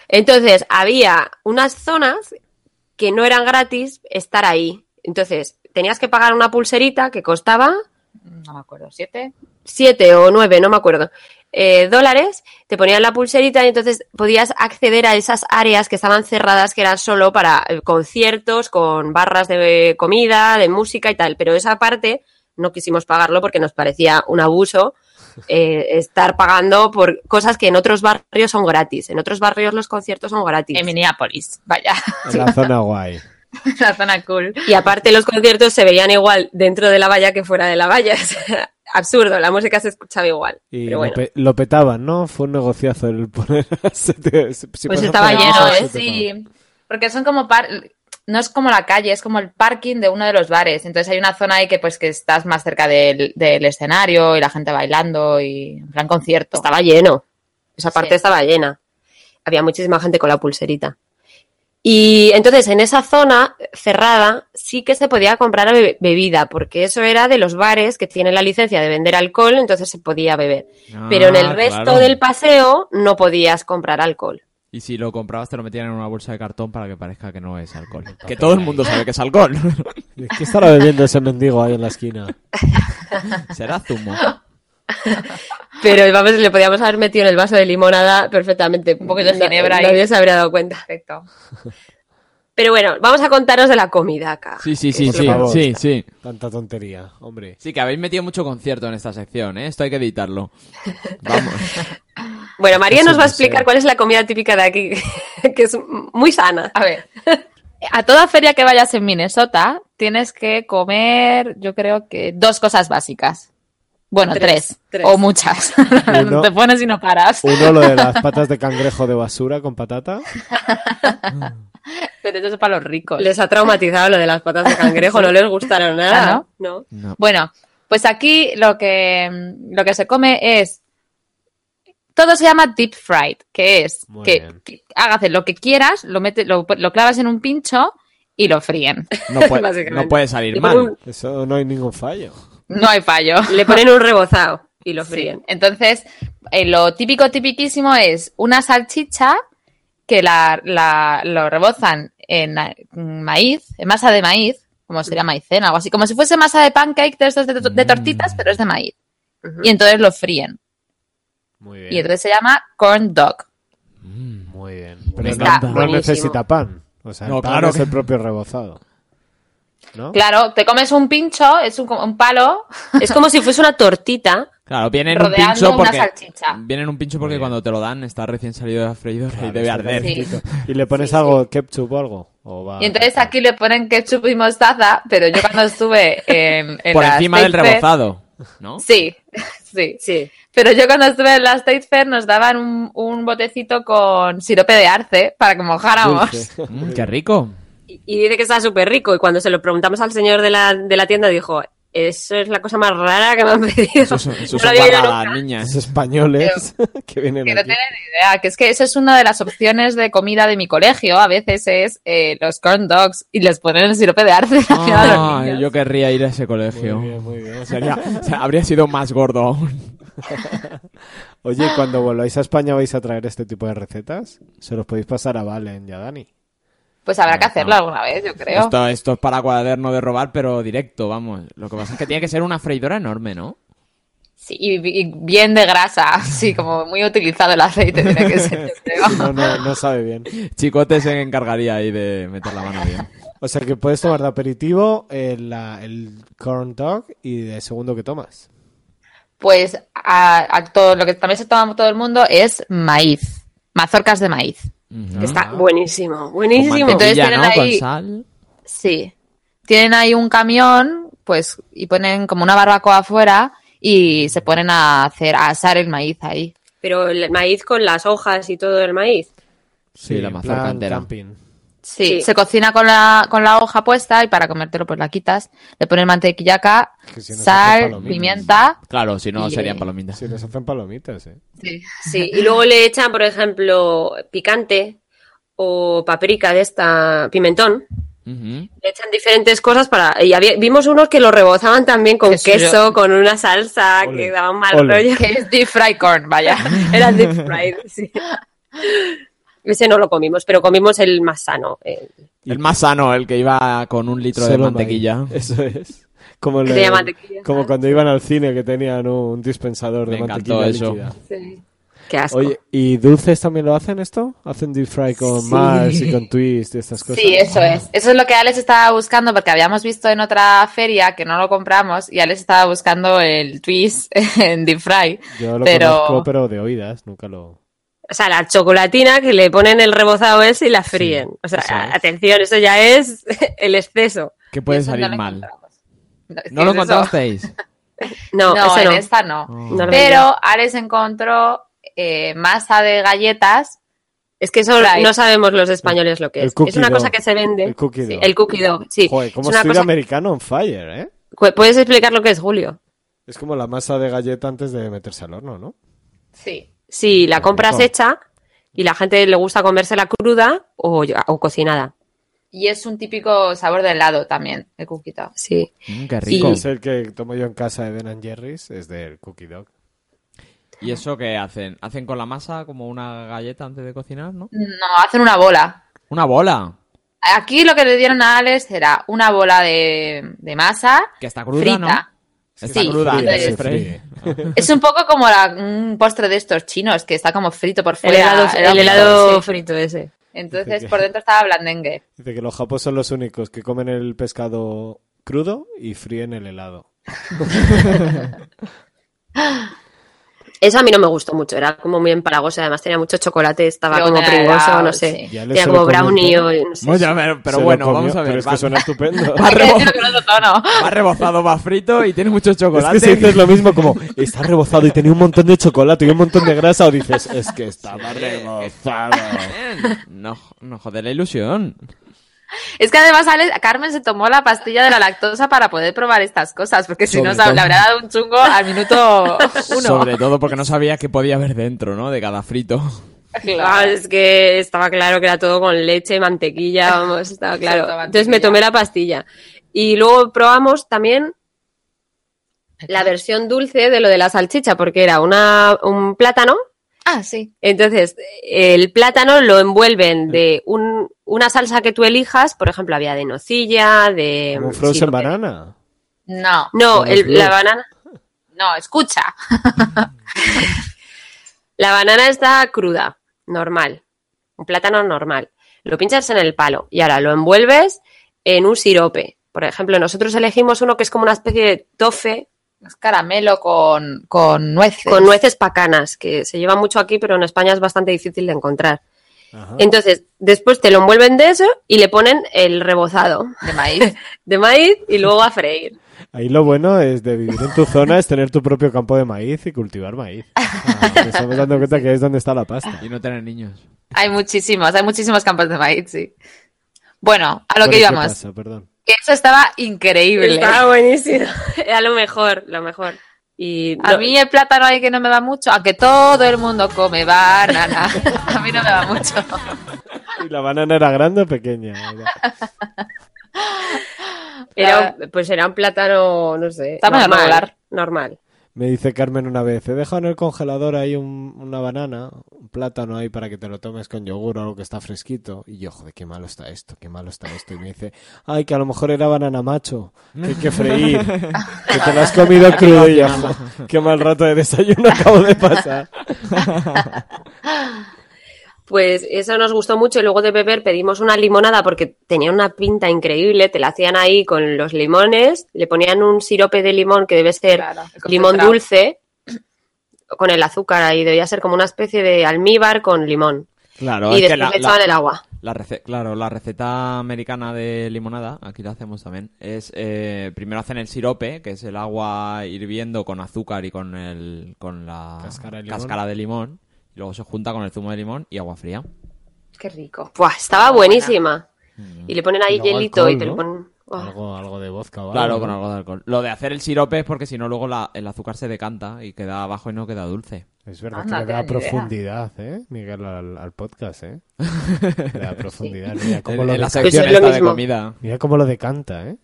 S3: Entonces, había unas zonas que no eran gratis estar ahí. Entonces, tenías que pagar una pulserita que costaba
S4: No me acuerdo, ¿siete?
S3: 7 o 9, no me acuerdo, eh, dólares. Te ponían la pulserita y entonces podías acceder a esas áreas que estaban cerradas, que eran solo para eh, conciertos, con barras de comida, de música y tal. Pero esa parte no quisimos pagarlo porque nos parecía un abuso eh, estar pagando por cosas que en otros barrios son gratis. En otros barrios los conciertos son gratis.
S4: Em, En Minneapolis, vaya, *laughs*
S2: En la zona guay.
S4: la zona cool.
S3: Y aparte los conciertos se veían igual dentro de la valla que fuera de la valla. *laughs* Es absurdo, la música se escuchaba igual.
S2: Y
S3: pero
S2: lo,
S3: bueno.
S2: pe- lo petaban, ¿no? Fue un negociazo el poner... si
S3: Pues
S2: pasas
S3: estaba
S2: por
S3: lleno,
S2: ahí,
S3: ¿eh?
S2: se te paga.
S4: Sí, porque son como par- no es como la calle, es como el parking de uno de los bares. Entonces hay una zona ahí que pues que estás más cerca del, del escenario y la gente bailando y en plan concierto.
S3: Estaba lleno. Esa parte
S4: Sí.
S3: estaba llena. Había muchísima gente con la pulserita. Y entonces en esa zona cerrada sí que se podía comprar be- bebida, porque eso era de los bares que tienen la licencia de vender alcohol, entonces se podía beber. Pero en el
S5: Ah,
S3: resto
S5: claro.
S3: del paseo no podías comprar alcohol.
S5: Y si lo comprabas te lo metían en una bolsa de cartón para que parezca que no es alcohol. Que todo el mundo sabe que es alcohol. *laughs*
S2: ¿Qué estará bebiendo ese mendigo ahí en la esquina?
S5: Será zumo.
S3: Pero vamos, le podíamos haber metido en el vaso de limonada perfectamente.
S4: Un poquito de ginebra y-
S3: Nadie se habría dado cuenta.
S4: Perfecto.
S3: Pero bueno, vamos a contaros de la comida acá.
S5: Sí, sí, sí,
S2: Por
S5: sí,
S2: favor.
S5: sí, sí.
S2: Tanta tontería, hombre.
S5: Sí, que habéis metido mucho concierto en esta sección, ¿eh? Esto hay que editarlo. Vamos.
S3: Bueno, María
S2: Es
S3: nos
S2: un
S3: va a
S2: museo.
S3: explicar cuál es la comida típica de aquí, *laughs* que es muy sana.
S4: A ver, *laughs* a toda feria que vayas en Minnesota tienes que comer, yo creo que dos cosas básicas. Bueno,
S3: Tres,
S4: tres,
S3: tres.
S4: o muchas.
S2: Uno.
S4: *laughs* Te pones y no paras.
S2: Uno, lo de las patas de cangrejo de basura con patata.
S4: Pero eso es para los ricos.
S3: Les ha traumatizado lo de las patas de cangrejo, no les gustaron *laughs* nada.
S4: Ah,
S3: ¿no?
S5: No.
S4: Bueno, pues aquí lo que, lo que se come es. Todo se llama deep fried, que es
S2: Muy
S4: que,
S2: bien.
S4: que hágase lo que quieras, lo, mete, lo, lo clavas en un pincho y lo fríen. *laughs*
S3: *laughs*
S5: No puede,
S3: Básicamente.
S5: no puede salir
S3: Le
S5: mal.
S3: ponen,
S2: Eso no hay ningún fallo.
S4: No hay fallo.
S3: un, le ponen un rebozado y lo
S4: Sí.
S3: fríen.
S4: Entonces, eh, lo típico, tipiquísimo es una salchicha que la, la- lo rebozan en eh, maíz, en masa de maíz, como sería maicena, algo así, como si fuese masa de pancake de, estos de, to- de tortitas,
S5: Mm.
S4: pero es de maíz.
S3: Ujú.
S4: Y entonces lo fríen.
S2: Muy
S4: Y
S2: bien.
S4: entonces se llama corn dog.
S2: Muy bien.
S5: Me
S2: Pero no,
S5: encanta.
S2: no
S3: Buenísimo.
S2: necesita pan. O sea, el
S5: No,
S2: pan
S5: claro
S2: es
S5: que-
S2: el propio rebozado. ¿No?
S4: Claro, te comes un pincho, es un, un palo.
S3: *laughs* Es como si fuese una tortita.
S5: Claro, viene en un
S4: Rodeando
S5: pincho
S4: una
S5: porque...
S4: salchicha.
S5: Viene en un pincho
S2: Muy
S5: porque
S2: bien.
S5: cuando te lo dan está recién salido de la freidora
S2: Claro,
S5: y debe
S2: está
S5: arder.
S4: Sí.
S2: calentito. Y le pones algo, ketchup o algo. o
S5: Ah,
S2: va
S4: Y entonces aquí le ponen ketchup y mostaza, pero yo cuando estuve en, en
S5: Por
S4: la
S5: encima del
S4: State Fair-
S5: rebozado, ¿no?
S4: Sí, *laughs* sí,
S3: Sí.
S4: Pero yo cuando estuve en la State Fair nos daban un, un botecito con sirope de arce para que mojáramos.
S2: Dulce.
S5: Mm, qué rico.
S3: Y, y dice que está súper rico. Y cuando se lo preguntamos al señor de la, de la tienda, dijo: Eso es la cosa más rara que me han *laughs* pedido.
S5: Eso, es-
S3: No
S5: eso es
S3: lo había oído
S5: embarrada,
S3: nunca.
S4: *laughs*
S5: niña.
S2: Los españoles *laughs* que vienen
S4: *laughs* Que no
S2: aquí.
S4: tienen ni idea, que es que eso es una de las opciones de comida de mi colegio. A veces es eh, los corn dogs y les ponen el sirope de arce *laughs* encima de los
S5: Ay,
S4: niños.
S5: Ah, yo querría ir a ese colegio.
S2: Muy bien, muy bien.
S5: Sería- o sea, habría sido más gordo aún.
S2: Oye, cuando volváis a España vais a traer este tipo de recetas, se los podéis pasar a Valen y a Dani.
S4: Pues habrá que
S5: No,
S4: hacerlo
S5: no.
S4: alguna vez, yo creo.
S5: Esto, esto es para cuaderno de robar, pero directo, vamos. Lo que pasa es que tiene que ser una freidora enorme, ¿no?
S4: Sí, y, y bien de grasa, *laughs* así como muy utilizado el aceite tiene que ser, yo creo.
S2: No, no, no sabe bien.
S5: Chicote se encargaría ahí de meter la mano bien.
S2: O sea que puedes tomar de aperitivo el, la- el corn dog y de segundo que tomas.
S4: Pues a, a todo lo que también se toma todo el mundo es maíz, mazorcas de maíz.
S5: Ujú. Ah.
S4: que está
S3: Buenísimo,
S5: Con
S3: buenísimo.
S5: mantequilla,
S4: Entonces tienen
S5: ¿no? Con
S4: ahí-
S5: sal.
S4: Sí. Tienen ahí un camión, pues, y ponen como una barbacoa afuera y se ponen a hacer, a asar el maíz ahí.
S3: Pero el maíz con las hojas y todo el maíz.
S5: Sí, la
S2: en
S5: mazorca
S2: plan
S5: entera.
S2: camping.
S4: Sí.
S3: Sí.
S4: Se cocina con la, con la hoja puesta y para comértelo pues la quitas. Le ponen mantequilla acá,
S2: Que si no se hace
S4: sal,
S2: palomitas.
S4: pimienta.
S5: Claro, si no
S4: Y,
S5: serían
S4: eh,
S5: palomitas.
S2: Si les hacen palomitas, ¿eh?
S4: Sí.
S3: Sí, y luego le echan, por ejemplo, picante o paprika de esta, pimentón.
S5: Ujú.
S3: Le echan diferentes cosas para. Y había- vimos unos que lo rebozaban también con
S4: Eso
S3: queso, con una salsa,
S2: Ole,
S3: que daban mal
S2: ole.
S4: *laughs*
S3: rollo.
S4: *laughs* Que es deep fry corn, vaya.
S2: *laughs*
S3: Era deep fried, sí. Ese no lo comimos, pero comimos el más sano. eh, el
S5: El más sano, el que iba con un litro de
S2: Solo
S5: mantequilla.
S2: maíz. Eso es. Como,
S3: Que
S2: le-
S3: tenía mantequilla.
S2: como cuando iban al cine que tenían un dispensador de
S5: Me encantó
S2: mantequilla
S5: eso.
S2: líquida.
S3: Qué asco.
S2: Oye, ¿y dulces también lo hacen esto? ¿Hacen deep fry con Mars y con Twist y estas cosas?
S4: Sí, eso es. Eso es lo que Alex estaba buscando porque habíamos visto en otra feria que no lo compramos y Alex estaba buscando el twist *laughs* en deep fry.
S2: Yo lo
S4: pero-
S2: conozco, pero de oídas, nunca lo...
S3: O sea, la chocolatina que le ponen el rebozado ese y la fríen. o sea,
S5: eso es.
S3: atención, eso ya es *laughs* el exceso.
S5: Que puede
S4: Eso no
S5: salir
S4: lo
S5: mal.
S4: encontramos. No, sí,
S5: ¿No lo
S4: es eso. *laughs*
S5: encontrasteis?
S3: No,
S4: No,
S3: eso
S4: en
S3: no.
S4: esta no.
S5: Oh.
S3: No lo
S4: Pero Alex encontró eh, masa de galletas.
S3: Es que eso
S4: Right.
S3: no sabemos los españoles lo que
S2: El
S3: es.
S2: cookie
S3: Es una
S2: dough.
S3: cosa que se vende.
S2: El cookie
S3: Sí,
S2: dough.
S3: el cookie dough, sí.
S2: Joder,
S3: Es
S2: como
S3: una
S2: estoy
S3: cosa-
S2: americano on fire, ¿eh?
S3: Cu- ¿Puedes explicar lo que es, Julio?
S2: Es como la masa de galleta antes de meterse al horno, ¿no?
S4: Sí.
S3: Si la compras
S2: rico.
S3: hecha y la gente le gusta comérsela cruda o, o cocinada.
S4: Y es un típico sabor de helado también, el cuquito.
S3: Sí.
S5: Mm, qué
S3: Sí.
S5: rico.
S2: Es el que tomo yo en casa de Ben and Jerry's, es del cookie dog.
S5: ¿Y eso qué hacen? ¿Hacen con la masa como una galleta antes de cocinar, no?
S4: No, hacen una bola.
S5: Una bola.
S4: Aquí lo que le dieron a Alex era una bola de, de masa
S5: Que está cruda,
S4: frita.
S5: ¿no? Está
S4: Sí,
S5: cruda.
S4: frita,
S5: antes de
S4: sí,
S5: freír.
S4: Es un poco como la- un postre de estos chinos que está como frito por
S3: El
S4: fuera.
S3: helado,
S4: Era
S3: el
S4: un-
S3: helado
S4: sí.
S3: frito ese.
S4: Entonces por dentro estaba blandengue.
S2: Dice que los japos son los únicos que comen el pescado crudo y fríen el helado.
S3: Eso a mí no me gustó mucho, era como muy empalagoso, además tenía mucho chocolate, estaba
S4: Pero
S3: como
S4: era
S3: pringoso,
S4: helado,
S3: no sé.
S4: sí.
S2: Ya le
S3: Tenía
S2: se
S3: como
S2: lo comió
S3: brownie
S2: entero.
S3: o no sé.
S5: Bueno, a ver, pero
S2: Se lo
S5: bueno,
S2: comió,
S5: vamos a ver.
S2: Pero es
S5: va-
S2: que suena
S5: *laughs*
S2: estupendo.
S5: Va
S4: *laughs* Hay que
S5: rebo-
S4: decirlo con otro tono.
S5: va rebozado, va frito y tiene mucho
S2: Es
S5: chocolate.
S2: que si dices lo mismo como, está rebozado y tenía un montón de chocolate y un montón de grasa, o dices, es que estaba rebozado.
S5: No, no joder la ilusión.
S4: Es que además Alex, Carmen se tomó la pastilla de la lactosa para poder probar estas cosas, porque si
S5: Sobre
S4: no se-
S5: todo.
S4: le habrá dado un chungo al minuto uno.
S5: Sobre todo porque no sabía qué podía haber dentro, ¿no? De cada frito.
S3: Ah,
S4: *laughs* Claro.
S3: es que estaba claro que era todo con leche, mantequilla, vamos, estaba
S4: *laughs*
S3: claro.
S4: Exacto,
S3: Entonces me
S4: mantequilla.
S3: tomé la pastilla. Y luego probamos también la versión dulce de lo de la salchicha, porque era una, un plátano.
S4: Ah, sí.
S3: Entonces, el plátano lo
S4: Mm.
S3: envuelven de un- una salsa que tú elijas, por ejemplo, había de nocilla, de...
S2: Como un
S3: Eh, sí,
S2: frozen
S3: no-
S2: banana.
S4: No,
S3: No,
S2: Como
S3: el-
S2: flan.
S3: la banana.
S4: no, escucha.
S3: La banana está cruda, normal. Un plátano normal. Lo pinchas en el palo y ahora lo envuelves en un sirope. Por ejemplo, nosotros elegimos uno que es como una especie de tofe
S4: Es caramelo con, con nueces.
S3: con nueces pacanas, que se lleva mucho aquí, pero en España es bastante difícil de encontrar.
S2: Ajá.
S3: Entonces, después te lo envuelven de eso y le ponen el rebozado
S4: de maíz.
S3: de maíz y luego a
S4: *laughs*
S3: freír.
S2: Ahí lo bueno es de vivir en tu zona es tener tu propio campo de maíz y cultivar maíz. Ah, nos estamos dando cuenta que es donde está la pasta.
S5: Y no tener niños.
S4: Hay muchísimos, hay muchísimos campos de maíz, sí. Bueno, a lo
S2: Bueno,
S4: que
S2: ¿qué
S4: íbamos.
S2: pasa? Perdón.
S4: Que Eso estaba increíble. *laughs*
S3: Está buenísimo. A lo mejor, lo mejor. Y
S4: A
S3: no-
S4: mí el plátano hay que no me va mucho, aunque todo el mundo come *laughs* banana. A mí no me va mucho.
S2: ¿Y la banana era grande o pequeña? Era-
S3: era un- pues era un plátano, no sé.
S4: Tamaño
S3: normal,
S4: regular.
S3: Normal.
S2: Me dice Carmen una vez, he dejado en el congelador ahí un- una banana, un plátano ahí para que te lo tomes con yogur o algo que está fresquito. Y yo, joder, qué malo está esto, qué malo está esto. Y me dice, ay, que a lo mejor era banana macho, que hay que freír, que te lo has comido crudo y yo, "Jo, qué mal rato de desayuno *laughs* acabo de pasar.
S3: Pues eso nos gustó mucho y luego de beber pedimos una limonada porque tenía una pinta increíble, te la hacían ahí con los limones, le ponían un sirope de limón que debe ser
S4: Claro, el
S3: limón
S4: concentrado.
S3: dulce con el azúcar ahí, debía ser como una especie de almíbar con limón
S5: Claro,
S3: y
S5: es que
S3: después
S5: la,
S3: le echaban el agua.
S5: la rece- claro, la receta americana de limonada, aquí la hacemos también, es eh, primero hacen el sirope, que es el agua hirviendo con azúcar y con el con la
S2: Cáscara de limón.
S5: cáscara de limón, y luego se junta con el zumo de limón y agua fría.
S4: Qué rico.
S3: Buah, estaba buenísima. Y le ponen ahí
S2: Luego
S3: hielito
S2: alcohol,
S3: y te lo
S2: ¿no?
S3: ponen... Buah.
S2: Algo, algo de vodka o
S5: Claro,
S2: algo,
S5: con
S2: ¿no?
S5: algo de alcohol. Lo de hacer el sirope es porque si no luego la- el azúcar se decanta y queda abajo y no queda dulce.
S2: Es verdad
S4: Anda,
S2: que le
S4: no
S2: da
S4: tenía ni idea.
S2: profundidad, ¿eh? Miguel, al, al podcast, ¿eh? Le da profundidad. Mira cómo,
S5: En,
S2: lo
S5: en la
S2: deca-
S5: sección
S3: Eso es lo
S5: esta de
S3: mismo.
S5: comida.
S2: mira cómo lo decanta, ¿eh?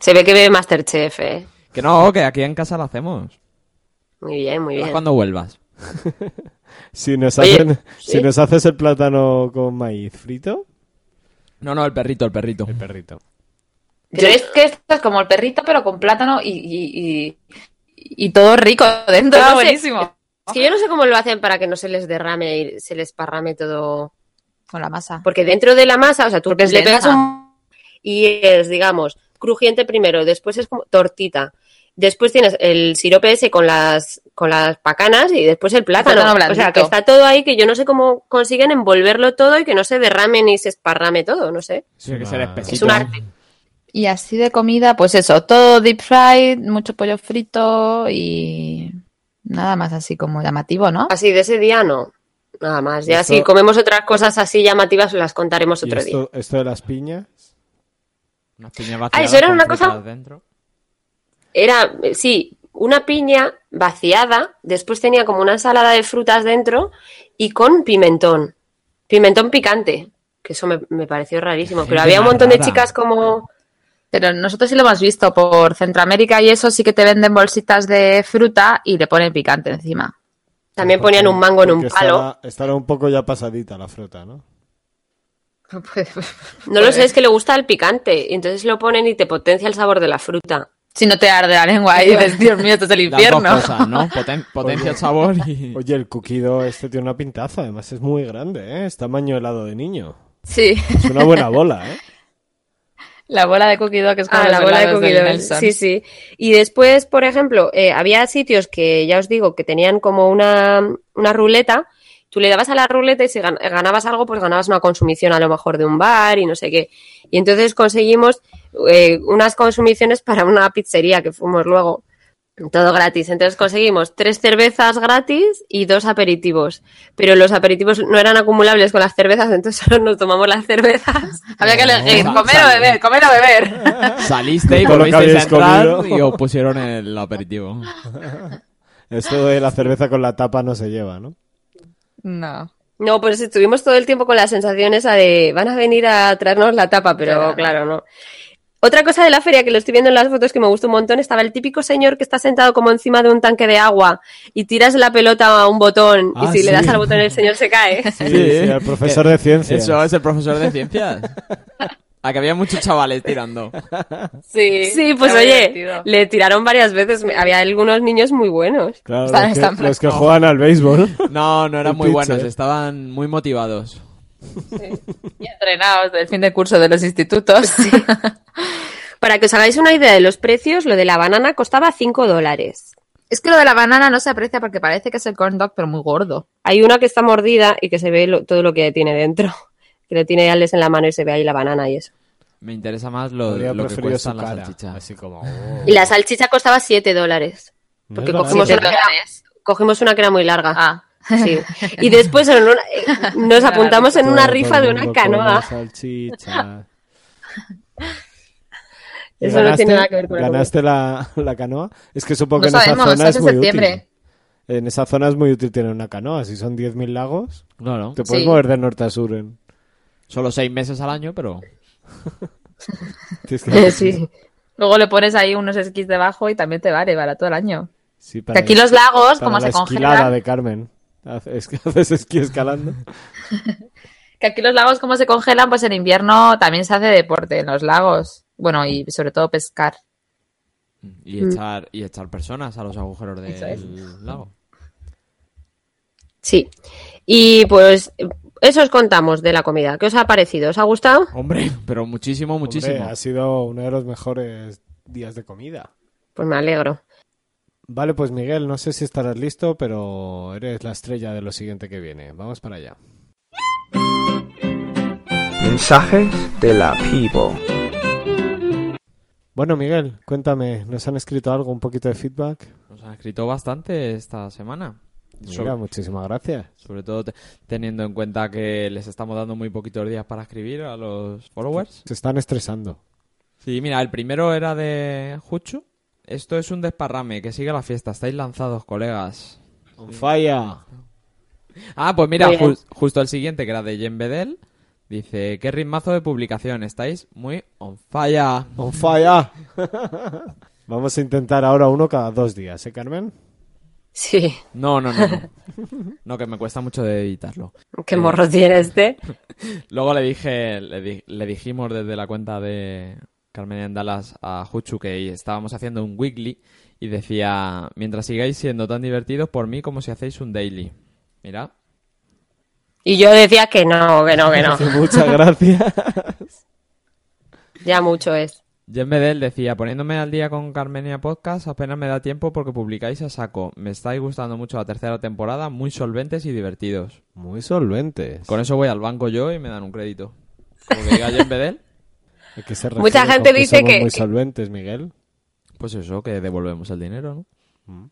S3: Se ve que bebe Masterchef, ¿eh?
S5: Que no, que aquí en casa lo hacemos.
S3: Muy bien, muy bien.
S5: Cuando vuelvas.
S2: Si nos,
S3: Oye,
S2: hacen,
S3: sí.
S2: si nos haces el plátano con maíz frito,
S5: No, no, el perrito, el perrito.
S2: el perrito.
S4: Yo es que esto es como el perrito, pero con plátano y, y, y, y todo rico dentro.
S3: Pero no sé-
S4: buenísimo.
S3: Es que yo no sé cómo lo hacen para que no se les derrame y se les parrame todo...
S4: Con la masa.
S3: Porque dentro de la masa, o sea, tú
S4: Porque es
S3: le pegas
S4: densa.
S3: un... Y es, digamos, crujiente primero, después es como tortita. Después tienes el sirope ese con las, con las pacanas y después el plátano.
S4: Plátano
S3: o sea,
S4: blandito.
S3: que está todo ahí, que yo no sé cómo consiguen envolverlo todo y que no se derrame ni se esparrame todo, no sé.
S5: Tiene que ser
S2: una-
S5: espesito.
S3: Es un arte.
S4: Y así de comida, pues eso, todo deep fried, mucho pollo frito y nada más así como llamativo, ¿no?
S3: Así de ese día no. Nada más. Ya
S2: Esto-
S3: si comemos otras cosas así llamativas las contaremos
S2: ¿Y
S3: otro día.
S2: esto, esto de las piñas?
S5: Unas piñas
S3: Ah,
S5: vaciadas
S3: eso era
S5: con
S3: una cosa-
S5: frutas dentro.
S3: Era, eh, sí, una piña vaciada, después tenía como una ensalada de frutas dentro y con pimentón. Pimentón picante, que eso me, me pareció rarísimo. Pero
S5: Gente
S3: había un
S5: más
S3: montón de
S5: rara.
S3: chicas como...
S4: Pero nosotros sí lo hemos visto por Centroamérica y eso sí que te venden bolsitas de fruta y le ponen picante *laughs* encima.
S3: También ponían un mango en un
S2: Porque
S3: palo.
S2: Estaba, estaba un poco ya pasadita la fruta, ¿no?
S3: No lo sé, es que le gusta el picante. y Entonces lo ponen y te potencia el sabor de la fruta.
S4: Si no te arde la lengua y dices, Dios mío, esto es
S5: Las
S4: el
S5: dos
S4: infierno.
S2: *laughs*
S5: cosas, ¿no? Poten- potencia el sabor y...
S2: Oye, el cuquido este tiene una pintaza, además es muy grande, ¿eh? Es tamaño helado de niño.
S4: Sí,
S2: Es una buena bola, ¿eh?
S4: *laughs* la bola de cookie dough que es como
S3: Ah, la
S4: los
S3: bola de
S4: helados del
S3: cookie dough,
S4: Nelson.
S3: Sí, sí. Y después, por ejemplo, eh, había sitios que ya os digo que tenían como una, una ruleta. Tú le dabas a la ruleta y si gan- ganabas algo, pues ganabas una consumición a lo mejor de un bar y no sé qué. Y entonces conseguimos eh, unas consumiciones para una pizzería que fuimos luego. Todo gratis. Entonces conseguimos tres cervezas gratis y dos aperitivos. Pero los aperitivos no eran acumulables con las cervezas, entonces *laughs* solo nos tomamos las cervezas.
S4: Había que elegir,
S5: No,
S4: comer o
S5: sale.
S4: beber, comer o beber.
S5: Saliste y
S2: Con lo que
S5: volvisteis a
S2: habéis
S5: entrar
S2: comido.
S5: y os pusieron el aperitivo.
S2: Esto de la cerveza con la tapa no se lleva, ¿no?
S4: No.
S3: No, pues estuvimos todo el tiempo con la sensación esa de van a venir a traernos la tapa, pero
S4: Claro.
S3: claro, no. Otra cosa de la feria que lo estoy viendo en las fotos que me gustó un montón, estaba el típico señor que está sentado como encima de un tanque de agua y tiras la pelota a un botón
S5: Ah,
S3: y si le
S5: sí.
S3: das al botón el señor se cae.
S2: Sí, sí, al profesor de ciencias.
S5: Eh, *laughs* Eso es el profesor
S2: *laughs*
S5: de ciencias. A que había muchos chavales tirando.
S4: Sí,
S3: Sí, pues
S4: era muy
S3: oye,
S4: divertido.
S3: le tiraron varias veces, me- había algunos niños muy buenos.
S2: Claro,
S4: Están-
S2: los,
S4: están
S2: que, los que
S4: flacos.
S2: juegan al béisbol.
S5: No, no eran
S2: Y
S5: muy
S2: pizza,
S5: buenos,
S2: ¿eh?
S5: estaban muy motivados.
S4: Y entrenados del fin de curso de los institutos. *laughs*
S3: Para que os hagáis una idea de los precios, lo de la banana costaba 5 dólares.
S4: Es que lo de la banana no se aprecia porque parece que es el corn dog, pero muy gordo.
S3: Hay una que está mordida y que se ve lo- todo lo que tiene dentro. *laughs* Que le tiene Alex en la mano y se ve ahí la banana y eso.
S5: Me interesa más lo,
S2: Habría
S5: lo que
S2: preferido su
S5: cuestan las
S2: cara.
S5: salchichas.
S2: Así como.
S3: Y la salchicha costaba 7 dólares.
S2: No
S3: Porque
S2: es barato.
S3: cogimos
S4: Siete
S3: una, que era-
S4: dólares.
S3: cogimos una que era muy larga.
S4: Ah.
S3: *laughs* Sí. Y después en una- eh, nos apuntamos en una
S2: Todo
S3: rifa
S2: el
S3: de una
S2: mundo come
S3: canoa.
S2: salchicha. ¿Y
S3: *laughs* Eso no
S2: ganaste-
S3: tiene nada que ver con la comida.
S2: ¿Ganaste la, la canoa? Es que supongo
S4: No
S2: que en
S4: sabemos,
S2: esa zona
S4: es
S2: es
S4: en
S2: muy
S4: septiembre.
S2: útil. En esa zona es muy útil tener una canoa. Si son 10.000 lagos,
S5: Claro.
S2: te puedes
S4: Sí.
S2: mover de norte a sur.
S3: *laughs*
S2: En... *laughs*
S5: Solo seis meses al año, pero.
S2: tienes que-
S3: Sí.
S4: Eh, Luego le pones ahí unos esquís debajo y también te vale para todo el año.
S2: Sí,
S4: Que aquí los lagos,
S2: para
S4: como
S2: la
S4: se
S2: esquilada
S4: congelan,
S2: de Carmen. Haces, *laughs* haces esquí escalando.
S4: que aquí los lagos como se congelan, pues en invierno también se hace deporte en los lagos. Bueno, y sobre todo pescar.
S5: Y
S2: Mm.
S5: echar, y echar personas a los agujeros del
S4: Eso es.
S5: lago.
S3: Sí. Y pues eso os contamos de la comida. ¿Qué os ha parecido? ¿Os ha gustado?
S5: Hombre, pero muchísimo, muchísimo.
S2: Hombre, ha sido uno de los mejores días de comida.
S3: Pues me alegro.
S2: Vale, pues Miguel, no sé si estarás listo, pero eres la estrella de lo siguiente que viene. Vamos para allá.
S6: Mensajes de la people.
S2: Bueno, Miguel, cuéntame, ¿nos han escrito algo, un poquito de feedback?
S5: Nos han escrito bastante esta semana.
S2: Mira, muchísimas gracias.
S5: Sobre todo te- teniendo en cuenta que les estamos dando muy poquitos días para escribir a los followers.
S2: Se están estresando.
S5: Sí, mira, el primero era de Juchu. Esto es un desparrame, que sigue la fiesta. Estáis lanzados, colegas.
S2: On fire.
S5: Ah, pues mira,
S3: Muy bien.
S5: ju- justo el siguiente, que era de Jen Bedel. Dice, qué ritmazo de publicación, estáis muy on fire.
S2: On fire. *laughs* Vamos a intentar ahora uno cada dos días, ¿eh, Carmen?
S3: Sí. *laughs*
S5: No, no, no. No, No, que me cuesta mucho de editarlo.
S3: Qué morro tiene este.
S5: Luego le dije, le, di- le dijimos desde la cuenta de Carmen en Dallas a Juchu que estábamos haciendo un weekly y decía, mientras sigáis siendo tan divertidos por mí como si hacéis un daily. Mira,
S3: Y yo decía que no, que no, que *laughs* no.
S2: *laughs* Muchas
S5: *laughs*
S2: gracias.
S3: Ya mucho es.
S5: Jen Bedell decía, poniéndome al día con Carmenia Podcast, apenas me da tiempo porque publicáis a saco. Me estáis gustando mucho la tercera temporada, muy solventes y divertidos.
S2: Muy solventes.
S5: Con eso voy al banco yo y me dan un crédito. Como que diga Jen Bedell,
S2: ¿A qué se
S3: Mucha
S2: refiere
S3: gente
S2: con
S3: dice
S2: somos
S3: que-
S2: muy
S3: que-
S2: solventes, Miguel.
S5: pues eso, que devolvemos el dinero, ¿no?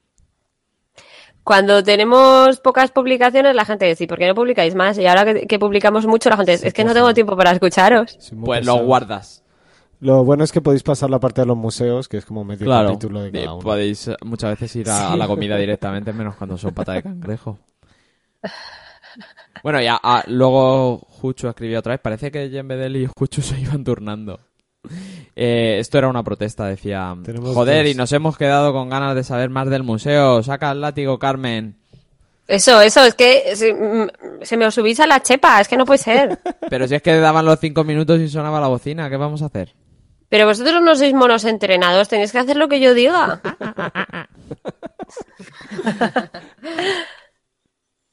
S3: Cuando tenemos pocas publicaciones, la gente dice, "¿Y ¿por qué no publicáis más? Y ahora que, que publicamos mucho, la gente dice, es que no tengo tiempo para escucharos.
S2: Soy muy
S5: Pues lo
S2: pesado.
S5: guardas.
S2: Lo bueno es que podéis pasar la parte de los museos, que es como medio
S5: Claro.
S2: capítulo de
S5: Eh,
S2: cada uno.
S5: Podéis eh, muchas veces ir a, a la comida directamente, menos cuando son pata de cangrejo. Bueno, ya ah, luego Juchu escribió otra vez. Parece que Jen Bedell y Juchu *laughs* se iban turnando. Eh, esto era una protesta, decía.
S2: Tenemos
S5: Joder,
S2: dos".
S5: y nos hemos quedado con ganas de saber más del museo. Saca el látigo, Carmen.
S3: Eso, eso, es que se, mm, se me os subís a la chepa, es que no puede
S5: *laughs*
S3: ser.
S5: Pero si es que daban los cinco minutos y sonaba la bocina, ¿qué vamos a hacer?
S3: Pero vosotros no sois monos entrenados, tenéis que hacer lo que yo diga.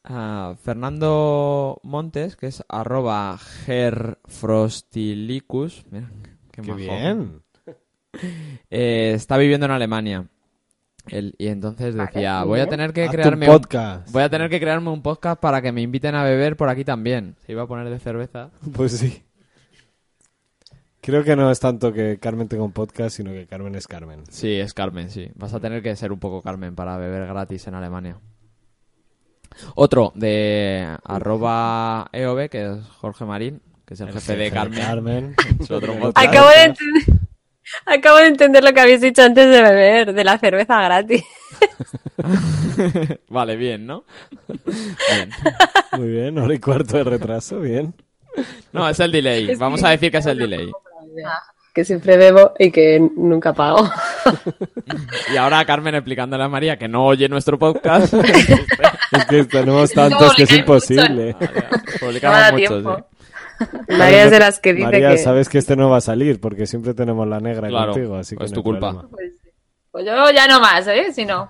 S5: Ah, Fernando Montes, que es arroba gerfrostilicus. Mira, qué,
S2: ¡Qué
S5: majo.
S2: bien!
S5: Eh, está viviendo en Alemania. Él- y entonces decía, voy a tener que
S2: Hazte
S5: crearme
S2: un
S5: un-
S2: podcast.
S5: voy a tener que crearme un podcast para que me inviten a beber por aquí también. Se iba a poner de cerveza.
S2: *laughs* Pues sí. Creo que no es tanto que Carmen tenga un podcast, sino que Carmen es Carmen.
S5: Sí, es Carmen, sí. Vas a tener que ser un poco Carmen para beber gratis en Alemania. Otro de arroba EOB, que es Jorge Marín, que es el, jefe, de Carmen. *laughs* Es otro podcast.
S3: Acabo de, entender, *laughs* acabo de entender lo que habéis dicho antes de beber, de la cerveza gratis. *laughs*
S5: Vale, bien, ¿no? Bien.
S2: *laughs* Muy bien, hora y cuarto de retraso, bien.
S5: No, es el delay. Vamos a decir que es el delay.
S3: Que siempre bebo y que nunca pago.
S5: Y ahora Carmen explicándole a María que no oye nuestro podcast.
S2: Es que
S3: *laughs*
S2: tenemos tantos que es imposible.
S5: Publicamos
S4: No me da
S5: mucho,
S4: tiempo.
S5: sí.
S3: María es de las que dice
S2: María,
S3: que...
S2: sabes que este no va a salir porque siempre tenemos la negra
S5: Claro,
S2: contigo, así que
S5: es
S2: no
S5: tu
S2: hay
S5: culpa.
S2: problema.
S4: Pues yo ya no más, ¿eh? Si no.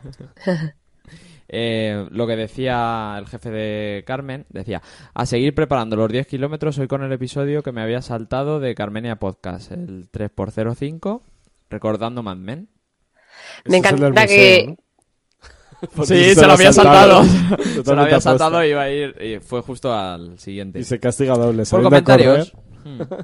S5: Eh, lo que decía el jefe de Carmen, decía, a seguir preparando los 10 kilómetros hoy con el episodio que me había saltado de Carmenia Podcast, el 3x05, recordando Mad Men.
S2: Ese es el
S3: Me
S2: del
S3: encanta
S2: museo,
S3: que,
S2: ¿no? Porque
S5: Sí, se lo había saltado. *laughs* se lo
S2: Totalmente
S5: había
S2: aposta.
S5: saltado y iba a ir. Y fue justo al siguiente.
S2: Y se castiga doble.
S5: Por
S2: sabiendo
S5: comentarios.
S2: correr.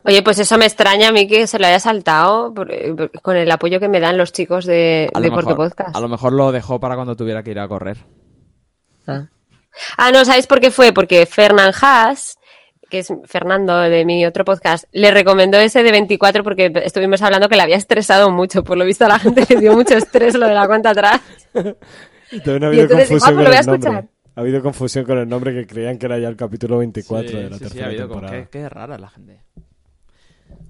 S3: Oye, pues eso me extraña a mí que se lo haya saltado por- eh, con el apoyo que me dan los chicos de,
S5: A
S3: de
S5: lo,
S3: Porque
S5: mejor,
S3: Podcast.
S5: a lo mejor lo dejó para cuando tuviera que ir a correr.
S3: Ah, no, ¿sabéis por qué fue? Porque Fernán Haas, que es Fernando de mi otro podcast, le recomendó ese de 24 porque estuvimos hablando que le había estresado mucho. Por lo visto a la gente le dio mucho estrés lo de la cuenta atrás.
S2: Y también ha habido
S3: entonces digo, ah,
S2: confusión con el
S3: pues lo voy a
S2: nombre.
S3: escuchar.
S2: Ha habido confusión con el nombre que creían que era ya el capítulo 24 de la tercera temporada.
S5: Qué, rara la gente.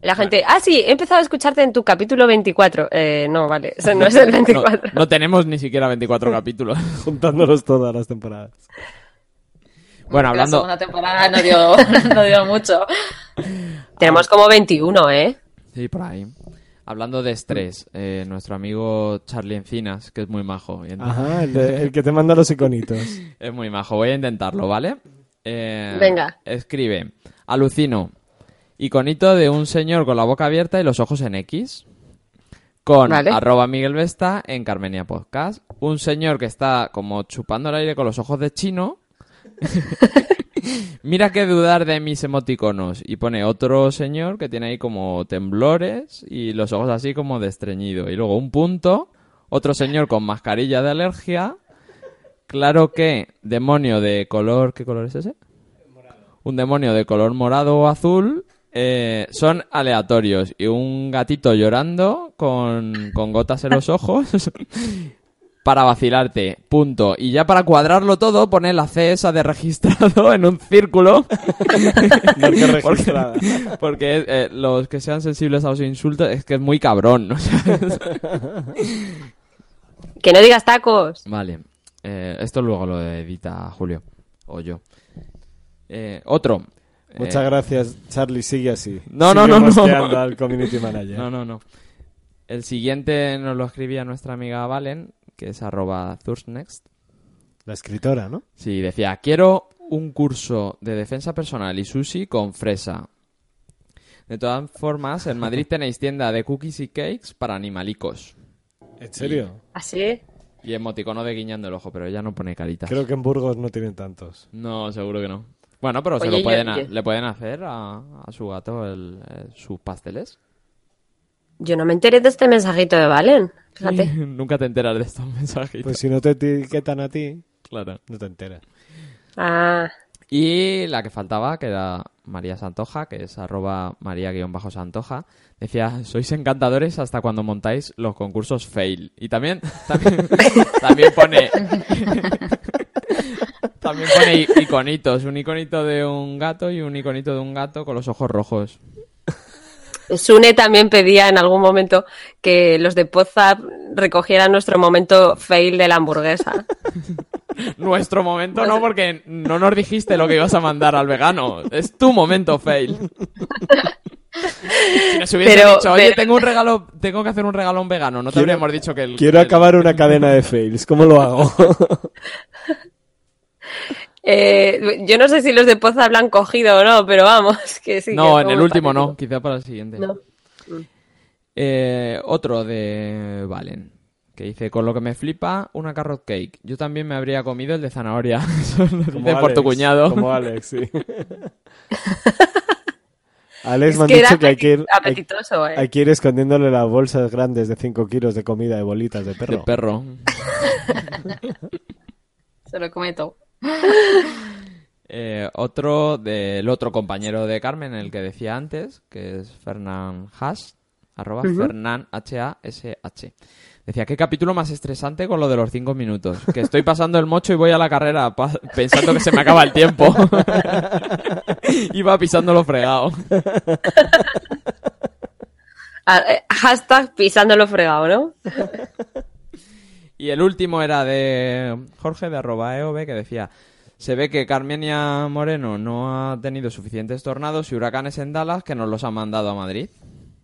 S3: La gente, ah, sí, he empezado a escucharte en tu capítulo 24. Eh, no, vale, eso no es el 24.
S5: No, tenemos ni siquiera
S3: *laughs*
S5: 24 capítulos. *laughs*
S2: Juntándolos todas las temporadas.
S5: Bueno,
S4: La
S5: hablando.
S4: segunda temporada no dio, *laughs* no dio mucho.
S3: Tenemos como 21, ¿eh?
S5: Sí, por ahí. Hablando de estrés, eh, nuestro amigo Charlie Encinas, que es muy majo. y ent-
S2: Ajá, el, de- Eh, el que te manda los iconitos. *laughs*
S5: Es muy majo, voy a intentarlo, ¿vale? Eh,
S3: Venga.
S5: Escribe, alucino, iconito de un señor con la boca abierta y los ojos en X, con
S3: Vale.
S5: arroba Miguel Vesta en Carmenia Podcast, un señor que está como chupando el aire con los ojos de chino. *laughs* Mira que dudar de mis emoticonos. Y pone otro señor que tiene ahí como temblores y los ojos así como destreñido. Y luego un punto, otro señor con mascarilla de alergia. Claro que demonio de color. ¿Qué color es ese? Un demonio de color morado o azul. eh, son aleatorios. Y un gatito llorando con, con gotas en los ojos. para vacilarte. Punto. Y ya para cuadrarlo todo, pone la C esa de registrado en un círculo.
S2: Marca
S5: Porque,
S2: registrada.
S5: porque, eh, los que sean sensibles a los insultos es que es muy cabrón. ¿no? *laughs* O sea, es-
S3: Que no digas tacos.
S5: Vale. Eh, esto luego lo edita Julio. O yo. Eh, otro. Eh,
S2: *laughs* Muchas gracias, Charlie. Sigue así.
S5: No, no,
S2: Sigue
S5: no, no.
S2: mosqueando al community manager.
S5: No, no, no. El siguiente nos lo escribía nuestra amiga Valen, que es arroba Thursnext.
S2: La escritora, ¿no?
S5: Sí, decía, quiero un curso de defensa personal y sushi con fresa. De todas formas,
S2: *laughs*
S5: en Madrid tenéis tienda de cookies y cakes para animalicos.
S2: ¿En serio?
S3: ¿Así?
S5: Y emoticono de guiñando el ojo, pero ella no pone caritas.
S2: Creo que en Burgos no tienen tantos.
S5: No, seguro que no. Bueno, pero se
S3: Oye,
S5: lo
S3: yo-
S5: pueden a-
S3: yo-
S5: le pueden hacer a, a su gato el- eh, sus pasteles. *laughs*
S3: Yo no me enteré de este mensajito de Valen. Fíjate.
S5: Nunca te enteras de estos mensajitos.
S2: Pues si no te etiquetan a ti,
S5: claro.
S2: no te enteras.
S3: Ah,
S5: Y la que faltaba, que era María Santoja, que es arroba maría-santoja, decía, sois encantadores hasta cuando montáis los concursos fail. Y también, *laughs* también, también pone... *laughs* También pone i- iconitos, un iconito de un gato y un iconito de un gato con los ojos rojos.
S3: Sune también pedía en algún momento que los de Pozap recogieran nuestro momento fail de la
S2: *laughs*
S3: hamburguesa.
S5: Nuestro momento no, porque no nos dijiste lo que ibas a mandar al vegano. Es tu momento fail. Si nos hubiese
S3: Pero-
S5: dicho, oye,
S3: pero-
S5: tengo un regalo, tengo que hacer un regalo a un vegano, no te
S2: Quiero-
S5: habríamos dicho que el.
S2: Quiero
S5: el-
S2: acabar una cadena de fails. ¿Cómo lo hago?
S5: *laughs*
S3: Eh, yo no sé si los de Pozap la han cogido o no, pero vamos, que sí. que
S5: No,
S3: fue
S5: en el
S3: muy
S5: último no,
S3: patético.
S5: quizá para el siguiente.
S3: No.
S5: Eh, otro de Valen, que dice, con lo que me flipa, una carrot cake. Yo también me habría comido el de zanahoria. *laughs* Eso lo dice
S2: Como
S5: por tu
S2: Alex,
S5: cuñado.
S2: Como Alex, sí. Alex
S3: Es
S2: me han
S3: que era
S2: dicho que hay que ir, hay-
S3: apetitoso, eh.
S2: hay que ir escondiéndole las bolsas grandes de 5 kilos de comida de bolitas de
S5: De
S2: perro.
S5: perro.
S4: Se lo cometo.
S5: Eh, otro del otro compañero de Carmen, el que decía antes, que es Fernán Haas, arroba Fernán H-A-S-H. Decía, qué capítulo más estresante con lo de los cinco minutos. Que estoy pasando el mocho y voy a la carrera pa- pensando que se me acaba el tiempo. *laughs* Iba pisándolo fregado.
S3: Ah, eh, hashtag pisándolo fregado, ¿no?
S5: Y el último era de Jorge de arroba EOB que decía, se ve que Carmenia Moreno no ha tenido suficientes tornados y huracanes en Dallas que nos los han mandado a Madrid.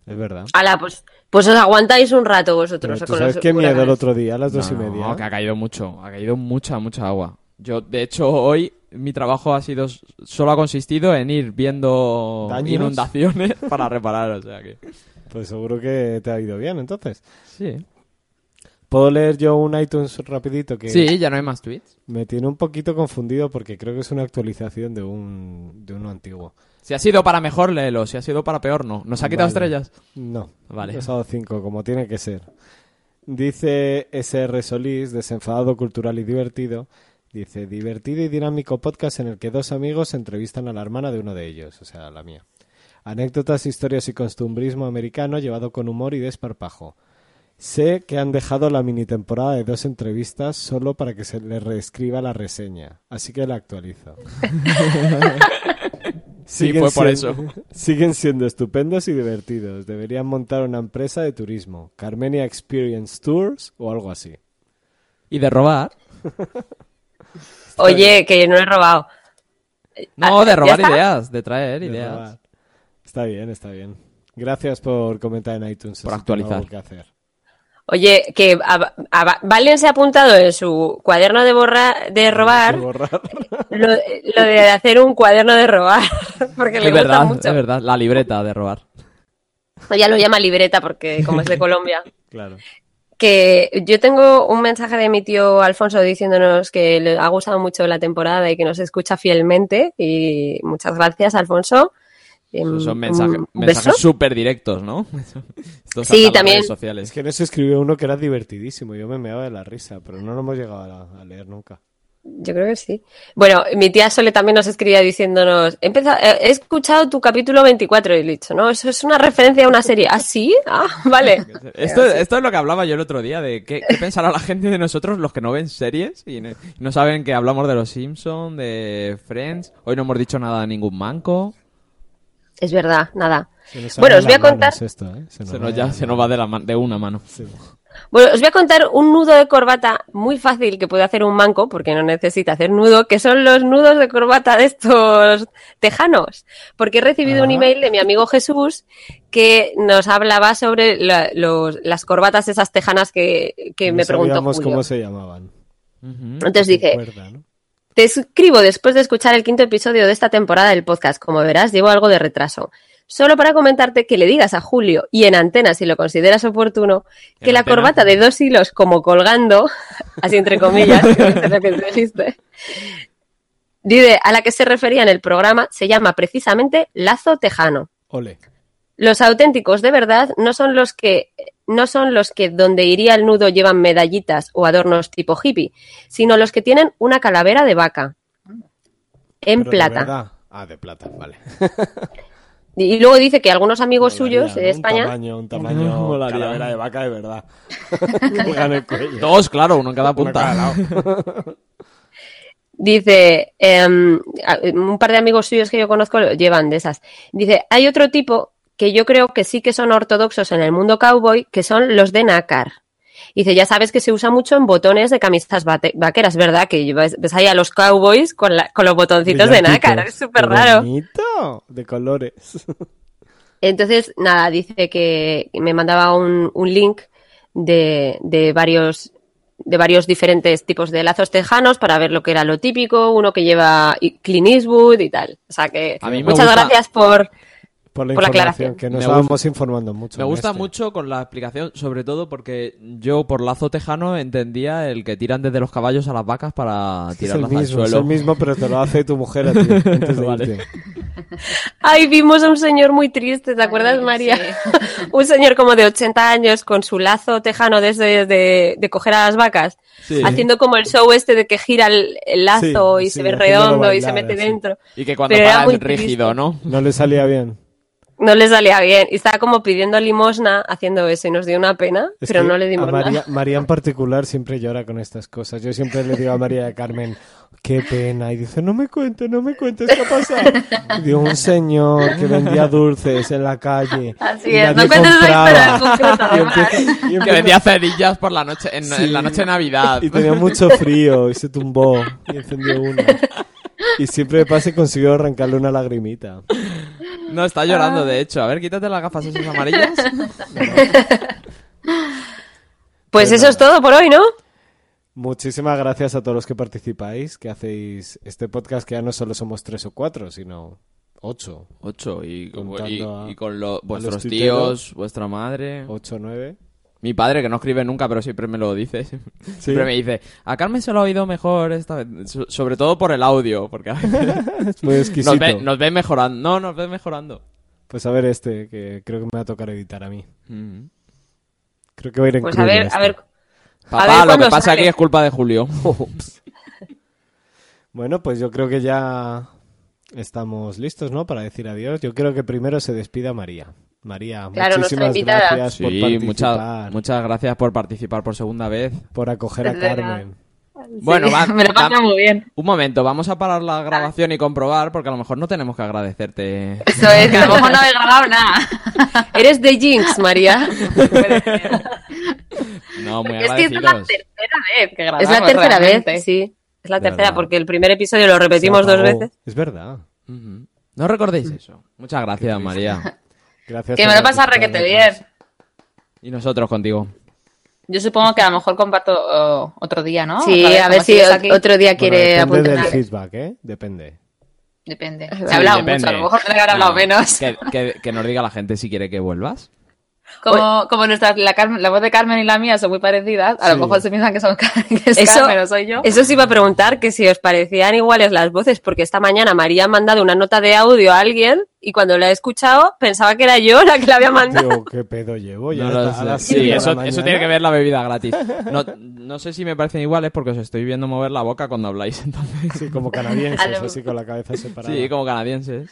S2: Es verdad.
S3: Ala, pues, pues os aguantáis un rato
S2: Pero
S3: vosotros.
S2: ¿Tú
S3: con
S2: sabes
S3: los
S2: qué miedo el
S3: huracanes.
S2: otro día? A las dos
S5: No,
S2: y media. ¿eh?
S5: No, que ha caído mucho, ha caído mucha, mucha agua. Yo, de hecho, hoy mi trabajo ha sido, solo ha consistido en ir viendo
S2: Daños. *laughs*
S5: inundaciones para reparar, o sea que...
S2: Pues seguro que te ha ido bien, entonces.
S5: Sí.
S2: ¿Puedo leer yo un iTunes rapidito que
S5: Sí, ya no hay más tweets.
S2: me tiene un poquito confundido porque creo que es una actualización de un de uno antiguo?
S5: Si ha sido para mejor, léelo. Si ha sido para peor, no. ¿Nos ha quitado
S2: Vale.
S5: estrellas?
S2: No.
S5: Vale.
S2: Nos ha dado cinco, como tiene que ser. Dice SR Solís, desenfadado, cultural y divertido. Dice, divertido y dinámico podcast en el que dos amigos entrevistan a la hermana de uno de ellos, o sea, la mía. Anécdotas, historias y costumbrismo americano llevado con humor y desparpajo. Sé que han dejado la mini temporada de dos entrevistas solo para que se le reescriba la reseña, así que la actualizo.
S5: *laughs* Sí,
S2: Siguen
S5: fue por
S2: siendo-
S5: eso.
S2: *laughs* Siguen siendo estupendos y divertidos. Deberían montar una empresa de turismo, Carmenia Experience Tours o algo así.
S5: ¿Y de robar?
S3: Oye, que no he robado.
S5: No,
S3: Ah,
S5: de
S3: ¿ya
S5: robar
S3: está?
S5: ideas, de traer
S2: De
S5: ideas.
S2: robar. Está bien, está bien. Gracias por comentar en iTunes. eso
S5: Por
S2: tengo
S5: actualizar.
S2: algo que hacer.
S3: Oye, que a, a- Valen se ha apuntado en su cuaderno de, borra,
S2: Ah,
S3: de robar
S2: De borrar.
S3: lo, lo de hacer un cuaderno de robar, *laughs* porque le
S5: Es
S3: gusta
S5: verdad,
S3: mucho.
S5: es verdad. La libreta de robar.
S3: Ella lo llama libreta porque como es de Colombia.
S2: *laughs* Claro.
S3: Que yo tengo un mensaje de mi tío Alfonso diciéndonos que le ha gustado mucho la temporada y que nos escucha fielmente. Y muchas gracias, Alfonso. Em,
S5: Esos son mensaje-
S3: un beso.
S5: mensajes súper directos, ¿no? *laughs* Estos
S3: Sí,
S5: sacan las
S3: también.
S5: redes
S2: Es
S5: sociales.
S2: que nos escribió uno que era divertidísimo. Yo me meaba de la risa, pero no lo hemos llegado a, a leer nunca.
S3: Yo creo que sí. Bueno, mi tía Sole también nos escribía diciéndonos, he, empezado- eh, he escuchado tu capítulo 24 y le he dicho, no, eso es una referencia a una serie. ¿Ah, sí? Ah, *laughs*
S5: *laughs*
S3: vale.
S5: Esto, esto es lo que hablaba yo el otro día, de qué, qué pensará la gente de nosotros, los que no ven series y ne- y no saben que hablamos de Los Simpsons, de Friends. Hoy no hemos dicho nada de ningún manco.
S3: Es verdad, nada.
S2: Se nos
S3: Bueno,
S2: va
S3: os
S2: de
S3: voy a
S2: las
S3: contar-
S2: manos esto, ¿eh?
S5: Se
S2: va
S5: nos,
S2: de
S5: ya,
S2: las
S5: se nos va de, la man- de una mano.
S2: manos.
S3: Bueno, os voy a contar un nudo de corbata muy fácil que puede hacer un manco, porque no necesita hacer nudo, que son los nudos de corbata de estos tejanos. Porque he recibido un
S2: Ah.
S3: email de mi amigo Jesús que nos hablaba sobre la- los- las corbatas esas tejanas que, que
S2: No
S3: me preguntó
S2: sabíamos
S3: Julio.
S2: cómo se llamaban.
S5: Ujú.
S3: Entonces
S2: Se
S3: dije,
S2: acuerda, ¿no?
S3: Te escribo después de escuchar el quinto episodio de esta temporada del podcast. Como verás, llevo algo de retraso. Solo para comentarte que le digas a Julio, y en antena si lo consideras oportuno, que
S5: En
S3: la
S5: antena.
S3: corbata de dos hilos como colgando, *laughs* así entre
S5: *laughs*
S3: comillas, *laughs* que no sé lo que tú dijiste, dice, a la que se refería en el programa, se llama precisamente lazo tejano.
S2: Ole.
S3: Los auténticos de verdad no son los que no son los que donde iría el nudo llevan medallitas o adornos tipo hippie, sino los que tienen una calavera de vaca en
S2: Pero de
S3: plata.
S2: verdad. Ah, de plata, vale.
S3: Y y luego dice que algunos amigos
S2: Molaría,
S3: suyos
S2: ¿no?
S3: de España,
S2: Un tamaño, un tamaño.
S5: *laughs* Molaría.
S2: calavera de vaca de
S3: *laughs*
S2: verdad. Cuelga en el cuello.
S5: Dos, claro, uno en cada
S2: Una
S5: punta.
S2: cada lado.
S3: dice em, a- un par de amigos suyos que yo conozco lo llevan de esas. Dice, hay otro tipo que yo creo que sí que son ortodoxos en el mundo cowboy, que son los de nácar. Dice, ya sabes que se usa mucho en botones de camisas bate- vaqueras, ¿verdad? Que ves, ves ahí a los cowboys con, la- con los botoncitos de nácar,
S2: Brillantitos.
S3: es súper
S2: Qué
S3: raro.
S2: Bonito, de colores.
S3: Entonces, nada, dice que me mandaba un, un link de, de varios de varios diferentes tipos de lazos tejanos para ver lo que era lo típico, uno que lleva y- Clint Eastwood y tal. O sea que
S5: A mí me
S3: muchas
S5: gusta-
S3: gracias por...
S2: Por la
S3: Por la
S2: información,
S3: aclaración.
S2: que nos
S5: Me
S2: estábamos informando mucho.
S5: Me
S2: en
S5: gusta
S2: este.
S5: mucho con la explicación, sobre todo porque yo por lazo tejano entendía el que tiran desde los caballos a las vacas para
S2: Es que Es el
S5: tirarlas al
S2: mismo, es
S5: suelo.
S2: el mismo, pero te lo hace tu mujer a ti
S5: *laughs*
S2: antes de
S5: Vale.
S2: irte.
S3: Ay, vimos a un señor muy triste, ¿te acuerdas,
S4: sí.
S3: María? *laughs* un señor como de 80 años con su lazo tejano desde de, de coger a las vacas,
S5: Sí.
S3: haciendo como el show este de que gira el, el lazo
S2: Sí,
S3: y
S2: sí,
S3: se ve
S2: haciéndolo
S3: redondo y se
S2: bailar,
S3: mete
S2: así.
S3: dentro.
S5: Y que cuando
S3: Pero era
S5: para
S3: muy
S5: es rígido,
S3: triste.
S5: ¿no?
S2: *laughs* No le salía bien.
S3: No les salía bien. Y estaba como pidiendo limosna haciendo eso y nos dio una pena,
S2: Es
S3: pero
S2: que
S3: no le dimos
S2: a María, *laughs*
S3: nada.
S2: María en particular siempre llora con estas cosas. Yo siempre le digo a María de Carmen, qué pena. Y dice, no me cuentes, no me cuentes, ¿qué ha pasado? Y digo, un señor que vendía dulces en la calle.
S3: Así
S2: y nadie
S3: es, no cuentes esa historia
S2: compraba.
S3: concreta,
S2: Y
S3: *laughs*
S2: empie- y
S5: Que
S3: Ah,
S2: empieza-
S5: vendía cerillas por la noche, en, en
S2: Sí.
S5: la noche de Navidad.
S2: Y tenía mucho frío y se tumbó y encendió una. Y siempre de pase consiguió arrancarle una lagrimita.
S5: No, está llorando, de hecho. A ver, quítate las gafas esas amarillas.
S3: Pues eso es todo por hoy, ¿no?
S2: Muchísimas gracias a todos los que participáis, que hacéis este podcast que ya no solo somos tres o cuatro, sino ocho,
S5: Ocho, y,
S2: Contando
S5: y-
S2: a-
S5: y con lo-
S2: a los
S5: vuestros
S2: tuiteros.
S3: Mm.
S5: tíos, vuestra madre.
S3: *laughs*
S2: ocho, nueve.
S5: Mi padre, que no escribe nunca, pero siempre me lo dice. *laughs* Siempre me dice, a Carmen se lo ha oído mejor esta vez. So- sobre todo por el audio, porque a
S2: *laughs*
S5: veces
S2: Es muy exquisito.
S5: nos, ve, nos ve mejorando. No, nos ve mejorando.
S2: Pues a ver este, que creo que me va a tocar editar a mí.
S5: Mm.
S2: Creo que va a ir en
S3: Pues a
S2: crudo
S3: ver,
S2: este.
S3: a ver.
S5: Papá,
S3: a ver
S5: lo que
S3: cuándo
S5: pasa
S3: sale.
S5: aquí es culpa de Julio.
S2: Bueno, pues yo creo que ya estamos listos, ¿no? Para decir adiós. Yo creo que primero se despida María. María,
S3: Claro, nuestra
S2: muchísimas
S3: invitada.
S2: gracias por
S5: sí,
S2: participar,
S5: muchas, muchas gracias por participar por segunda vez.
S2: por acoger a
S4: Desde la-
S2: Carmen.
S5: Bueno, va-
S4: me lo
S5: va-
S3: Ah,
S4: pasa muy bien.
S5: Un momento, vamos a parar la grabación y comprobar, porque a lo mejor no tenemos que agradecerte.
S4: Eso es, que a
S3: *laughs*
S4: lo mejor no he grabado nada.
S3: Eres de Jinx, María.
S5: No, muy
S4: es que es la
S5: agradecidos.
S4: tercera vez que grabamos.
S3: es la tercera
S4: realmente.
S3: vez, sí. Es la
S5: De
S3: tercera,
S5: verdad.
S3: porque el primer episodio lo repetimos
S2: Se
S3: dos
S2: apagó.
S3: veces.
S2: Es verdad.
S5: Ujú. No recordéis eso. Muchas gracias, María.
S2: Gracias.
S4: Que
S2: por
S4: me lo pasa
S2: participar
S4: requete
S2: en el
S4: bien.
S2: podcast.
S5: Y nosotros contigo.
S4: Yo supongo que a lo mejor comparto oh, otro día, ¿no?
S3: Sí,
S4: Otra vez,
S3: a
S4: como
S3: ver si
S4: sigues
S3: o-
S4: aquí.
S3: otro día quiere
S2: Bueno, depende
S3: apuntar.
S2: del feedback, ¿eh? Depende.
S4: Depende.
S3: Sí,
S4: Se ha hablado
S5: depende.
S4: mucho, a lo mejor tendrá que haber hablado menos.
S5: Que, que- que nos diga la gente si quiere que vuelvas.
S4: Como, como nuestra, la, Carmen- la voz de Carmen y la mía son muy parecidas, a
S2: Sí.
S4: lo mejor se piensan que son *laughs* Car- que es
S3: Eso-
S4: Carmen o soy yo.
S3: Eso os iba a preguntar que si os parecían iguales las voces, porque esta mañana María ha mandado una nota de audio a alguien y cuando la he escuchado pensaba que era yo la que la
S2: *laughs*
S3: había mandado.
S2: Tío, qué pedo llevo. Ya
S5: No
S2: está
S5: lo
S2: a
S5: sé.
S2: las
S5: Sí,
S2: siete de la
S5: eso, eso
S2: mañana.
S5: tiene que ver la bebida gratis. No, no sé si me parecen iguales porque os estoy viendo mover la boca cuando habláis. *laughs* Entonces.
S2: Sí, como canadienses,
S4: lo-
S2: así con la cabeza separada.
S5: Sí, como canadienses.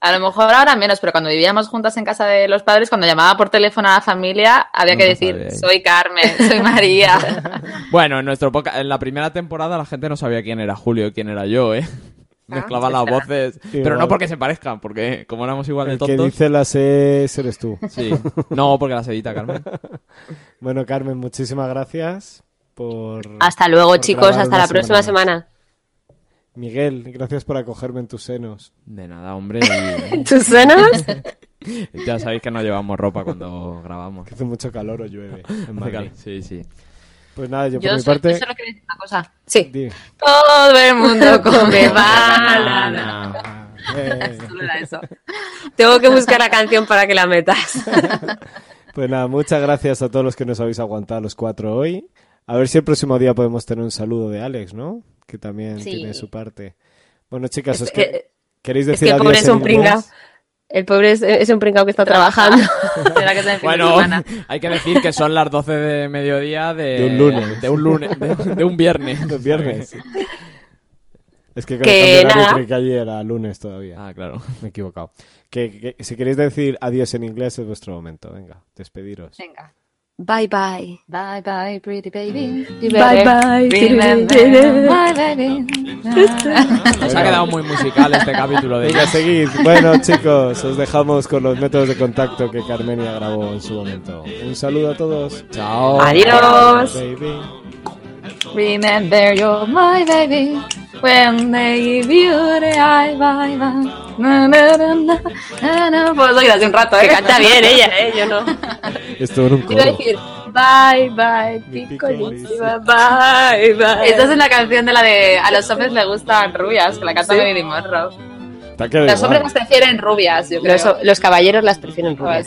S4: A lo mejor ahora menos, pero cuando vivíamos juntas en casa de los padres, cuando llamaba por teléfono a la familia, había
S5: No
S4: que
S5: lo
S4: decir,
S5: sabíais.
S4: soy Carmen, soy
S2: *laughs*
S4: María.
S5: Bueno, en nuestro poca- en la primera temporada la gente no sabía quién era Julio y quién era yo, ¿eh?
S4: Ah, pues
S5: Mezclaban las voces. Pero no
S2: Igual.
S5: porque se parezcan, porque como éramos igual de
S2: El que
S5: tontos.
S2: dice las es eres tú.
S5: Sí. No, porque las edita Carmen.
S2: Bueno, Carmen, muchísimas gracias por...
S3: Hasta luego,
S2: por
S3: chicos,
S2: grabar
S3: hasta
S2: una
S3: la próxima semana.
S2: más. Miguel, gracias por acogerme en tus senos.
S5: De nada, hombre.
S3: ¿Tus senos?
S5: y ya sabéis que no llevamos ropa cuando grabamos.
S2: Que hace mucho calor o llueve en Madrid.
S5: Sí, sí.
S2: Pues nada, yo por
S4: yo,
S2: mi
S4: so-
S2: parte...
S4: yo solo quería decir una cosa.
S3: Sí. *laughs*
S2: Dime.
S3: Todo el mundo *laughs* come banana.
S5: Banana.
S2: Eh,
S4: Solo era eso.
S3: Tengo que buscar la canción para que la metas.
S2: pues nada, muchas gracias a todos los que nos habéis aguantado los cuatro hoy. A ver si el próximo día podemos tener un saludo de Alex, ¿no? Que también
S4: Sí.
S2: tiene su parte. Bueno, chicas,
S3: Es
S2: os que-
S3: Pues que- eh,
S2: ¿queréis
S3: Es
S2: decir
S3: que el
S2: adiós
S3: pobre es
S2: en
S3: un pringao.
S2: inglés?
S3: *laughs* El pobre es, es un pringao que está trabajando.
S4: Será que es el fin de
S5: Bueno,
S4: semana.
S5: *laughs* hay que decir que son las 12 de mediodía de,
S2: De un lunes.
S5: De un lunes, de, de
S2: *laughs*
S5: un viernes.
S2: Los
S3: *laughs*
S2: viernes. Es que con
S3: Que
S2: el cambio de horario
S3: nada.
S2: creí que ayer era lunes todavía.
S5: Ah, claro.
S2: Me he equivocado. Que, que- si queréis decir adiós en inglés es vuestro momento. Venga, despediros.
S4: Venga.
S3: Bye bye.
S4: Bye bye, pretty baby.
S3: Bye bye.
S4: Bye baby.
S5: Nos ha quedado muy musical este capítulo de
S2: Venga,
S4: *laughs*
S2: seguid. Bueno, chicos, os dejamos con los métodos de contacto que Carmenia grabó en su momento. Un saludo a todos.
S5: Chao.
S3: Adiós.
S2: Baby.
S4: Remember you're my baby when they give you the eye, bye, bye. Na, na, na, na, na, na. Pues lo hace un rato, ¿eh?
S3: Que canta bien ella, ¿eh? Yo no. *laughs*
S2: Esto era un
S4: Iba a
S2: coro.
S4: decir, bye, bye,
S2: Mi
S4: pico
S2: picolísima.
S3: Bye bye.
S4: Esta es la canción de la de A los hombres les gustan rubias, que la canta Marilyn Monroe.
S2: Te ha quedado
S4: Los hombres
S2: igual.
S4: las prefieren rubias, yo creo.
S3: Los, los caballeros las prefieren rubias.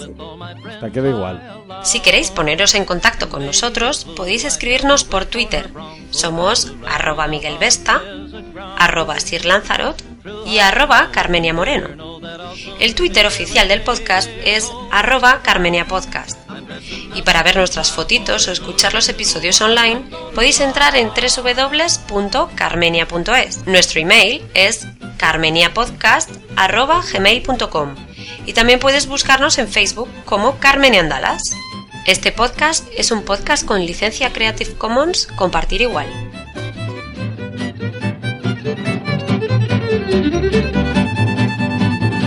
S2: Te ha quedado igual.
S11: Si queréis poneros en contacto con nosotros, podéis escribirnos por Twitter. Somos arroba Miguel Vesta, arroba Sir Lanzarot y arroba Carmenia Moreno. El Twitter oficial del podcast es arroba Carmenia Podcast. Y para ver nuestras fotitos o escuchar los episodios online, podéis entrar en www.carmenia.es. Nuestro email es carmeniapodcast.gmail.com y también puedes buscarnos en Facebook como Carmen y Andalas. Este podcast es un podcast con licencia Creative Commons Compartir Igual.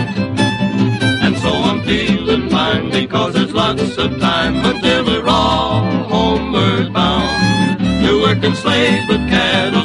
S1: And so I'm feeling fine because there's lots of time until we're all homeward bound. You're working slave with cattle